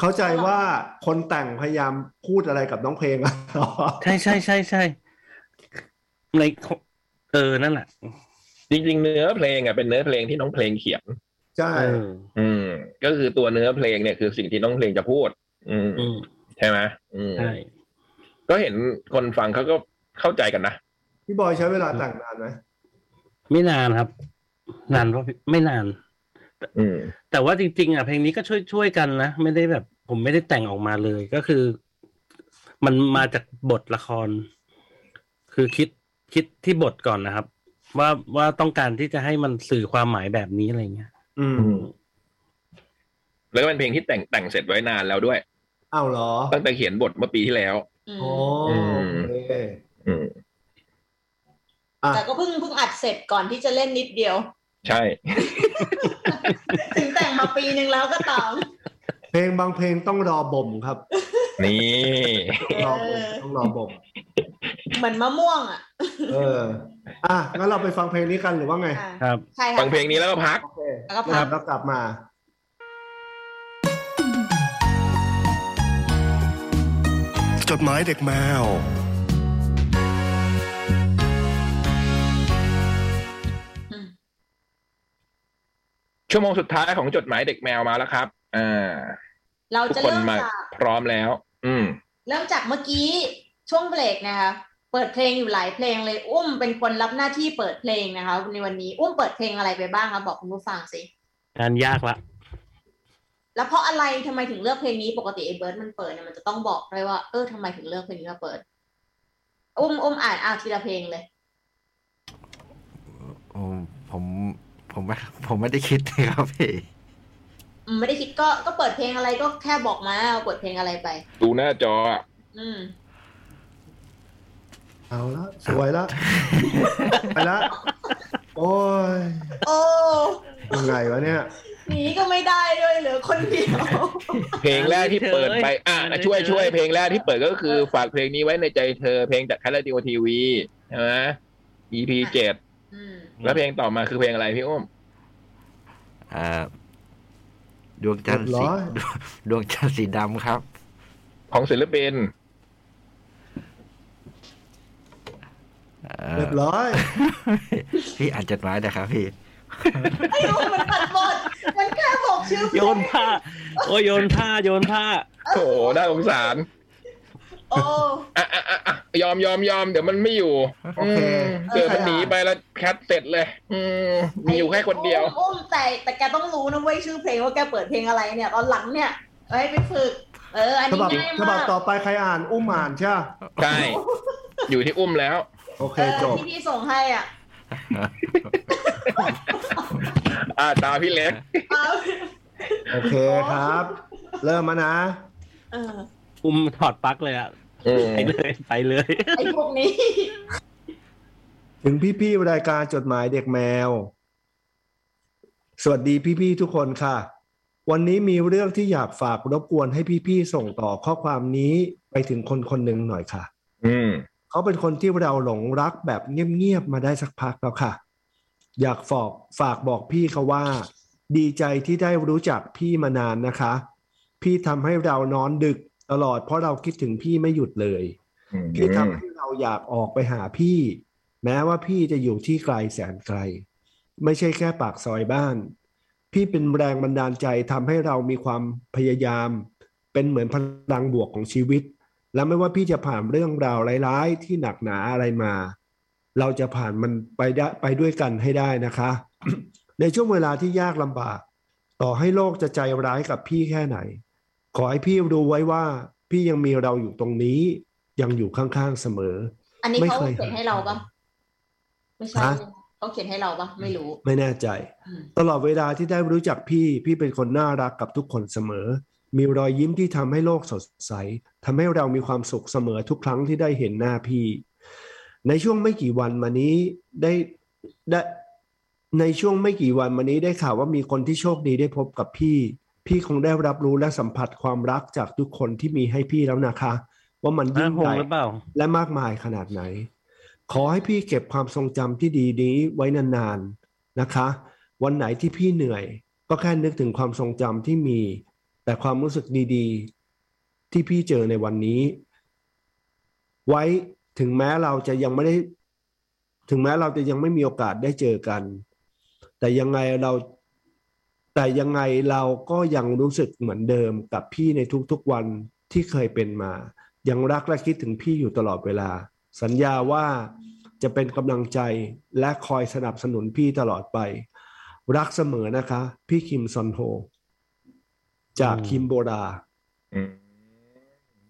เข้าใจว่าคนแต่งพยายามพูดอะไรกับน้องเพลงอ่ะ เหรอ ใช่ใช่ใช่ใช่ในเออนั่นแหละ จริง ๆ เนื้อเพลงอ่ะเป็นเนื้อเพลงที่น้องเพลงเขียน ใช่ เออ อืม ก็คือตัวเนื้อเพลงเนี่ยคือสิ่งที่น้องเพลงจะพูด อืม อืม ใช่ไหมอืม ใช่ ก็เห็นคนฟังเขาก็เข้าใจกันนะ พี่บอยใช้เวลาแต่งนานไหม ไม่นานครับ นานเพราะไม่นาน อืม แต่ว่าจริงๆอ่ะเพลงนี้ก็ช่วยช่วยกันนะไม่ได้แบบ ผมไม่ได้แต่งออกมาเลยก็คือ มันมาจากบทละคร คือคิดคิดที่บทก่อนนะครับ ว่าว่าต้องการที่จะให้มันสื่อความหมายแบบนี้อะไรเงี้ย อืม แล้วก็เป็นเพลงที่แต่งแต่งเสร็จไว้นานแล้วด้วย เอาเหรอ ตั้งแต่เขียนบทเมื่อปีที่แล้ว อืม โอ้โอเค อืม อ่ะ แต่ก็เพิ่งเพิ่งอัดเสร็จก่อนที่จะเล่นนิดเดียว ใช่ ถึงแต่งมาปีนึงแล้วก็ตาม เพลงบางเพลงต้องรอบ่มครับ นี่ ต้องรอบ่มต้องรอบ่ม เหมือนมะม่วงอ่ะ เออ อ่ะงั้นเราไปฟังเพลงนี้กันหรือว่าไง อ่ะ ครับ ใช่ค่ะ ฟังเพลงนี้แล้วก็พัก โอเค แล้วก็พันะครักบแล้วกลับมา จดหมายเด็กแมว อืม ชั่วโมงสุดท้ายของจดหมายเด็กแมวมาแล้วครับ อ่า เรา ทุก จะ คน เริ่ม มา จาก พร้อมแล้ว อืม เริ่มจากเมื่อกี้ช่วงเบรกนะคะ เปิดเพลงอยู่หลายเพลงเลยอุ้มเป็นคนรับหน้าที่เปิดเพลงนะคะในวันนี้อุ้มเปิดเพลงอะไรไปบ้างคะบอกคุณผู้ฟังสิ งานยากละ แล้วเพราะอะไรทำไมถึงเลือกเพลงนี้ปกติไอ้เบิร์ดมันเปิดเนี่ยมันจะต้องบอกด้วยว่าเออทำไมถึงเลือกเพลงนี้มาเปิด อุ้มอุ้มอ่านอ่านทีละเพลงเลย โอ้ผมผมไม่ผมไม่ได้คิดเลยครับพี่ อืมไม่ได้คิดก็ก็เปิดเพลงอะไรก็แค่บอกมาว่าเปิดเพลงอะไรไป ดูหน้าจออะ อืม เอาละสวยละ ไปละ โอ้ย โอ้ ยังไงวะเนี่ย หนีก็ไม่ได้ด้วยเหลือคนเดียว เพลงแรกที่เปิดไป อ่ะช่วยช่วยเพลงแรกที่เปิดก็คือ ฝากเพลงนี้ไว้ในใจเธอ เพลงจากคาราดิโอทีวีใช่ไหม EP เจ็ด อืม แล้วเพลงต่อมาคือเพลงอะไรพี่อุ้ม อ่า ดวงจันทร์ เรี สี ยบร้อย ดวงดวงจันทร์สีดำครับ ของศิลปิน เอ่อ เรียบร้อย พี่อ่านจดหมายนะครับพี่ ไอ้อุ้มมันตัดบทมันแค่บอกชื่อเพล โย ง นผ้า โอ้ยโยนผ้าโยนผ้า โถน่าสงสาร โอ้ อ่ะอ่ะอ่ะอ่ะยอมยอมยอมเดี๋ยวมันไม่อยู่ โอเค มเดี๋ยวมันหนีไปแล้วแคทเสร็จเลย อืมมีอยู่แค่คนเดียว อุ้มอุ้มแต่แต่แกต้องรู้นะเว้ยชื่อเพลงว่าแกเปิดเพลงอะไรเนี่ยตอนหลังเนี่ยเอ้ยไปฝึก เออ อัฉนนี้ บับ ง่าย ฉบั มา บ ก ต่อไปใครอ่านอุ้มอ่านใช่ปะ ใช่ อยู่ที่อุ้มแล้ว โอเค เออ จบ ที่พี่ส่งให้อ่ะ อ่าตาพี่เล็ก เอา โอเคครับ เริ่มมานะ เออ อุ้มถอดปลั๊กเลยอะ อืม ไปเลยไปเลย ไอ้พวกนี้ ถึงพี่ๆรายการจดหมายเด็กแมว สวัสดีพี่ๆทุกคนค่ะ วันนี้มีเรื่องที่อยากฝากรบกวนให้พี่ๆส่งต่อข้อความนี้ไปถึงคนคนๆหนึ่งหน่อยค่ะ อืม เขาเป็นคนที่เราหลงรักแบบเงียบๆมาได้สักพักแล้วค่ะ อยากฝากฝากบอกพี่เขาว่า ดีใจที่ได้รู้จักพี่มานานนะคะ พี่ทำให้เรานอนดึกตลอดเพราะเราคิดถึงพี่ไม่หยุดเลย พี่ทำให้เราอยากออกไปหาพี่ แม้ว่าพี่จะอยู่ที่ไกลแสนไกล ไม่ใช่แค่ปากซอยบ้าน พี่เป็นแรงบันดาลใจทำให้เรามีความพยายาม เป็นเหมือนพลังบวกของชีวิต และไม่ว่าพี่จะผ่านเรื่องราวร้ายๆ ที่หนักหนาอะไรมา เราจะผ่านมันไปได้ไปด้วยกันให้ได้นะคะ ในช่วงเวลาที่ยากลำบาก ต่อให้โลกจะใจร้ายกับพี่แค่ไหน ขอให้พี่รู้ไว้ว่า พี่ยังมีเราอยู่ตรงนี้ ยังอยู่ข้างๆเสมอ อันนี้ ไม่ เขา เคย เขียนให้เราปะไม่ใช่ ฮะ เขาเขียนให้เราปะไม่รู้ ไม่แน่ใจ อืม ตลอดเวลาที่ได้รู้จักพี่ พี่เป็นคนน่ารักกับทุกคนเสมอ มีรอยยิ้มที่ทำให้โลกสดใสทำให้เรามีความสุขเสมอทุกครั้งที่ได้เห็นหน้าพี่ ในช่วงไม่กี่วันมานี้ได้ได้ในช่วงไม่กี่วันมานี้ได้ข่าวว่ามีคนที่โชคดีได้พบกับพี่ พี่คงได้รับรู้และสัมผัสความรักจากทุกคนที่มีให้พี่แล้วนะคะ ว่ามัน น่า ยิ่ง ห ให ง ญ่ หรือเปล่า และมากมายขนาดไหน ขอให้พี่เก็บความทรงจำที่ดีนี้ไว้นานๆนะคะ วันไหนที่พี่เหนื่อย ก็แค่นึกถึงความทรงจำที่มี แต่ความรู้สึกดีๆ ที่พี่เจอในวันนี้ ไว้ถึงแม้เราจะยังไม่ได้ ถึงแม้เราจะยังไม่มีโอกาสได้เจอกัน แต่ยังไงเรา แต่ยังไงเราก็ยังรู้สึกเหมือนเดิมกับพี่ในทุกๆวันที่เคยเป็นมา ยังรักและคิดถึงพี่อยู่ตลอดเวลา สัญญาว่าจะเป็นกำลังใจและคอยสนับสนุนพี่ตลอดไป รักเสมอนะคะ พี่คิมซอนโฮ จาก อืม คิมโบรา อืม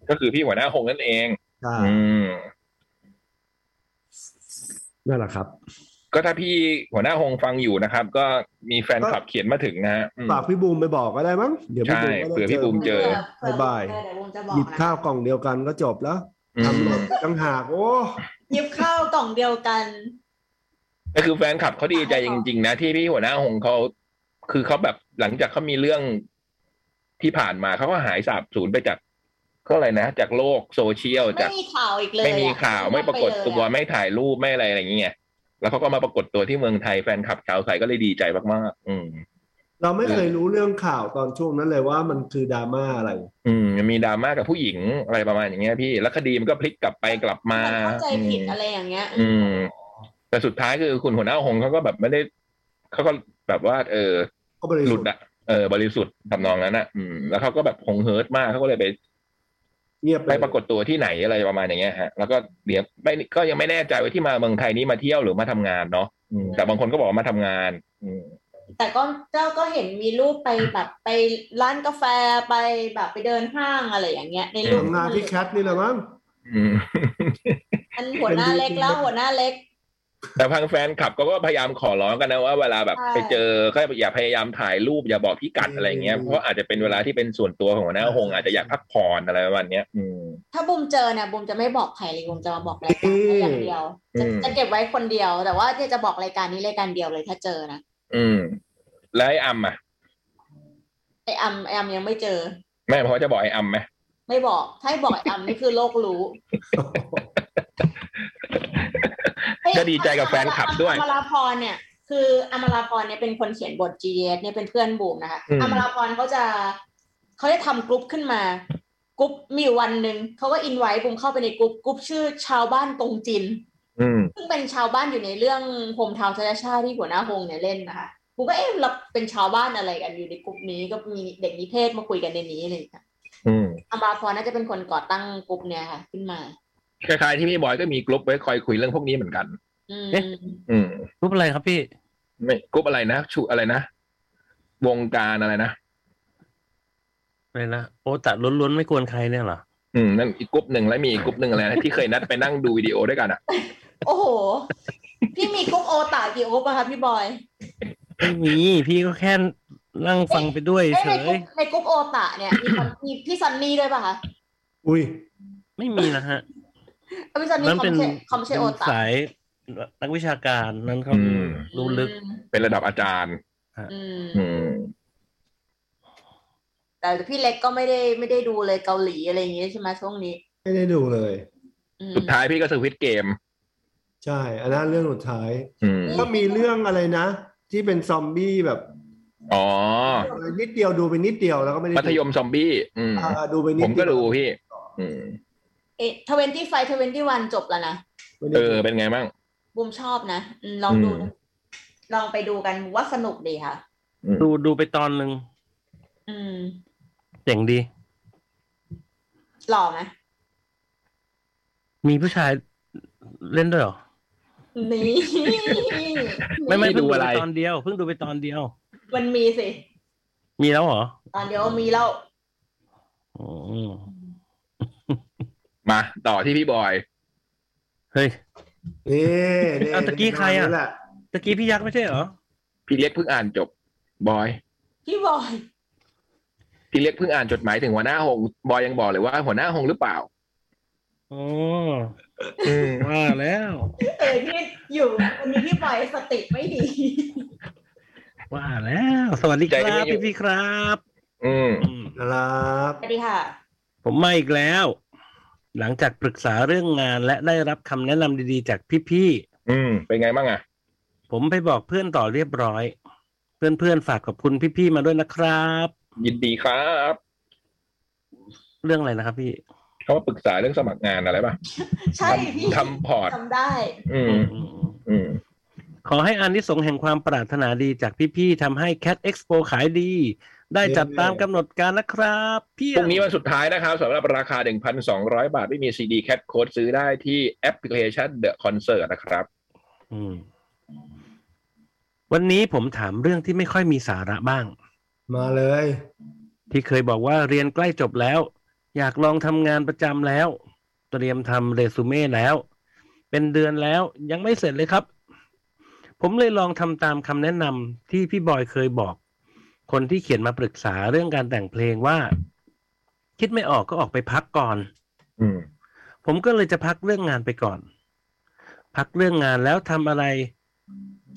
ก็คือพี่หัวหน้าหงนั่นเอง ใช่ อืม นั่นแหละครับ ก็ถ้าพี่หัวหน้าหงฟังอยู่นะครับ ก็มีแฟนคลับเขียนมาถึงนะฮะอืม ฝากพี่บูมไปบอกก็ได้มั้ง เดี๋ยวพี่บูมก็ ใช่เผื่ ได้ อพี่บูม เจอ ผื่อ บ่าย เออเดี๋ยวบูมจะบอ ๆ ก หยิบ นะ ข้าวกล่องเดียวกันก็จบแล้ว อืม ทำหล่นตั้งหากโอ้ หยิบข้าวกล่องเดียวกัน ก็คือแฟนคลับเขาดีใจจริง ๆ นะที่พี่หัวหน้าหงเขาคือเขาแบบหลังจากเขามีเรื่องที่ผ่านมาเขาก็หายสาบสูญไปจากเขาอะไรนะจากโลกโซเชียล ไม่ จาก มีข่าวอีกเลย ไม่มี อะ ข่าวไม่ปรากฏตัวไม่ถ่ายรูปไม่อะไรอะไรอย่างเงี้ยแล้วเขาก็มาปรากฏตัวที่เมืองไทยแฟนคลับชาวไทยก็เลยดีใจมากๆอืม เราไม่เคยรู้เรื่องข่าวตอนช่วงนั้นเลยว่ามันคือดราม่าอะไร อืมมีดราม่ากับผู้หญิงอะไรประมาณอย่างเงี้ยพี่แล้วคดีมันก็พลิกกลับไปกลับ เห มา อนเข้าใจผิด อืม อะไรอย่างเงี้ย อืม แต่สุดท้ายคือคุณหัวหน้าหงเขาก็แบบไม่ได้เขาก็แบบว่า เออ ก็บริ ห สุ ลุ ท ด ธิ์ อะเออบริสุทธิ์ทำนองนั้นอะอืมแล้วเขาก็แบบคงเฮิร์ตมากเขาก็เลยไป เงียบ ไป เลย ปรากฏตัวที่ไหนอะไรประมาณอย่างเงี้ยฮะแล้วก็เดี๋ยวไม่ก็ยังไม่แน่ใจว่าที่มาเมืองไทยนี้มาเที่ยวหรือมาทำงานเนาะอืมแต่บางคนก็บอกว่ามาทำงาน อืม แต่ก็เจ้าก็เห็นมีรูปไปแบบไปร้านกาแฟไปแบบไปเดินห้างอะไรอย่างเงี้ย ในรูป ทำงานที่แคทนี่แหละมั้ง อืม อันหัวหน้าเล็กแล้วหัวหน้าเล็ก แต่ทางแฟนคลับเขาก็พยายามขอร้องกันนะว่าเวลาแบบ ใช่ ไปเจอก็อย่าพยายามถ่ายรูปอย่าบอกพิกัดอะไรเงี้ยเพราะอาจจะเป็นเวลาที่เป็นส่วนตัวของหัวหน้าหงอาจจะอยากพักผ่อนอะไรประมาณเนี้ยอืม ถ้าบุมเจอเนี่ยบุมจะไม่บอกใครเลยบุมจะมาบอกรายการ อืม อย่างเดียวจะ อืม จะเก็บไว้คนเดียว แต่ว่าเนี่ยจะบอกรายการนี้รายการเดียวเลยถ้าเจอนะ อืม แล้วไอ้อัมอ่ะ ไออัมไออัมยังไม่เจอ แม่พ่อจะบอกไอ้อัมไหม ไม่บอกถ้าให้บอกไออัมนี่คือโลกรู้ ก็ดีใจกับแฟนคลับด้วย อมราพรเนี่ย คืออมราพรเนี่ยเป็นคนเขียนบท G S เนี่ยเป็นเพื่อนบูมนะคะ อืม อมราพรเขาจะเขาจะทำกรุ๊ปขึ้นมากรุ๊ปมีอยู่วันหนึ่งเขาก็อินไว้บูมเข้าไปในกรุ๊ปกรุ๊ปชื่อชาวบ้านตรงจิน อืม ซึ่งเป็นชาวบ้านอยู่ในเรื่องโฮมทาวน์ชาชาที่หัวหน้าฮงเนี่ยเล่นนะคะกูก็เอ๊ะเราเป็นชาวบ้านอะไรกันอยู่ในกลุ่มนี้ก็มีเด็กนิเทศมาคุยกันในนี้อะไรอย่างเลยค่ะ อืม อมาพรน่าจะเป็นคนก่อตั้งกลุ่มเนี่ยค่ะ ขึ้นมา คล้ายๆที่พี่บอยก็มีกลุ่มไว้คอยคุยเรื่องพวกนี้เหมือนกัน อืม เอ๊ะ อืม รูปอะไรครับพี่ ไม่กลุ่มอะไรนะชูอะไรนะวงการอะไรนะ อะไรนะโอตัดล้วนๆไม่กวนใครเนี่ยเหรอ อืมนั่นอีกกลุ่มหนึ่งแล้วมีอีกกลุ่มหนึ่งอะไรนะ ที่เคยนัดไปนั่งดูวิดีโอด้วยกันอ่ะ โอ้โห พี่มีกลุ่มโอตากี่กลุ่มอะคะพี่บอย ไม่มีพี่ก็แค่นั่งฟังไปด้วย เอ๊ะ เฉ ในกลุ่ ย มในกลุ่มโอตาเนี่ยมีคนมีพี่ซันนี่ด้วยป่ะคะ อุ้ย ไม่มีนะฮะ เอาพี่ซันนี่ นั่น คอ เป็ ม น เชคอมเชโอตา สายนักวิชาการนั้นเขา อืม รู้ลึก เป็นระดับอาจารย์ อืม อืม แต่พี่เล็กก็ไม่ได้ไม่ได้ดูเลยเกาหลีอะไรอย่างเงี้ยใช่ไหมช่วงนี้ ไม่ได้ดูเลย อืม สุดท้ายพี่ก็สวิตช์เกม ใช่ อันนั้นเรื่องสุดท้าย อืม ก็มีเรื่องอะไรนะ ที่เป็นซอมบี้แบบ อ๋อ นิดเดียวดูไปนิดเดียวแล้วก็ไม่ได้ มัธยมซอมบี้ อืม อ่าดูไปนิด ผมก็ เยว ดูพี่ อืม เอ๊ะทเวนตี้ไฟทเวนตี้วันจบแล้วนะ ไม่ เอ ได้ อ ดู เป็นไงบ้าง บูมชอบนะอืมลองดู อืม ลองไปดูกันบูมว่าสนุกดีค่ะ อืม ดูดูไปตอนหนึ่ง อืม เจ๋งดี หล่อไหม มีผู้ชายเล่นด้วยเหรอ นี่ ไม่ไม่ ไม่ดู เพิ่งดู อะไร ไปตอนเดียวเพิ่งดูไปตอนเดียว มันมีสิ มีแล้วเหรอ ตอนเดียวมีแล้ว โอ้ มาต่อที่พี่บอย เฮ้ย นี่นี่ เอาตะกี้ใครอะ นี่แหละ ตะกี้พี่ยักษ์ไม่ใช่เหรอ พี่เล็กเพิ่งอ่านจบบอย พี่บอย พี่เล็กเพิ่งอ่านจดหมายถึงหัวหน้าหงบอยยังบอกเลยว่าหัวหน้าหงหรือเปล่า อ๋อ อืม ว่าแล้ว เออที่อยู่วันนี้พี่บอยสติไม่ดี ว่าแล้ว สวัสดีครับพี่พี่ๆครับ อืม อืม ครับ สวัสดีค่ะ ผมมาอีกแล้ว หลังจากปรึกษาเรื่องงานและได้รับคำแนะนำดีๆ จากพี่ อืมเป็นไงบ้างอ่ะ ๆ ผมไปบอกเพื่อนต่อเรียบร้อย เพื่อนๆ ฝากขอบคุณพี่ๆ มาด้วยนะครับ ยินดีครับ เรื่องอะไรนะครับพี่ เขามาปรึกษาเรื่องสมัครงานอะไรป่ะ ใช่ ท พี่ ำทำพอร์ต จำได้ อืม อืม ขอให้อานิสงส์แห่งความปรารถนาดีจากพี่ๆ ทำให้ Cat Expo ขายดี ได้จัดตามกำหนดการนะครับเพี่ พรุ่งนี้วันสุดท้ายนะครับสำหรับราคา 1,200 บาทไม่มีซีดีแคทโค้ดซื้อได้ที่แอปพลิเคชัน The Concert นะครับ วันนี้ผมถามเรื่องที่ไม่ค่อยมีสาระบ้าง มาเลย ที่เคยบอกว่าเรียนใกล้จบแล้ว อยากลองทำงานประจำแล้ว เตรียมทำเรซูเม่แล้ว เป็นเดือนแล้วยังไม่เสร็จเลยครับ ผมเลยลองทำตามคำแนะนำที่พี่บอยเคยบอก คนที่เขียนมาปรึกษาเรื่องการแต่งเพลงว่า คิดไม่ออกก็ออกไปพักก่อน อืม ผมก็เลยจะพักเรื่องงานไปก่อน พักเรื่องงานแล้วทำอะไร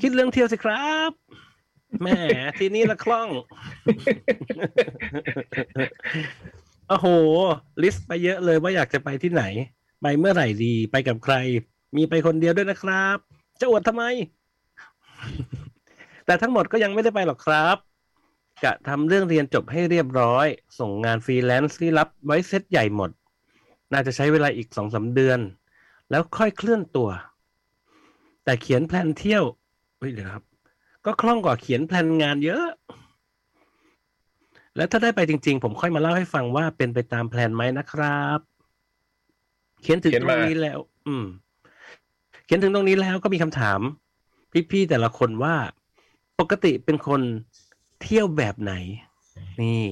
คิดเรื่องเที่ยวสิครับแหม ทีนี้ละคล่อง โอ้โห ลิสต์ไปเยอะเลยว่าอยากจะไปที่ไหน ไปเมื่อไหร่ดีไปกับใคร มีไปคนเดียวด้วยนะครับ จะอวดทำไม แต่ทั้งหมดก็ยังไม่ได้ไปหรอกครับกะทำเรื่องเรียนจบให้เรียบร้อย ส่งงานฟรีแลนซ์ที่รับไว้เซตใหญ่หมด น่าจะใช้เวลาอีกสองสาเดือน แล้วค่อยเคลื่อนตัว แต่เขียนแพลนเที่ยวเฮ้ยเดี๋ยวครับ ก็คล่องกว่าเขียนแพลนงานเยอะ แล้วถ้าได้ไปจริง ๆ ผมค่อยมาเล่าให้ฟังว่าเป็นไปตามแพลนไหมนะครับ เขียนถึง เขียน ต มา รงนี้แล้ว อืม เขียนถึงตรงนี้แล้วก็มีคำถาม พี่ๆแต่ละคนว่า ปกติเป็นคนเที่ยวแบบไหน นี่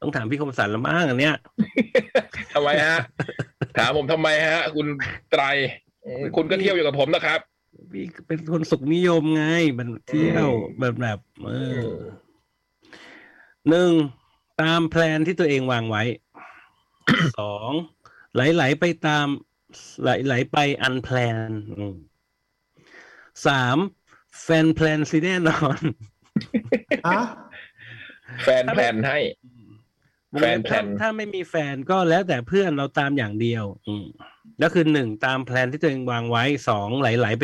ต้องถามพี่คมสันละมั้งอันเนี้ย ทำไมฮะ ถามผมทำไมฮะ คุณไตรอืมคุณก็เที่ยวอยู่กับผมนะครับ พี่เป็นคนสุขนิยมไงมันเที่ยวแบบแบบเออหนึ่งตามแพลนที่ตัวเองวางไว้ สองไหลๆไปตามไหลๆไปอันแพลนสามแฟนแพลนสิแน่นอน ฮะ แฟนแพลนให้ วง แฟ เล็ น บ แพล ถ้าน ถ้าไม่มีแฟนก็แล้วแต่เพื่อนเราตามอย่างเดียว อืมแล้วคือหนึ่งตามแพลนที่ตัวเองวางไว้สองไหลๆไป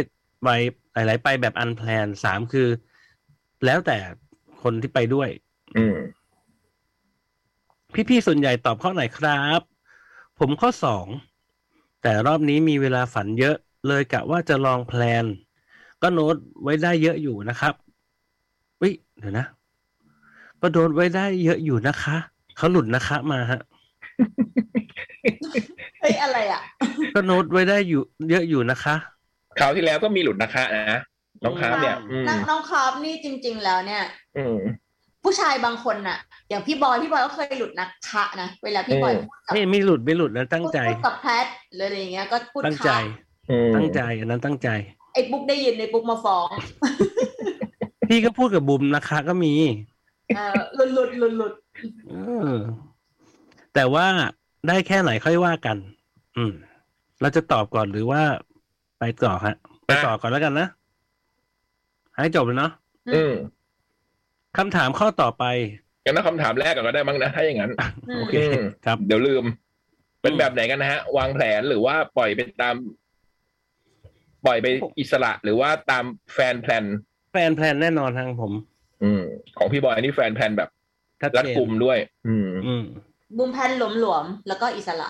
ไปไหลๆไปแบบอันแพลนสามคือ แล้วแต่คนที่ไปด้วย อืม พี่ๆ ส่วนใหญ่ตอบข้อไหนครับ ผมข้อสอง แต่รอบนี้มีเวลาฝันเยอะ เลยกะว่าจะลองแพลน ก็โน้ตไว้ได้เยอะอยู่นะครับวิเดี๋ยวนะ ก็โน้ตไว้ได้เยอะอยู่นะคะ เขาหลุดนะคะมาฮะ เอ้ยอะไรอ่ะ ก็โน้ตไว้ได้อยู่ เยอะอยู่นะคะ คราวที่แล้วก็มีหลุดนะคะนะน้องค้าบเนี่ย อืม น้องน้องครอบนี่จริง ๆ แล้วเนี่ย อืม ผู้ชายบางคนน่ะ อย่างพี่บอยพี่บอยก็เคยหลุดนักคะนะเวลาพี่บอย เออ พูดกับ นี่ไม่หลุดไม่หลุดนะตั้งใจ พูดกับแพทย์หรืออะไรอย่างเงี้ยก็พูด ตั้งใจ คะ อืม ตั้งใจ อันนั้นตั้งใจ ไอ้บุ๊กได้ยินไอ้บุ๊กมาฟ้อง พี่ก็พูดกับบุมนะคะ ก็มี เออหลุดหลุดหลุดหลุด เออแต่ว่าได้แค่ไหนค่อยว่ากัน อืม เราจะตอบก่อนหรือว่าไปต่อฮะ ไปต่อก่อนแล้วกันนะ ให้จบเลยเนาะ อืม คำถามข้อต่อไป งั้นเอาคำถามแรกก่อนก็ได้มั้งนะถ้าอย่างนั้น อืม โอเค อืม ครับ เดี๋ยวลืม เป็นแบบไหนกันนะฮะ วางแผนหรือว่าปล่อยไปตาม ปล่อยไปอิสระหรือว่าตามแฟนแพลน แฟนแพลนแน่นอนทางผม อืม ของพี่บอยนี่แฟนแพลนแบบ ชัด รัด เจน กลุ่มด้วย อืม อืม บุมแพนหลวมหลวมๆแล้วก็อิสระ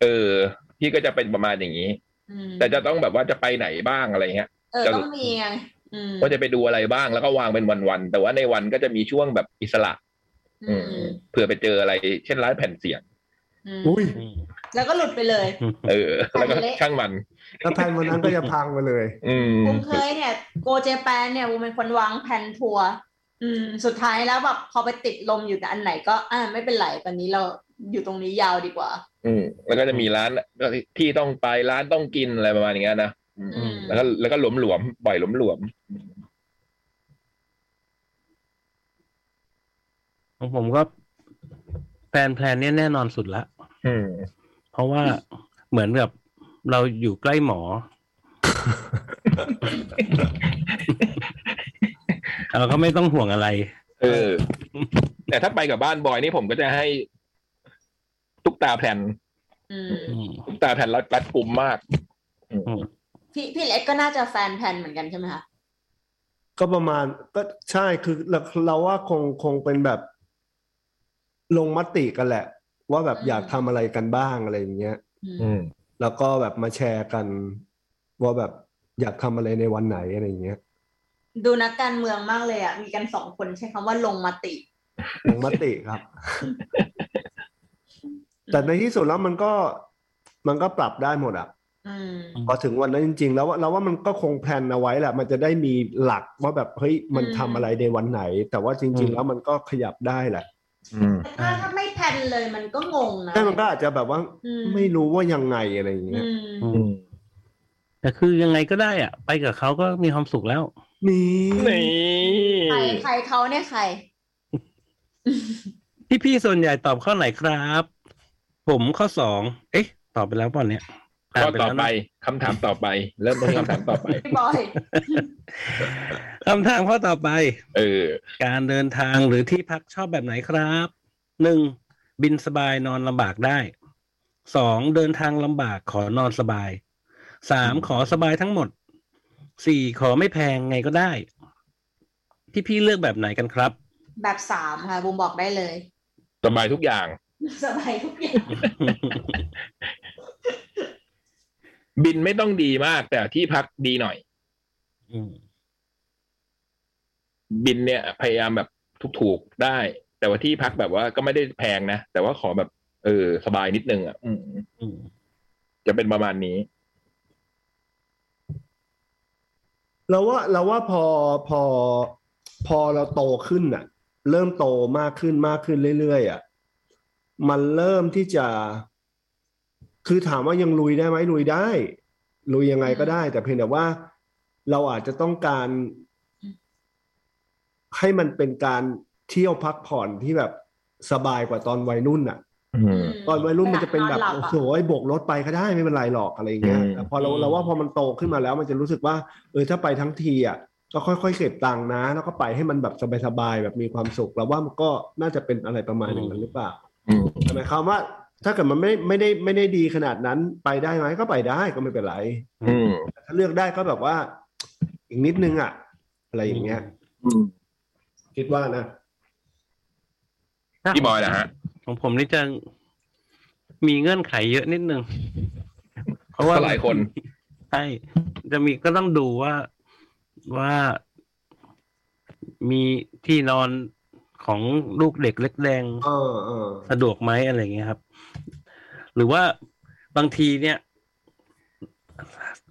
เออ พี่ก็จะเป็นประมาณอย่างนี้ อืม แต่จะต้องแบบว่าจะไปไหนบ้างอะไรเงี้ย เออ จะ ต้องมีไงอืม ว่าจะไปดูอะไรบ้างแล้วก็วางเป็นวันๆแต่ว่าในวันก็จะมีช่วงแบบอิสระ อื อืมมเผื่อไปเจออะไร เช่นร้านแผ่นเสียง อืม อุ้ย แล้วก็หลุดไปเลย เออ แล้วก็ช่างมัน แล้วแผนวันนั้นก็จะพังไปเลย อืม บุมเคยเนี่ยโกเจแปนเนี่ยบุมเป็นคนวางแผนทัวร์อืม สุดท้ายแล้วแบบพอไปติดลมอยู่กับอันไหนก็อ่าไม่เป็นไรตอนนี้เราอยู่ตรงนี้ยาวดีกว่า อืม แล้วก็จะมีร้านที่ต้องไปร้านต้องกินอะไรประมาณอย่างเงี้ยนะอืม อืม แล้วก็แล้วก็หลวมหลวมๆปล่อยหลวมหลวม ของผมก็แพลนแพลนเนี่ยแน่นอนสุดละ ๆอืม เพราะว่าเหมือนแบบเราอยู่ใกล้หม อ เราก็ไม่ต้องห่วงอะไร เออ แต่ถ้าไปกับบ้านบอยนี่ผมก็จะให้ตุ๊กตาแผ่น อืม อืม ตุ๊กตาแผ่นรัดรัดกลุ่มมาก พี่พี่เล็กก็น่าจะแฟนแผนเหมือนกันใช่ไหมคะ ก็ประมาณก็ใช่คือเราเราว่าคงคงเป็นแบบลงมติกันแหละ ว่าแบบอยากทำอะไรกันบ้างอะไรอย่างเงี้ย อืม อืม แล้วก็แบบมาแชร์กัน ว่าแบบอยากทำอะไรในวันไหนอะไรอย่างเงี้ย ดูนักการเมืองมากเลยอ่ะมีกันสองคนใช้คำว่าลงมติ ลงมติ ครับ แต่ในที่สุดแล้วมันก็มันก็ปรับได้หมดอ่ะ อืม พอถึงวันนั้นจริง ๆ แล้วว่าเราว่ามันก็คงแพลนเอาไว้แหละ มันจะได้มีหลักว่าแบบเฮ้ยมัน อืม ทำอะไรในวันไหน แต่ว่าจริง ๆ แล้วมันก็ขยับได้แหละ อืม แต่ถ้าถ้าไม่แผนเลยมันก็งงนะ แต่มันก็อาจจะแบบว่า อืม ไม่รู้ว่ายังไงอะไรอย่างเงี้ย อืม อืม แต่คือยังไงก็ได้อ่ะ ไปกับเขาก็มีความสุขแล้ว นี่ นี่ ใครใครเขาเนี่ยใคร พี่ๆส่วนใหญ่ตอบข้อไหนครับ ผมข้อสองเอ๊ะ ตอบไปแล้วป่ะเนี่ย ข้อต่ า อน แล้ว ไป นะ คำถามต่อไป เริ่มต้นที่คำถามต่อไป พี่บอย คำถามข้อต่อไป เออ การเดินทางหรือที่พักชอบแบบไหนครับหนึ่งบินสบายนอนลำบากได้สองเดินทางลำบากขอนอนสบายสามขอสบายทั้งหมดสี่ขอไม่แพงไงก็ได้ พี่พี่ๆเลือกแบบไหนกันครับ แบบสามค่ะบุมบอกได้เลย สบายทุกอย่าง สบายทุกอย่าง บินไม่ต้องดีมาก แต่ที่พักดีหน่อย อืม บินเนี่ย พยายามแบบถูกๆได้ แต่ว่าที่พักแบบว่าก็ไม่ได้แพงนะ แต่ว่าขอแบบ เออ สบายนิดนึงอ่ะอืม อืม จะเป็นประมาณนี้ เราว่าเราว่าพอพอพอเราโตขึ้นอ่ะ เริ่มโตมากขึ้นมากขึ้นเรื่อยๆอ่ะมันเริ่มที่จะ คือถามว่ายังลุยได้ไหมลุยได้ลุยยังไงก็ได้ แต่เพียงแต่ว่า เราอาจจะต้องการ ให้มันเป็นการเที่ยวพักผ่อนที่แบบสบายกว่าตอนวัยรุ่นอ่ะ อืม ตอนวัยรุ่นมันจะเป็นแบบ หลั โอ้ อะ โหโบกรถไปก็ได้ไม่เป็นไรหรอกอะไรอย่างเงี้ย อืม แต่พอเราเราว่าพอมันโตขึ้นมาแล้วมันจะรู้สึกว่าเออถ้าไปทั้งทีอ่ะก็ค่อยๆเก็บตังค์นะ แล้วก็ไปให้มันแบบสบายๆแบบมีความสุขเราว่ามันก็น่าจะเป็นอะไรประมาณอย่างนั้นหรือเปล่า อืม แต่หมายความว่า ถ้าเกิดมันไม่ไม่ได้ไม่ได้ดีขนาดนั้นไปได้ไหมก็ไปได้ก็ไม่เป็นไร อืม แต่ถ้าเลือกได้ก็แบบว่า อีกนิดนึงอ่ะ อะไรอย่างเงี้ย อืม คิดว่านะ พี่บอยนะฮะ ของผมนี่จะมีเงื่อนไขเยอะนิดนึง เพราะว่า ก็หลายคน ใช่จะมีก็ต้องดูว่าว่ามีที่นอนของลูกเด็กเล็กแดง เออเออ สะดวกไหมอะไรอย่างเงี้ยครับ หรือว่าบางทีเนี่ย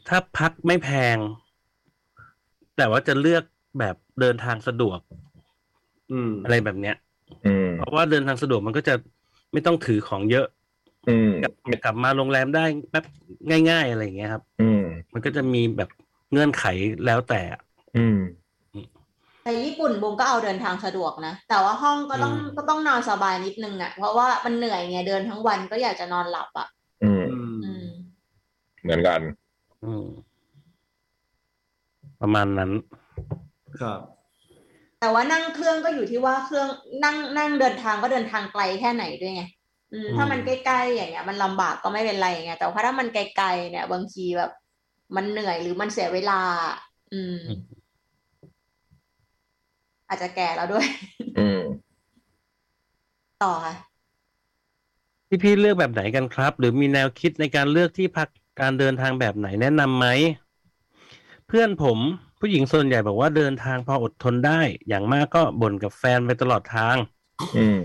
ถ้าพักไม่แพง แต่ว่าจะเลือกแบบเดินทางสะดวก อืม อะไรแบบเนี้ย อืม เพราะว่าเดินทางสะดวกมันก็จะไม่ต้องถือของเยอะ อืม กลับกลับมาโรงแรมได้แป๊บง่ายๆอะไรอย่างเงี้ยครับ อืม มันก็จะมีแบบเงื่อนไขแล้วแต่ อืม แต่ญี่ปุ่นบุมก็เอาเดินทางสะดวกนะ แต่ว่าห้องก็ต้อง อืม ก็ต้องนอนสบายนิดนึงอะ่ะ เพราะว่ามันเหนื่อยไงเดินทั้งวันก็อยากจะนอนหลับอะ่ะ อืม อืม อืม เหมือนกัน อืม ประมาณนั้น ครับ แต่ว่านั่งเครื่องก็อยู่ที่ว่าเครื่องนั่งนั่งเดินทางก็เดินทางไกลแค่ไหนด้วยไงอืม อืม ถ้ามันใกล้ๆอย่างเงี้ย มันลำบากก็ไม่เป็นไรไงแต่ว่าถ้ามันไกลๆเนี่ยบางทีแบบ มันเหนื่อยหรือมันเสียเวลา อืม อาจจะแก่แล้วด้วย อืม ต่อค่ะ พี่พี่ๆเลือกแบบไหนกันครับ หรือมีแนวคิดในการเลือกที่พักการเดินทางแบบไหนแนะนำไหม เพื่อนผมผู้หญิงส่วนใหญ่บอกว่าเดินทางพออดทนได้ อย่างมากก็บ่นกับแฟนไปตลอดทาง อืม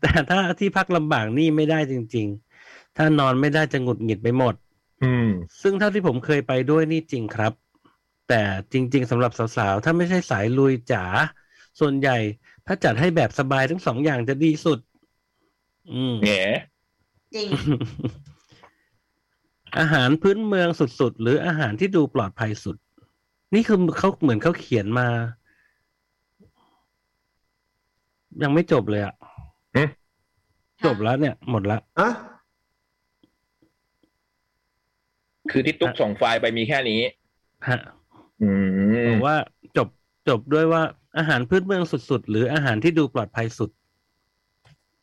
แต่ถ้าที่พักลำบากนี่ไม่ได้จริง ๆ ถ้านอนไม่ได้จะหงุดหงิดไปหมด อืม ซึ่งเท่าที่ผมเคยไปด้วยนี่จริงครับ แต่จริง ๆสำหรับสาวๆ ถ้าไม่ใช่สายลุยจ๋าส่วนใหญ่ ถ้าจัดให้แบบสบายทั้งสองอย่างจะดีสุด อืม แหม จริง อาหารพื้นเมืองสุดๆ หรืออาหารที่ดูปลอดภัยสุด นี่คือเขาเหมือนเขาเขียนมา ยังไม่จบเลยอะจบแล้วเนี่ย หมดละ อะ คือที่ตุ๊กส่งไฟล์ไปมีแค่นี้ ฮะ อืม บอกว่าจบจบด้วยว่าอาหารพื้นเมืองสุด ๆ หรืออาหารที่ดูปลอดภัยสุด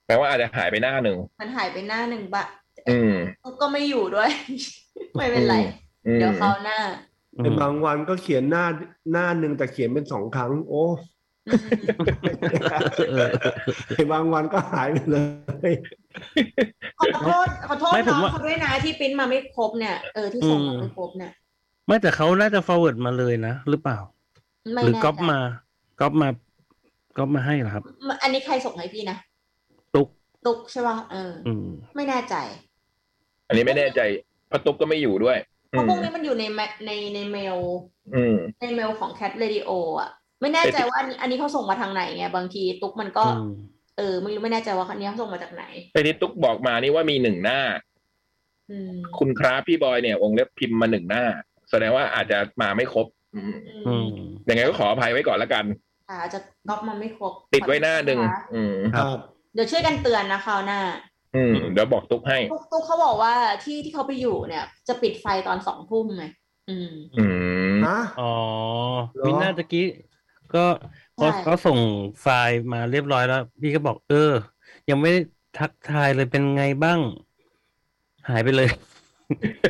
แปลว่าอาจจะหายไปหน้าหนึ่ง มันหายไปหน้าหนึ่งบะ อืม ก็ไม่อยู่ด้วย ไม่เป็นไร อืม เดี๋ยวเขาวหน้า อื เป็น ม บางวันก็เขียนหน้าหน้าหนึ่งแต่เขียนเป็นสองครั้ง โอ้ อืม เออ ไอ้บางวันก็หายไปเลย ขอโทษขอโทษ ไม่ผ น้ ม อง ว่า เขาด้วยนะที่ปริ้นมาไม่ครบเนี่ยเออที่ส่งมาไม่ครบเนี่ย ไม่แต่เขาน่าจะ forward มาเลยนะ หรือเปล่า ไม่ หรือ แน่ ก๊อป ใจ มาก๊อปมาก๊อปมาให้เหรอครับ อันนี้ใครส่งให้พี่นะ ตุ๊ก ตุกใช่ป่ะเอออ อืม ไม่แน่ใจ อันนี้ไม่แน่ใจเพราะตุ๊กก็ไม่อยู่ด้วย เพราะพวกนี้มันอยู่ในแมในในเมล อืม ในเมลของ Cat Radio อ่ะ ไม่แน่ใจว่าอันนี้อันนี้เขาส่งมาทางไหนไงบางทีตุ๊กมันก็ อืม เออไม่รู้ไม่แน่ใจว่าอันนี้เขาส่งมาจากไหน แต่ที่ตุ๊กบอกมานี่ว่ามีหนึ่งหน้า อืม คุณครับพี่บอยเนี่ย องค์เล็บพิมพ์มาหนึ่งหน้า แสดงว่าอาจจะมาไม่ครบ อืม อืม ยังไงก็ขออภัยไว้ก่อนละกัน อาจจะก๊อปมาไม่ครบ ติดไว้หน้าหนึ่งอืม ครับ เดี๋ยวช่วยกันเตือนนะคราวหน้า อืมเดี๋ยวบอกตุ๊กให้ ตุ๊กตุ๊กเขาบอกว่าที่ที่เขาไปอยู่เนี่ย จะปิดไฟตอนสองทุ่มไงอืม อืม ฮะ อ๋อ เหรอ วินาตะกี้ ก็เขา ใช่ เขาส่งไฟล์มาเรียบร้อยแล้ว พี่ก็บอก เออ ยังไม่ได้ทักทายเลยเป็นไงบ้าง หายไปเลย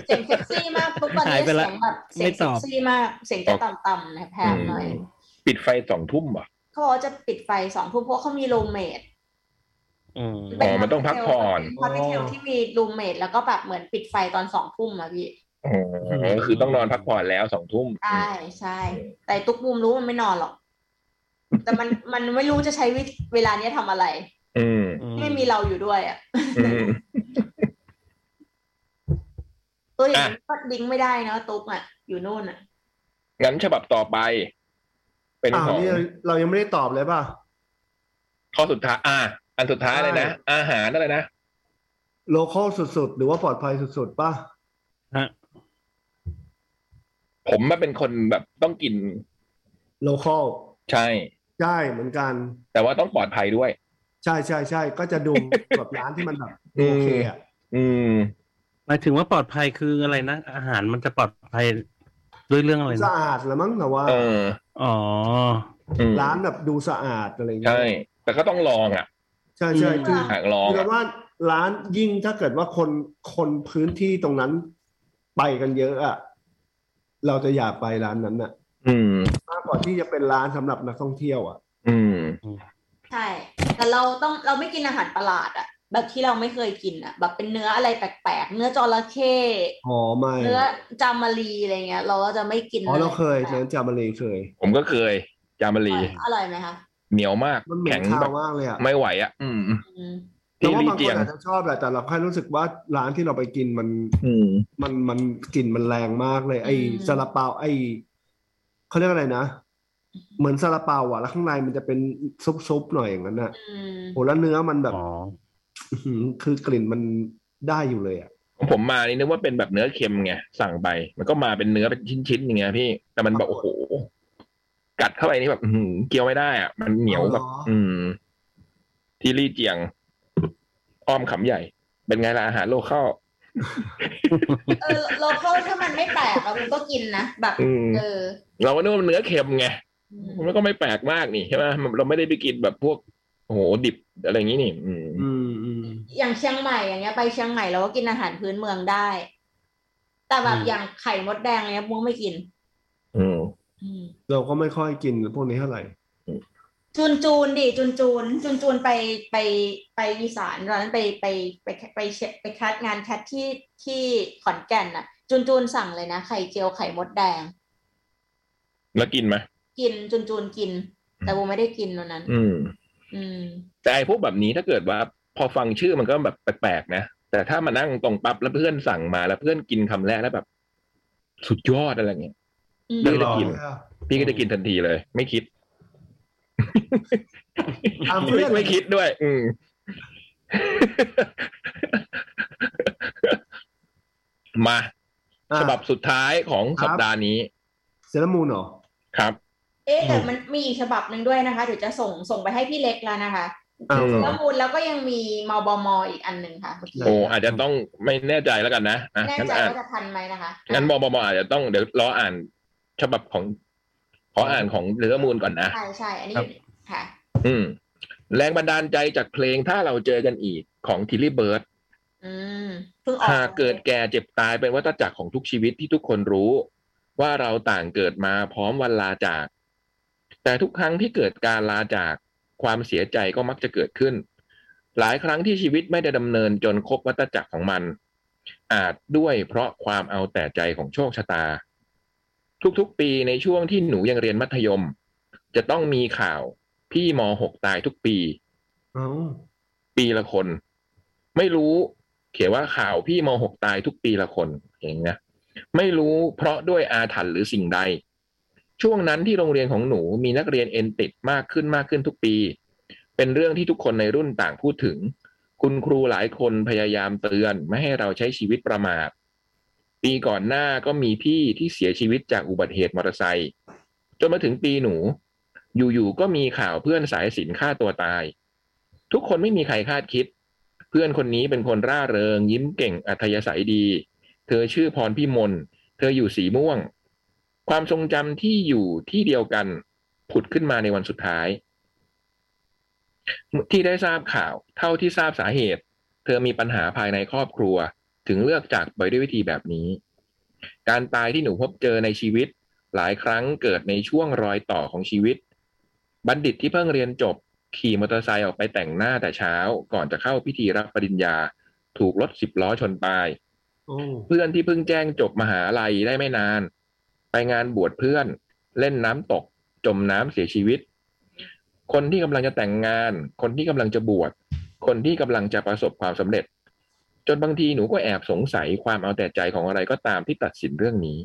เสียงเซ็กซี่มากทุกวัน หา นี้ ยไป เสี ละ ยงแบบเสียง ไม่ต เซ็ อกบ ซี่มากเสียงจะต่ำๆนะแพงหน่อย อืม ปิดไฟสองทุ่มเหรอ่ะ เขาบอกว่าจะปิดไฟสองทุ่มเพราะเขามีรูมเมท อืม อ๋อมันต้องพักผ่อน ฮอสพิทลที่มีรูมเมทแล้วก็แบบเหมือนปิดไฟตอนสองทุ่มอะพี่ อ๋อคือต้องนอนพักผ่อนแล้วสองทุ่ม ใช่ใช่แต่ตุ๊กบูมรู้มันไม่นอนหรอก แต่มันมันไม่รู้จะใช้วิธีเวลาเนี้ยทำอะไร อืม อื ไม่มีเราอยู่ด้วยอะ อืม ตัวอย่างนี้ อ่ะ ก็ดิ้งไม่ได้เนาะตุ๊กอะอยู่นู่นอะ งั้นฉบับต่อไป เป็น อ้าว ของ นี่เรายังไม่ได้ตอบเลยป่ะ ข้อสุดท้ายอ่ะอันสุดท้ายเลยนะ ใช่ อาหารอะไรนะ โลคอลสุดๆ หรือว่าปลอดภัยสุดๆป่ะ ฮะ ผมมาเป็นคนแบบต้องกิน โลคอล ใช่ ใช่เหมือนกัน แต่ว่าต้องปลอดภัยด้วย ใช่ใช่ใช่ก็จะดูแบบร้านที่มัน แบบ อืม โอเคอะ อืม หมายถึงว่าปลอดภัยคืออะไรนะ อาหารมันจะปลอดภัยด้วยเรื่องอะไร สะ นะ อาดละมั้งแต่ว่า เออ อ๋อ อืม ร้านแบบดูสะอาดอะไรอย่างเงี้ ใช่ ย แต่ก็ต้องลองอ่ะ ใช่ใช่คือ หากลอง คือ อะ ว่าร้านยิ่งถ้าเกิดว่าคนคนพื้นที่ตรงนั้นไปกันเยอะอะเราจะอยากไปร้านนั้นอะ อืม มากกว่าที่จะเป็นร้านสำหรับนักท่องเที่ยวอะ อืม ใช่แต่เราต้องเราไม่กินอาหารประหลาดอะแบบที่เราไม่เคยกินอะแบบเป็นเนื้ออะไรแปลกๆเนื้อจระเข้ อ๋อไม่ เนื้อจามารีอะไรเงี้ย เราก็จะไม่กิน อ๋อเราเคยเนื้อจามาเลเคย ผมก็เคย จามรี อร่อยไหมคะ เหนียวมาก มันเหม็ แข็ น ง คา แบ ว บ มากเลยอะ ไม่ไหวอ่ะ อืม อืม แต่ ที่ ว่า ลี บางค เจีย น ง อาจจะชอบแหละแต่เราแค่รู้สึกว่าร้านที่เราไปกินมัน อืม มันมันกลิ่นมันแรงมากเลย ไอ้ อืม ซาลาเปาไอ้เขาเรียกอะไรนะ เหมือนซาลาเปาอ่ะแล้วข้างในมันจะเป็นซุบๆหน่อยอย่างนั้นอ่ะ อืม โหแล้วเนื้อมันแบบ อ๋อ อื้อหือคือกลิ่นมันได้อยู่เลยอ่ะ ของผมมานี่นึกว่าเป็นแบบเนื้อเค็มไงสั่งไป มันก็มาเป็นเนื้อเป็นชิ้นๆอย่างเงี้ยพี่แต่มันแบบโอ้โหกัดเข้าไปนี่แบบอื้อหือเคี้ยวไม่ได้อ่ะมันเหนียวแบบ อืม ที่รีเจียง อ้อมขำใหญ่ เป็นไงล่ะอาหารโลเข้า เออโลเคอลถ้ามันไม่แปลกอะมันก็กินนะแบบ อืม เออ เราก็นึกว่ามันเนื้อเค็มไง อืม มันก็ไม่แปลกมากนี่ใช่ไหมมันเราไม่ได้ไปกินแบบพวกโอ้โหดิบอะไรอย่างงี้นี่ อืม อืมอืม อย่างเชียงใหม่อย่างเงี้ยไปเชียงใหม่เราก็กินอาหารพื้นเมืองได้ แต่แบบ อืม อย่างไข่มดแดงเนี้ยมุ้งไม่กิน อืม เราก็ไม่ค่อยกินพวกนี้เท่าไหร่ จูนจูนดิจูนจูนจูนจูนไปไปไปอีสานตอนนั้นไปไปไปไปเชไปแคทงานแคทที่ที่ขอนแก่นน่ะ จูนจูนสั่งเลยนะไข่เจียวไข่มดแดง แล้วกินไหม กินจูนจูนกิน แต่บูไม่ได้กินวันนั้น อืม อืม แต่ไอ้พวกแบบนี้ถ้าเกิดว่าพอฟังชื่อมันก็แบบแปลกๆนะ แต่ถ้ามานั่งตรงปั๊บแล้วเพื่อนสั่งมาแล้วเพื่อนกินคำแรกแล้วแบบ สุดยอดอะไรเงี้ย อืม เดี๋ยว จะ ร กิน อ่ะ พี่ก็จะกินทันทีเลย ไม่คิด ตาม ไม่ เพื่อน ไม่คิดด้วย อืม มา อ่ะ ฉบับสุดท้ายของ ครับ สัปดาห์นี้ เซรามูนเหรอ ครับ เอ๊ะแต่มันมีอีกฉบับหนึ่งด้วยนะคะเดี๋ยวจะส่งส่งไปให้พี่เล็กแล้วนะคะ อ้าว อืม เหร แล้ อ วมูลแล้วก็ยังมีมบมอีกอันหนึ่งค่ะ ได้ โอ้อาจจะต้องไม่แน่ใจแล้วกันนะอ่ะ แน่ งั้น ใจ อ่าน ว่าจะทันไหมนะคะ งั้นบอบออาจจะต้องเดี๋ยวรออ่าน ฉบับของ ขออ่านของเนื้อมูลก่อนนะ ใช่ใช่อันนี้อยู่ค่ะ อืม แรงบันดาลใจจากเพลงถ้าเราเจอกันอีกของทิลลี่เบิร์ด อืมเพิ่งออก หากเกิดแก่เจ็บตายเป็นวัฏจักรของทุกชีวิตที่ทุกคนรู้ ว่าเราต่างเกิดมาพร้อมวันลาจาก แต่ทุกครั้งที่เกิดการลาจากความเสียใจก็มักจะเกิดขึ้น หลายครั้งที่ชีวิตไม่ได้ดำเนินจนครบวัฏจักรของมัน อาจด้วยเพราะความเอาแต่ใจของโชคชะตา ทุกๆปีในช่วงที่หนูยังเรียนมัธยม จะต้องมีข่าวพี่ม .6 ตายทุกปี เอ้า ปีละคน ไม่รู้ เขียนว่าข่าวพี่มหกตายทุกปีละคนอย่างเงี้ยไม่รู้เพราะด้วยอาถรรพ์หรือสิ่งใด ช่วงนั้นที่โรงเรียนของหนูมีนักเรียนเอ็นติดมากขึ้นมากขึ้นทุกปี เป็นเรื่องที่ทุกคนในรุ่นต่างพูดถึง คุณครูหลายคนพยายามเตือน ไม่ให้เราใช้ชีวิตประมาทปีก่อนหน้าก็มีพี่ที่เสียชีวิตจากอุบัติเหตุมอเตอร์ไซค์จนมาถึงปีหนู อยู่ๆก็มีข่าวเพื่อนสายสินฆ่าตัวตาย ทุกคนไม่มีใครคาดคิด เพื่อนคนนี้เป็นคนร่าเริง ยิ้มเก่งอัธยาศัยดี เธอชื่อพรพิมลเธออยู่สีม่วง ความทรงจำที่อยู่ที่เดียวกันผุดขึ้นมาในวันสุดท้าย ที่ได้ทราบข่าว เท่าที่ทราบสาเหตุ เธอมีปัญหาภายในครอบครัว ถึงเลือกจากไปด้วยวิธีแบบนี้ การตายที่หนูพบเจอในชีวิต หลายครั้งเกิดในช่วงรอยต่อของชีวิต บัณฑิตที่เพิ่งเรียนจบ ขี่มอเตอร์ไซค์ออกไปแต่งหน้าแต่เช้า ก่อนจะเข้าพิธีรับปริญญา ถูกรถสิบล้อชนตาย โอ้ เพื่อนที่เพิ่งแจ้งจบมหาลัยได้ไม่นาน ไปงานบวชเพื่อน เล่นน้ำตก จมน้ำเสียชีวิต คนที่กำลังจะแต่งงาน คนที่กำลังจะบวชคนที่กำลังจะประสบความสำเร็จ จนบางทีหนูก็แอบสงสัยความเอาแต่ใจของอะไรก็ตามที่ตัดสินเรื่องนี้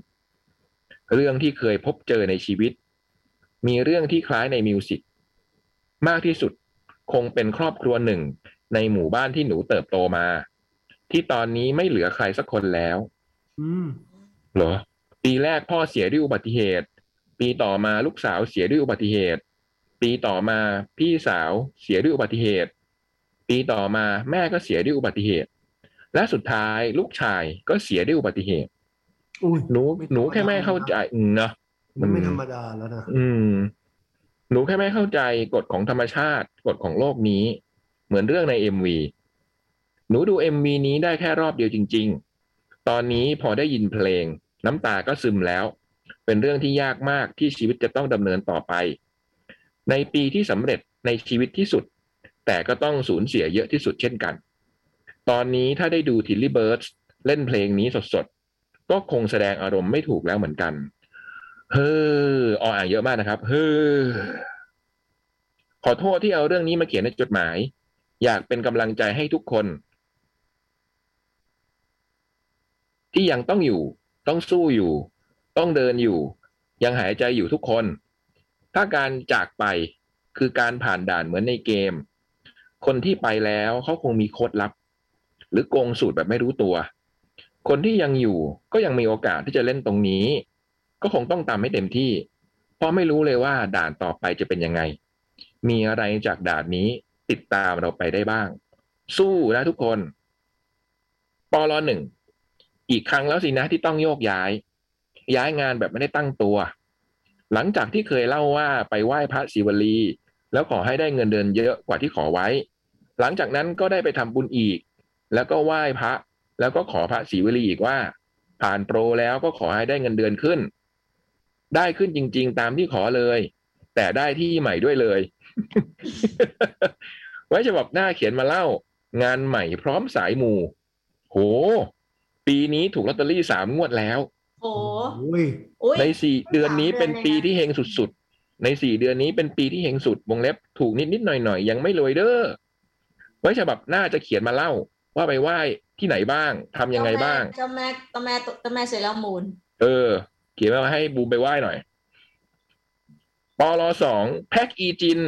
เรื่องที่เคยพบเจอในชีวิต มีเรื่องที่คล้ายในมิวสิกมากที่สุดคงเป็นครอบครัวหนึ่ง ในหมู่บ้านที่หนูเติบโตมา ที่ตอนนี้ไม่เหลือใครสักคนแล้ว อืม เหรอปีแรกพ่อเสียด้วยอุบัติเหตุ ปีต่อมาลูกสาวเสียด้วยอุบัติเหตุ ปีต่อมาพี่สาวเสียด้วยอุบัติเหตุ ปีต่อมาแม่ก็เสียด้วยอุบัติเหตุ และสุดท้ายลูกชายก็เสียด้วยอุบัติเหตุ อุ้ย หนู ไม่ธรรมดา หนูแค่ไม่เข้าใจอืมเนาะ มันไม่ธรรมดาแล้วนะ อืม หนูแค่ไม่เข้าใจกฎของธรรมชาติกฎของโลกนี้ เหมือนเรื่องในเอ็มวีหนูดูเอ็มวีนี้ได้แค่รอบเดียวจริง ๆ ตอนนี้พอได้ยินเพลง น้ำตาก็ซึมแล้ว เป็นเรื่องที่ยากมากที่ชีวิตจะต้องดำเนินต่อไป ในปีที่สำเร็จในชีวิตที่สุด แต่ก็ต้องสูญเสียเยอะที่สุดเช่นกัน ตอนนี้ถ้าได้ดูทิลลี่เบิร์ดเล่นเพลงนี้สดๆ ก็คงแสดงอารมณ์ไม่ถูกแล้วเหมือนกัน เฮ้อออ่างเยอะมากนะครับ เฮ้อขอโทษที่เอาเรื่องนี้มาเขียนในจดหมาย อยากเป็นกำลังใจให้ทุกคน ที่ยังต้องอยู่ ต้องสู้อยู่ ต้องเดินอยู่ ยังหายใจอยู่ทุกคน ถ้าการจากไปคือการผ่านด่านเหมือนในเกม คนที่ไปแล้วเขาคงมีโค้ดลับ หรือโกงสูตรแบบไม่รู้ตัว คนที่ยังอยู่ก็ยังมีโอกาสที่จะเล่นตรงนี้ ก็คงต้องตามให้เต็มที่ เพราะไม่รู้เลยว่าด่านต่อไปจะเป็นยังไง มีอะไรจากด่านนี้ติดตามเราไปได้บ้าง สู้นะทุกคนปลหนึ่ง อีกครั้งแล้วสินะที่ต้องโยกย้าย ย้ายงานแบบไม่ได้ตั้งตัว หลังจากที่เคยเล่าว่าไปไหว้พระศิวลี แล้วขอให้ได้เงินเดือนเยอะกว่าที่ขอไว้ หลังจากนั้นก็ได้ไปทำบุญอีก แล้วก็ไหว้พระ แล้วก็ขอพระศิวลีอีกว่า ผ่านโปรแล้วก็ขอให้ได้เงินเดือนขึ้น ได้ขึ้นจริง ๆ ตามที่ขอเลย แต่ได้ที่ใหม่ด้วยเลย ไว้ฉบับหน้าเขียนมาเล่า งานใหม่พร้อมสายหมูโห ปีนี้ถูกลอตเตอรี่สามงวดแล้ว โอ้โห โอ้ย อุ้ย ในสี่เดือนนี้เป็นปีที่เฮงสุด ในสี่เดือนนี้เป็นปีที่เฮงสุดวงเล็บถูกนิดนิดๆหน่อยหน่อยๆ ยังไม่รวยเด้อไว้ฉบับหน้าจะเขียนมาเล่า ว่าไปไหว้ที่ไหนบ้างทำยังไงบ้าง เจ้าแม่เจ้าแม่เจ้าแม่เซเลอรามูน เออ เขียนมาให้บูมไปไหว้หน่อยปลสองแพ็กอีจิน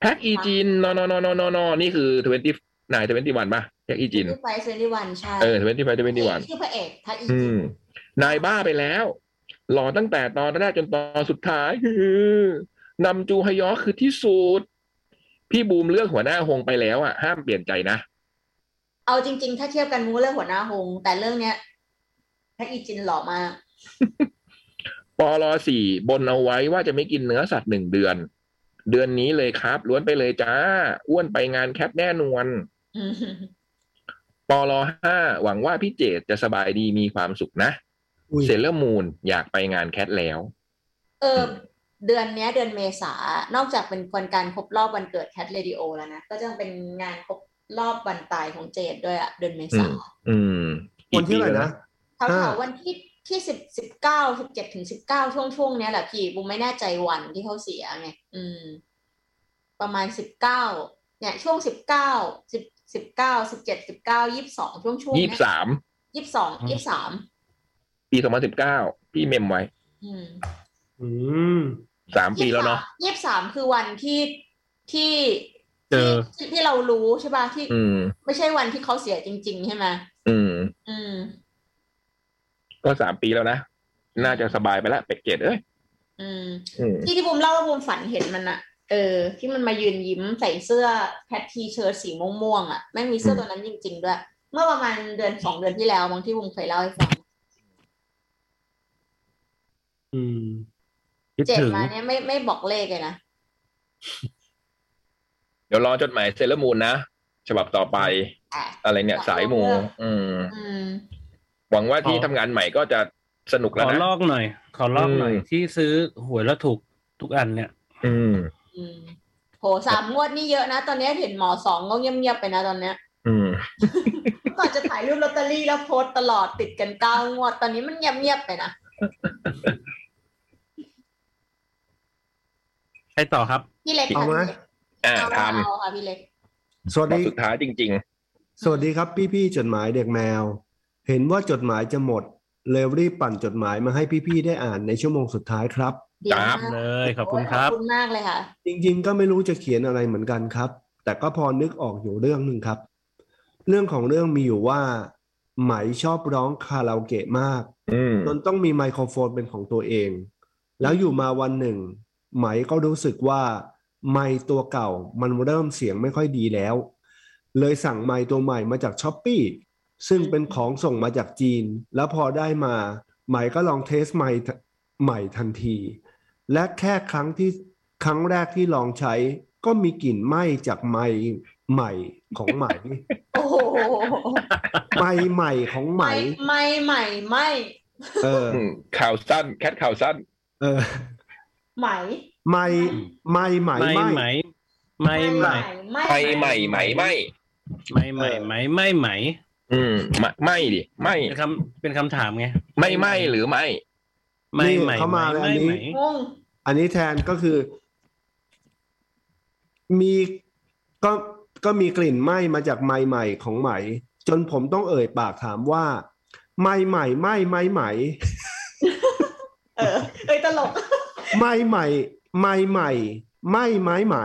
แพ็กอีจินนอนนอนนอนนอนนี่คือทเวนตี้นายทเวนตี้วันป่ะแพ็กอีจิน ที่ไปเซนิวันใช่ เออทเวนตี้ไฟทเวนตี้วัน ชื่อพระเอกทัดอี อื จิ ม นายบ้าไปแล้ว หล่อตั้งแต่ตอนแรกจนตอนสุดท้าย ฮือนำจูฮยอคือที่สุด พี่บูมเลือกหัวหน้าฮงไปแล้วอ่ะ ห้ามเปลี่ยนใจนะ เอาจริง ๆ ถ้าเทียบกันมูเรื่องหัวหน้าหง แต่เรื่องเนี้ยทัดอีจินหล่อมาก ปลสี่บนเอาไว้ว่าจะไม่กินเนื้อสัตว์หนึ่งเดือน เดือนนี้เลยครับ ล้วนไปเลยจ้า อ้วนไปงานแคปแน่นวน อืม ปลห้าหวังว่าพี่เจตจะสบายดีมีความสุขนะ อุ้ย เซเลอร์มูนอยากไปงานแคทแล้ว เออ เดือนเนี้ย เดือนเมษานอกจากเป็นวันการครบรอบวันเกิดแคทเรดิโอแล้วนะ ก็จะเป็นงานครบรอบวันตายของเจดด้วยอะเดือนเมษา อืม วันที่อะไหรนะ แถ อ่า วๆวันที่ที่สิบสิบเก้าสิบเจ็ดถึงสิบเก้าช่วงช่วงๆเนี้ยแหละพี่บูมไม่แน่ใจวันที่เขาเสียไงอืม ประมาณสิบเก้าเนี่ย ช่วงสิบเก้าสิบสิบเก้าสิบเจ็ดสิบเก้ายี่สิบสองช่วงช่วง ยี่สิบสาม ยี่สิบสองยี่สิบสาม ปีสองพันสิบเก้าพี่เมมไว้ อืม อืม สามปีแล้วเนาะ ยี่สิบสามคือวันที่ที่ เจอ ที่ที่เรารู้ใช่ป่ะที่ อืม ไม่ใช่วันที่เขาเสียจริง ๆ ใช่ไหม อืม อืม ก็สามปีแล้วนะ น่าจะสบายไปแล้วเป็ดเกตเอ้ย อืม อืม ที่ที่บุมเล่าว่าบุมฝันเห็นมันอะเออ ที่มันมายืนยิ้มใส่เสื้อแพททีเชิ้ตสีม่วงๆอะแม่งมีเสื้อตัวนั้นจริง ๆ ด้วย เมื่อประมาณเดือนสองเดือนที่แล้วบางที่บุมเคยเล่าให้ฟัง อืมคิด เจ็ด ถึง มาเนี่ยไม่ไม่บอกเลขเลยนะ เดี๋ยวรอจดหมายเซเลอร์มูนนะ ฉบับต่อไป อ่ะ อะไรเนี่ย สายมูอืม อืม หวังว่าที่ อ๋อ ทำงานใหม่ก็จะสนุก ข แล้ว อ นะ ลอกหน่อย ขอลอกหน่อย อืม ที่ซื้อหวยแล้วถูกทุกอันเนี่ย อืม อืมโหสามงวดนี่เยอะนะ ตอนนี้เห็นหมอสองก็เงียบๆไปนะตอนเนี้ย อืม ก่อนจะถ่ายรูปลอตเตอรี่แล้วโพสต์ตลอดติดกันเก้างวด ตอนนี้มันเงียบๆไปนะ ใครต่อครับ พี่เล็ก เอาไหม อ่า เอา ทัน เอาค่ะพี่เล็ก สวัส บท ดี สุดท้ายจริง สวัสดีครับพี่ๆจดหมายเด็กแมว เห็นว่าจดหมายจะหมดเลยรีบปั่นจดหมายมาให้พี่ๆได้อ่านในชั่วโมงสุดท้ายครับ ครับ ดีมาก เลยขอบคุณครับ ขอบคุณมากเลยค่ะ จริงๆ ก็ไม่รู้จะเขียนอะไรเหมือนกันครับ แต่ก็พอนึกออกอยู่เรื่องหนึ่งครับ เรื่องของเรื่องมีอยู่ว่า ไหมชอบร้องคาราโอเกะมาก ๆ อืม จนต้องมีไมโครโฟนเป็นของตัวเอง แล้วอยู่มาวันหนึ่ง ไหมก็รู้สึกว่า ไมค์ตัวเก่ามันเริ่มเสียงไม่ค่อยดีแล้ว เลยสั่งไมค์ตัวใหม่มาจากช้อปปี้ซึ่งเป็นของส่งมาจากจีน แล้วพอได้มา ไหมก็ลองเทสไมค์ใหม่ทันที และแค่ครั้งที่ครั้งแรกที่ลองใช้ ก็มีกลิ่นไหม้จากไมค์ใหม่ของไหม โอ้โห ไมค์ใหม่ของไหม ไม่ไม่ไม่ไม่ เออ อืมข่าวสั้น แคทข่าวสั้น เออ ไหม ไมค์ไมค์ไหม ไม่ ไหม ไหมไม่ไหม ไม่ ไปใหม่ไหมไหม ไม่ไหมไหมไม่ไหม อืมไม่ไม่ดิไม่ เป็นคำเป็นคำถามไง ไม่ไม่หรือไม่ ไม่ นี่ ไหม เข้ามาแล้วอันไม่นี้ ไหม งง อันนี้แทนก็คือ มีก็ก็มีกลิ่นไหม้มาจากไม้ใหม่ของไหม จนผมต้องเอ่ยปากถามว่า ไม้ใหม่ไหม้ไหม้ไหม เออเอ้ยตลก ไม้ใหม่ไม้ใหม่ไหม้ไหม้ไหม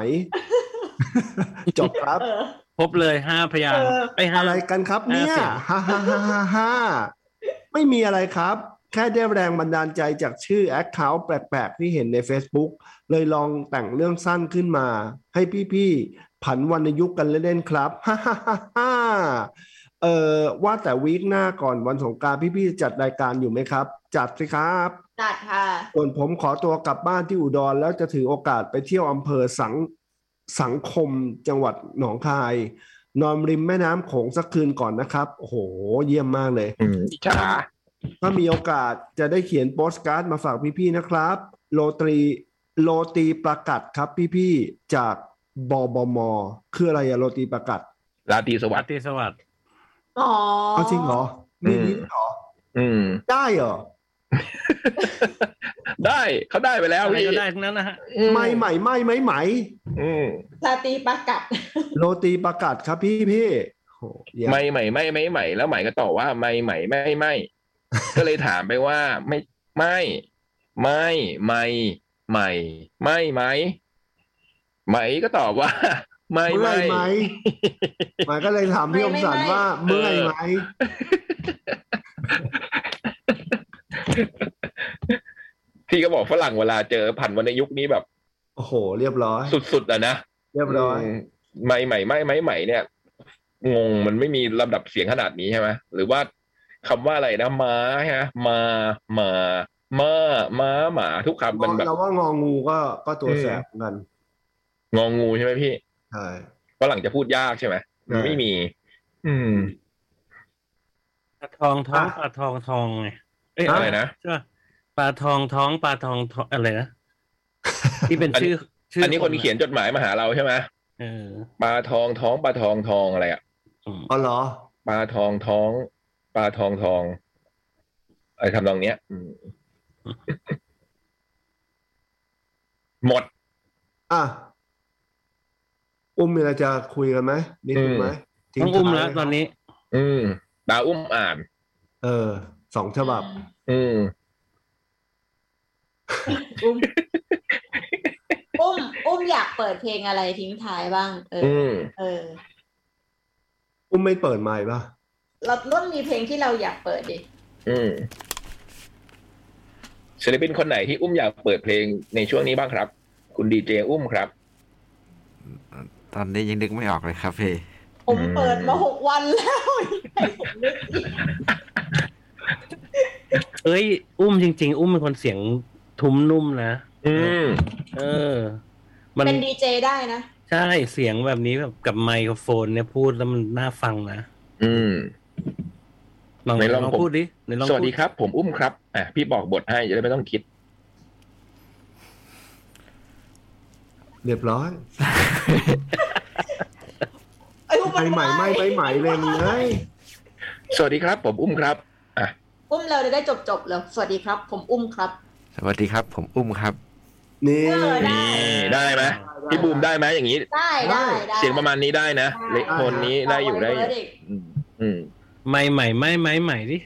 จบครับ เออ พบเลยห้าพยางค์ เออ ไอ้ห้า อะไรกันครับเนี่ย ห้าสิบ ฮ่าฮ่าฮ่าฮ่าฮ่าไม่มีอะไรครับ แค่ได้แรงบันดาลใจจากชื่อแอคเคาท์แปลกๆ ที่เห็นใน Facebook เลยลองแต่งเรื่องสั้นขึ้นมา ให้พี่ๆ ผันวรรณยุกต์กันเล่นๆครับฮ่าฮ่าฮ่าฮ่าเออว่าแต่วีคหน้าก่อนวันสงกรารพี่ๆจะจัดรายการอยู่ไหมครับ จัดสิครับ จัดค่ะ ส่วนผมขอตัวกลับบ้านที่อุดรแล้วจะถือโอกาสไปเที่ยวอำเภอสังสังคมจังหวัดหนองคาย นอนริมแม่น้ำโขงสักคืนก่อนนะครับ โอ้โห เยี่ยมมากเลย อืมช้า ถ้ามีโอกาสจะได้เขียนโปสการ์ดมาฝากพี่ๆนะครับ โลตรีโลตีประกัดครับพี่ๆจากบอบมคืออะไรอะโรตีประกัด ลาตรีสวั อา สดิ์ ติสวัสดิ์ อ๋อ เอาจริงเหรอมี อืม นี้เหรอ อืม ได้เหรอ ได้เขาได้ไปแล้ว อะไร พี่ ก็ได้ทั้งนั้นนะฮะ ไม่ไหมไม่ไหมไหม อืม ลาตีปากัด โรตีประกาศครับพี่พี่โหเยี่ยม ไม่ใหม่ไม่ไม่ใหม่แล้วใหม่ก็ตอบว่าไม่ใหม่ไม่ไม่ ก็เลยถามไปว่าไม่ไม่ไม่ไม่ไม่ไม่ไหมไหมก็ตอบว่า ไม่ เมื่ ไม่ อยไหมหมายก็เลยถามพี่อมสันว่า ไม่ เมื่อไม่ยไหม พี่ก็บอกฝรั่งเวลาเจอผันวันในยุคนี้แบบ โอ้โห เรียบร้อย สุดๆอ่ะนะ เรียบร้อย มไม่ใหม่ไม่ไม่ใหม่เนี่ย งงมันไม่มีลำดับเสียงขนาดนี้ใช่ไหมหรือว่าคำว่าอะไรนะม้าฮะมามามาม้าหมาทุกคำมันแบบ เราว่างองูก็ก็ตัวแสบเหมือนกัน งองูใช่ไหมพี่ ใช่ ฝรั่งจะพูดยากใช่ไหม ใช่ ไม่มี อืม ปลาทองท้อง อ่ะ ปลาทองทองไงเอ้ย ฮะ อะไรนะ ใช่ปะปลาทองท้องปลาทองทองอะไรนะที่เป็น อันนี้ ชื่อชื่ อันนี้คนเขียนจดหมายมาหาเราใช่ไหม เออ ปลาทองท้องปลาทองทองอะไรอะ อืม อ๋อเหรอ ปลาทองท้องปลาทองทองไอ้คำนองเนี้ยอืมหมด อ่ะ อุ้มมีอะไรจะคุยกันไหมนิดนึงไหมทิ้ ต้องอุ้ม ท้าย แล้ว ไครับ ตอนนี้ อืมดาวอุ้มอ่าน เออสองฉบับ อืม อุ้ม อุ้ม อุ้มอยากเปิดเพลงอะไรทิ้งท้ายบ้าง เออ อืม เออ อุ้มไม่เปิดไมค์ป่ะ เราต้องมีเพลงที่เราอยากเปิดดิ อืมศิลปินคนไหนที่อุ้มอยากเปิดเพลงในช่วงนี้บ้างครับ คุณดีเจอุ้มครับ ตอนนี้ยังนึกไม่ออกเลยครับพี่ ผม อืม เปิดมาหกวันแล้วให้ผมนึกอีก เอ้ย อุ้มจริง ๆ อุ้มเป็นคนเสียงทุ้มนุ่มนะ อืม เออ มัน เป็นดีเจได้นะ ใช่เสียงแบบนี้แบบกับไมโครโฟนเนี่ยพูดแล้วมันน่าฟังนะ อืม ลอง ไหนลอง ลอง ผม พูดดิไหนลอง สวัส พู ดีครับ ผมอุ้มครับ อ่ะพี่บอกบทให้จะได้ไม่ต้องคิด เรียบร้อย ไอ้ยอุ้ม ไปใหม่ไม่ไปใหม่เลยมึงเอ้ย สวัสดีครับ ผมอุ้มครับ อ่ะ อุ้มเราจะได้จบจบๆเลยสวัสดีครับ ผมอุ้มครับ สวัสดีครับ ผมอุ้มครับ นี่ เออได้ นี่ได้ไหมพี่บูมได้ไหมอย่างนี้ ได้ได้ได้ เสียงประมาณนี้ได้นะ ได้ เละโทนนี้ได้อยู่ได้อยู่ เาว้เบิร์ก อืมอืม ไม่ใหม่ไม่ไม่ใหม่ดิ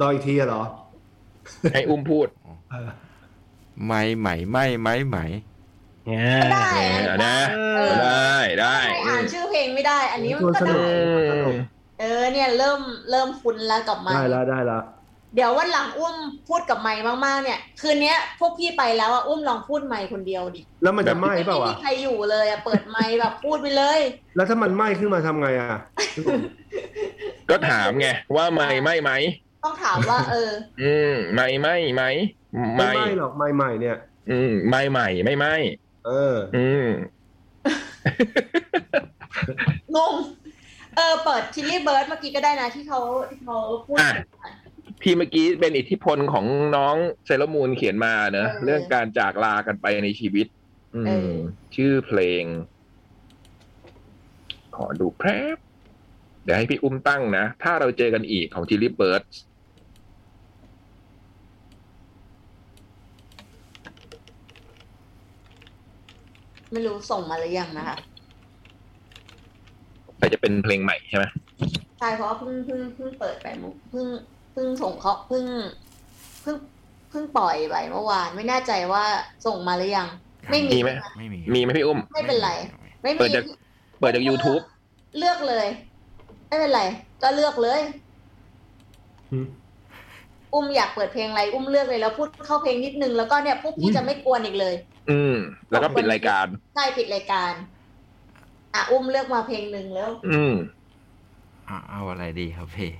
รออีกทีอะเหรอ ให้อุ้มพูด เออ ไม่ใหม่ไม่ไม่ใหม่ เนี่ย ก็ได้ อ่ะ ได้ นะ เออ ได้ได้ ใช่ อื อ่าน ม ชื่อเพลงไม่ได้ อันนี้มัน ตัว ก็ สนุ ได้ กสนุก เออเนี่ยเริ่มเริ่มคุ้นแล้วกับไม ได้ ค์ ละได้ละ เดี๋ยววันหลังอุ้มพูดกับไมค์มากๆ เนี่ย คืนเนี้ยพวกพี่ไปแล้วอ่ะอุ้มลองพูดไมค์คนเดียวดิ แล้วมันจะไหม้เปล่า ไม่ อ่ะ มีใครอยู่เลยอ่ะเปิดไมค์แบบพูดไปเลย แล้วถ้ามันไหม้ขึ้นมาทำไงอ่ะ ก็ถามไงว่าไม่ไม่ไหม ต้องถามว่า เออ อืมไม่ไม่ไหม ไม่ ไม่ ไหม้หรอกไม่ใหม่เนี่ย อืมไม่ใหม่ไม่ไม่ เออ อืม งง เออ เปิดทิลลี่เบิร์ดเมื่อกี้ก็ได้นะที่เขาที่เขาพูด อ่ะ ที่เมื่อกี้เป็นอิทธิพลของน้องเซรามูลเขียนมาเนอะ เออ เรื่องการจากลากันไปในชีวิต อื เอ ม อ ชื่อเพลง ขอดูแพรบเดี๋ยวให้พี่อุ้มตั้งนะ ถ้าเราเจอกันอีกของจิลลี่เบิร์ด ไม่รู้ส่งมาหรือยังนะคะ แต่จะเป็นเพลงใหม่ใช่ไหม ใช่เพราะว่าเพิ่งเพิ่งเพิ่งเปิดไปเมื่อเพิ่งเพิ่งส่งเขาเพิ่งเพิ่งเพิ่งปล่อยไปเมื่อวาน ไม่แน่ใจว่าส่งมาหรือยัง ไม่มี มีไหม ไม่มี มีไหมพี่อุ้ม ไม่เป็นไร ไม่ เปิ มี ดจาก เปิดจาก YouTube เลือกเลย ไม่เป็นไร ก็เลือกเลย อุ้มอยากเปิดเพลงอะไร อุ้มเลือกเลยแล้วพูดเข้าเพลงนิดนึงแล้วก็เนี่ยพวกพี่จะไม่กวนอีกเลย อืม แล้วก็ปิดรายการ ใช่ปิดรายการ อ่ะอุ้มเลือกมาเพลงหนึ่งแล้ว อืม เอาเอาอะไรดีครับพี่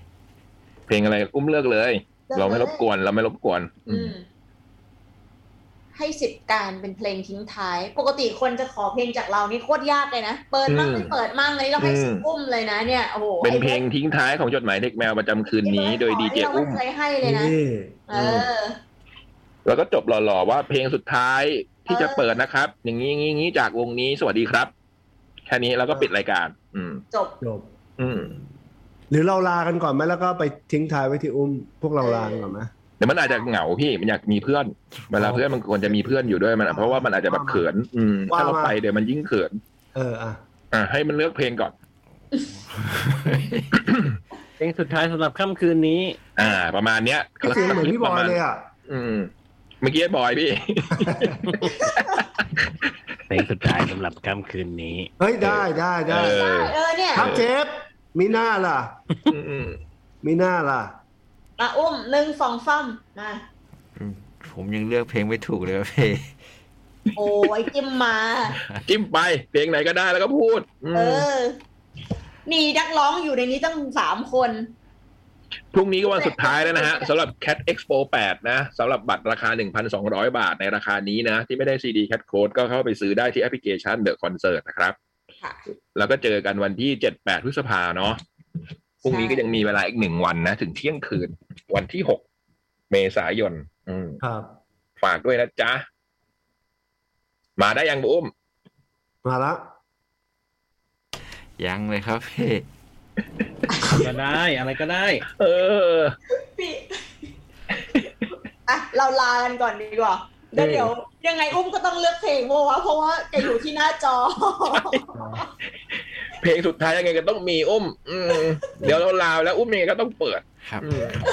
เพลงอะไร อุ้มเลือกเลย เราไม่รบกวน เราไม่รบกวน อื อื ม ม ให้สิทธิ์การเป็นเพลงทิ้งท้าย ปกติคนจะขอเพลงจากเรานี่โคตรยากเลยนะ เปิดมั่ง อืม ไม่เปิดมั่งอันนี้เราให้ อืม สิทธิ์อุ้มเลยนะเนี่ย โอ้โห เป็นเพลงทิ้งท้ายของจดหมายเด็กแมวประจำคืนนี้ โดยดีเจ เรา อุ้มไม่เคยให้เลยนะ นี่ เออ แล้วก็จบหล่อๆว่าเพลงสุดท้ายที่จะเปิดนะครับ อย่างนี้อย่างนี้อย่างนี้จากวงนี้สวัสดีครับ แค่นี้แล้วก็ปิดรายการ อืม จบ จบ อืม หรือเราลากันก่อนไหมแล้วก็ไปทิ้งท้ายไว้ที่อุ้ม พวกเราลากันก่อนไหม แต่มันอาจจะเหงาพี่มันอยากมีเพื่อน เวลาเพื่อนมันควรจะมีเพื่อนอยู่ด้วยมันเพราะว่ามันอาจจะแบบเขิน อืมถ้าเราไปเดี๋ยวมันยิ่งเขิน เอออ่ะ อ่าให้มันเลือกเพลงก่อน เพลงสุดท้ายสำหรับค่ำคืนนี้ อ่า ประมาณเนี้ย เสียงเหมือนพี่บอยเลยอ่ะ อืมเมื่อกี้บอยพี่ เพลงสุดท้ายสำหรับค่ำคืนนี้ เฮ้ยได้ได้ได้ เออ ได้เออเนี่ย ครับเจฟมีหน้าล่ะ อืมอืม มีหน้าล่ะ มาอุ้มหนึ่งสองซ้ำมา อืมผมยังเลือกเพลงไม่ถูกเลย ว่าเพลง โอ้ยจิ้มมา จิ้มไปเพลงไหนก็ได้แล้วก็พูดอืม เออ มีนักร้องอยู่ในนี้ตั้งสามคน พรุ่งนี้ก็วันสุดท้ายแล้วนะฮะสำหรับ Cat Expo 8 นะสำหรับบัตรราคา 1,200 บาทในราคานี้นะ ที่ไม่ได้ CD Cat Code ก็เข้าไปซื้อได้ที่แอปพลิเคชัน The Concert นะครับ ค่ะ แล้วก็เจอกันวันที่ 7-8 พฤษภาเนาะพรุ่งนี้ก็ยังมีเวลาอีกหนึ่งวันนะ ถึงเที่ยงคืน วันที่ 6 เมษายน อืม ครับ ฝากด้วยนะจ๊ะ มาได้ยังบุ้ม มาละ ยังเลยครับพี่ ก็ได้อะไรก็ได้ เออ พี่ อ่ะเราลากันก่อนดีกว่าเดี๋ยวเดี๋ยวยังไงอุ้มก็ต้องเลือกเพลงโมวะเพราะว่าแกอยู่ที่หน้าจอ เพลงสุดท้ายยังไงก็ต้องมีอุ้ม อืม เดี๋ยวเราลาแล้วอุ้มยังไงก็ต้องเปิด ครับ อืม โ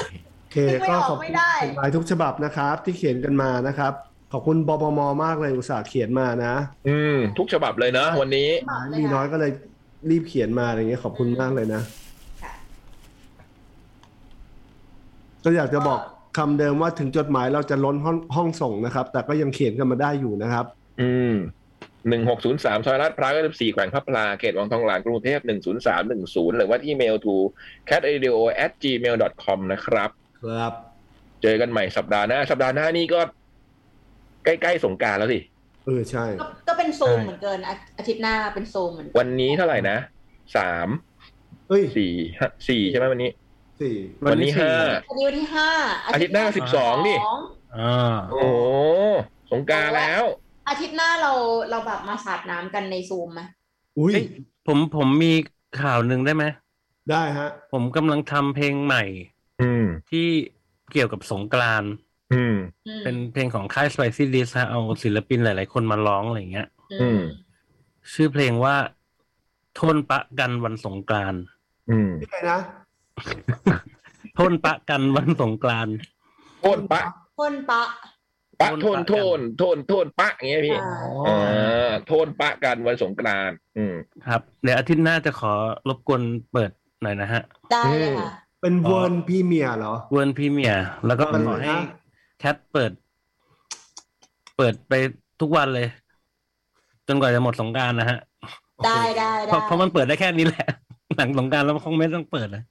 อเคก็ขอบคุ ไม่ ณ ได้ หลายทุกฉบับนะครับ ที่เขียนกันมานะครับ ขอบคุณบปมมากเลยอุตส่าห์เขียนมานะ อืม ทุกฉบับเลยเนอะวันนี้ ขอบคุณค่ะ มีน้อยก็เลยรีบเขียนมาอะไรเงี้ยขอบคุณมากเลยนะ ค่ะ ก็อยากจะบอกคำเดิมว่าถึงจดหมายเราจะล้นห้องห้องส่งนะครับ แต่ก็ยังเขียนกันมาได้อยู่นะครับ อืมหนึ่งหกศูนย์สามซอยลาดพร้าวเก้าสี่แขวงพระพลาเขตวังทองหลางกรุงเทพหนึ่งศูนย์สามหนึ่งศูนย์หรือว่าที่เมลทู cat radio at gmail com นะครับ ครับ เจอกันใหม่สัปดาห์หน้า สัปดาห์หน้านี่ก็ ใกล้ๆสงกรารแล้วสิ เออใช่ ก็ก็เป็นโซมเหมือนเกินอาอาทิตย์หน้าเป็นโซมเหมือน วันนี้เท่าไหร่นะสาม เอ้ย สี่ห้าสี่ใช่ไหมวันนี้ สี่ วันนี้ห้า วันนี้วันที่ห้า อาทิตย์หน้าสิบสองนี่ อ่า โอ้โหสงกรารแล้ว อาทิตย์หน้าเราเราแบบมาสาดน้ำกันในซูมไหม อุ้ย เอ้ย ผมผมมีข่าวหนึ่งได้ไหม ได้ฮะ ผมกำลังทำเพลงใหม่ อืม ที่เกี่ยวกับสงกรานต์ อืม อืม เป็นเพลงของค่าย Spicy d i s ฮะเอาศิลปินหลาย ๆ คนมาร้องอะไรอย่างเงี้ย อืม ชื่อเพลงว่าทนปะกันวันสงกรานต์ อืม นี่ไงนะ ทนปะกันวันสงกรานต์ โทนปะ คนปะ ปะโทนโทนโทนโทนปะอย่างเงี้ยพี่ อ่า อ่าโทนปะกันวันสงกรานต์อืม ครับ เดี๋ยวอาทิตย์หน้าจะขอรบกวนเปิดหน่อยนะฮะ ได้เลยค่ะ เป็นเวิร์นพรีเมียร์เหรอ เวิร์นพรีเมียร์แล้วก็ มัน ขอให้ นะ แคทเปิด เปิดไปทุกวันเลย จนกว่าจะหมดสงกรารนะฮะ ได้ได้ เพ ได้ ราะเพราะมันเปิดได้แค่นี้แหละ หลังสงกรารแล้วมันคงไม่ต้องเปิดนะ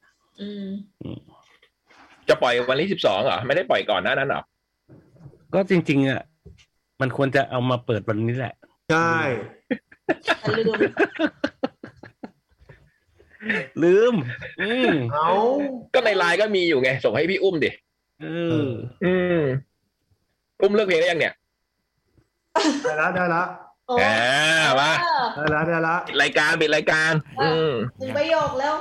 อืม จะปล่อยวันที่สิบสองเหรอ ไม่ได้ปล่อยก่อนหน้านั้นเหรอ ก็จริง ๆ อ่ะ มันควรจะเอามาเปิดวันนี้แหละ ใช่ อย่าลืม ลืม อืม เอา ก็ในไลน์ก็มีอยู่ไง ส่งให้พี่อุ้มดิ เอ เอ อ อ อืม อุ้มเลือกเพลงได้ยังเนี่ย ได้ละได้ละ โอ้ย อ่ามา เออ ได้ละได้ละ รายการเป็นรายการ อืม ถึงประโยคแล้ว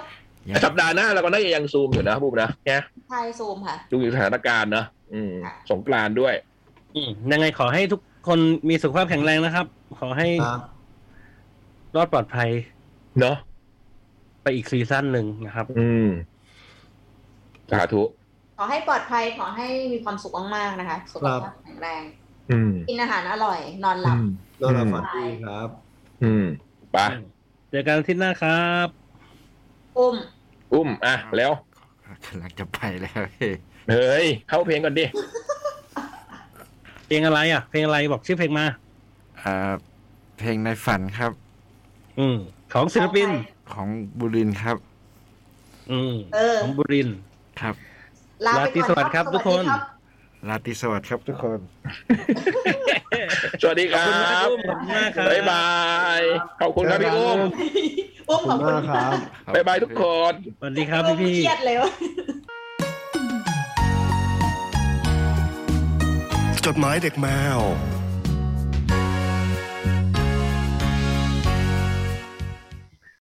ยัง สัปดาห์หน้าเราก็น่าจะยังซูมอยู่นะบูมนะเนี่ย ทายซูมค่ะ ดูสถานการณ์นะอืม สงกรานต์ด้วย อืมยังไงขอให้ทุกคนมีสุขภาพแข็งแรงนะครับ ขอให้ ครับ รอดปลอดภัย เนาะ ไปอีกซีซั่นหนึ่งนะครับ อืม สาธุ ขอให้ปลอดภัยขอให้มีความสุขมากๆนะคะ สุขภาพแข็งแรง อืม กินอาหารอร่อย นอนหลั อื บ ม นอนหลับฝันดีครับ อืมไป เจอกันอาทิตย์หน้าครับ อุ้ม อุ้ม อ่ะ แล้ว กำลังจะไปแล้วพี่ เฮ้ย เข้าเพลงก่อนดิ เพลงอะไรอ่ะ เพลงอะไรบอกชื่อเพลงมา อ่าเพลงในฝันครับ อืม ของศิลปิน ของใคร ของบุรินทร์ครับ อืม เออ ของบุรินทร์ ครับ ลาไป ลาที่ ก่อสวันสดีครับทุกคน สราวัสดีรับตรีสวัสดิ์ครับทุกคน สวัสดีครับ ขอบคุณมากครับ บ๊ายบาย ขอบคุณครับพี่อุ้ม อุ้ม ข ข อ อ บบ คุมากคุณ ณครับ บ๊ายบายทุกคน สวัสดีครับ อุ้ม พี่ๆเครียดเลยวะ จดหมายเด็กแมว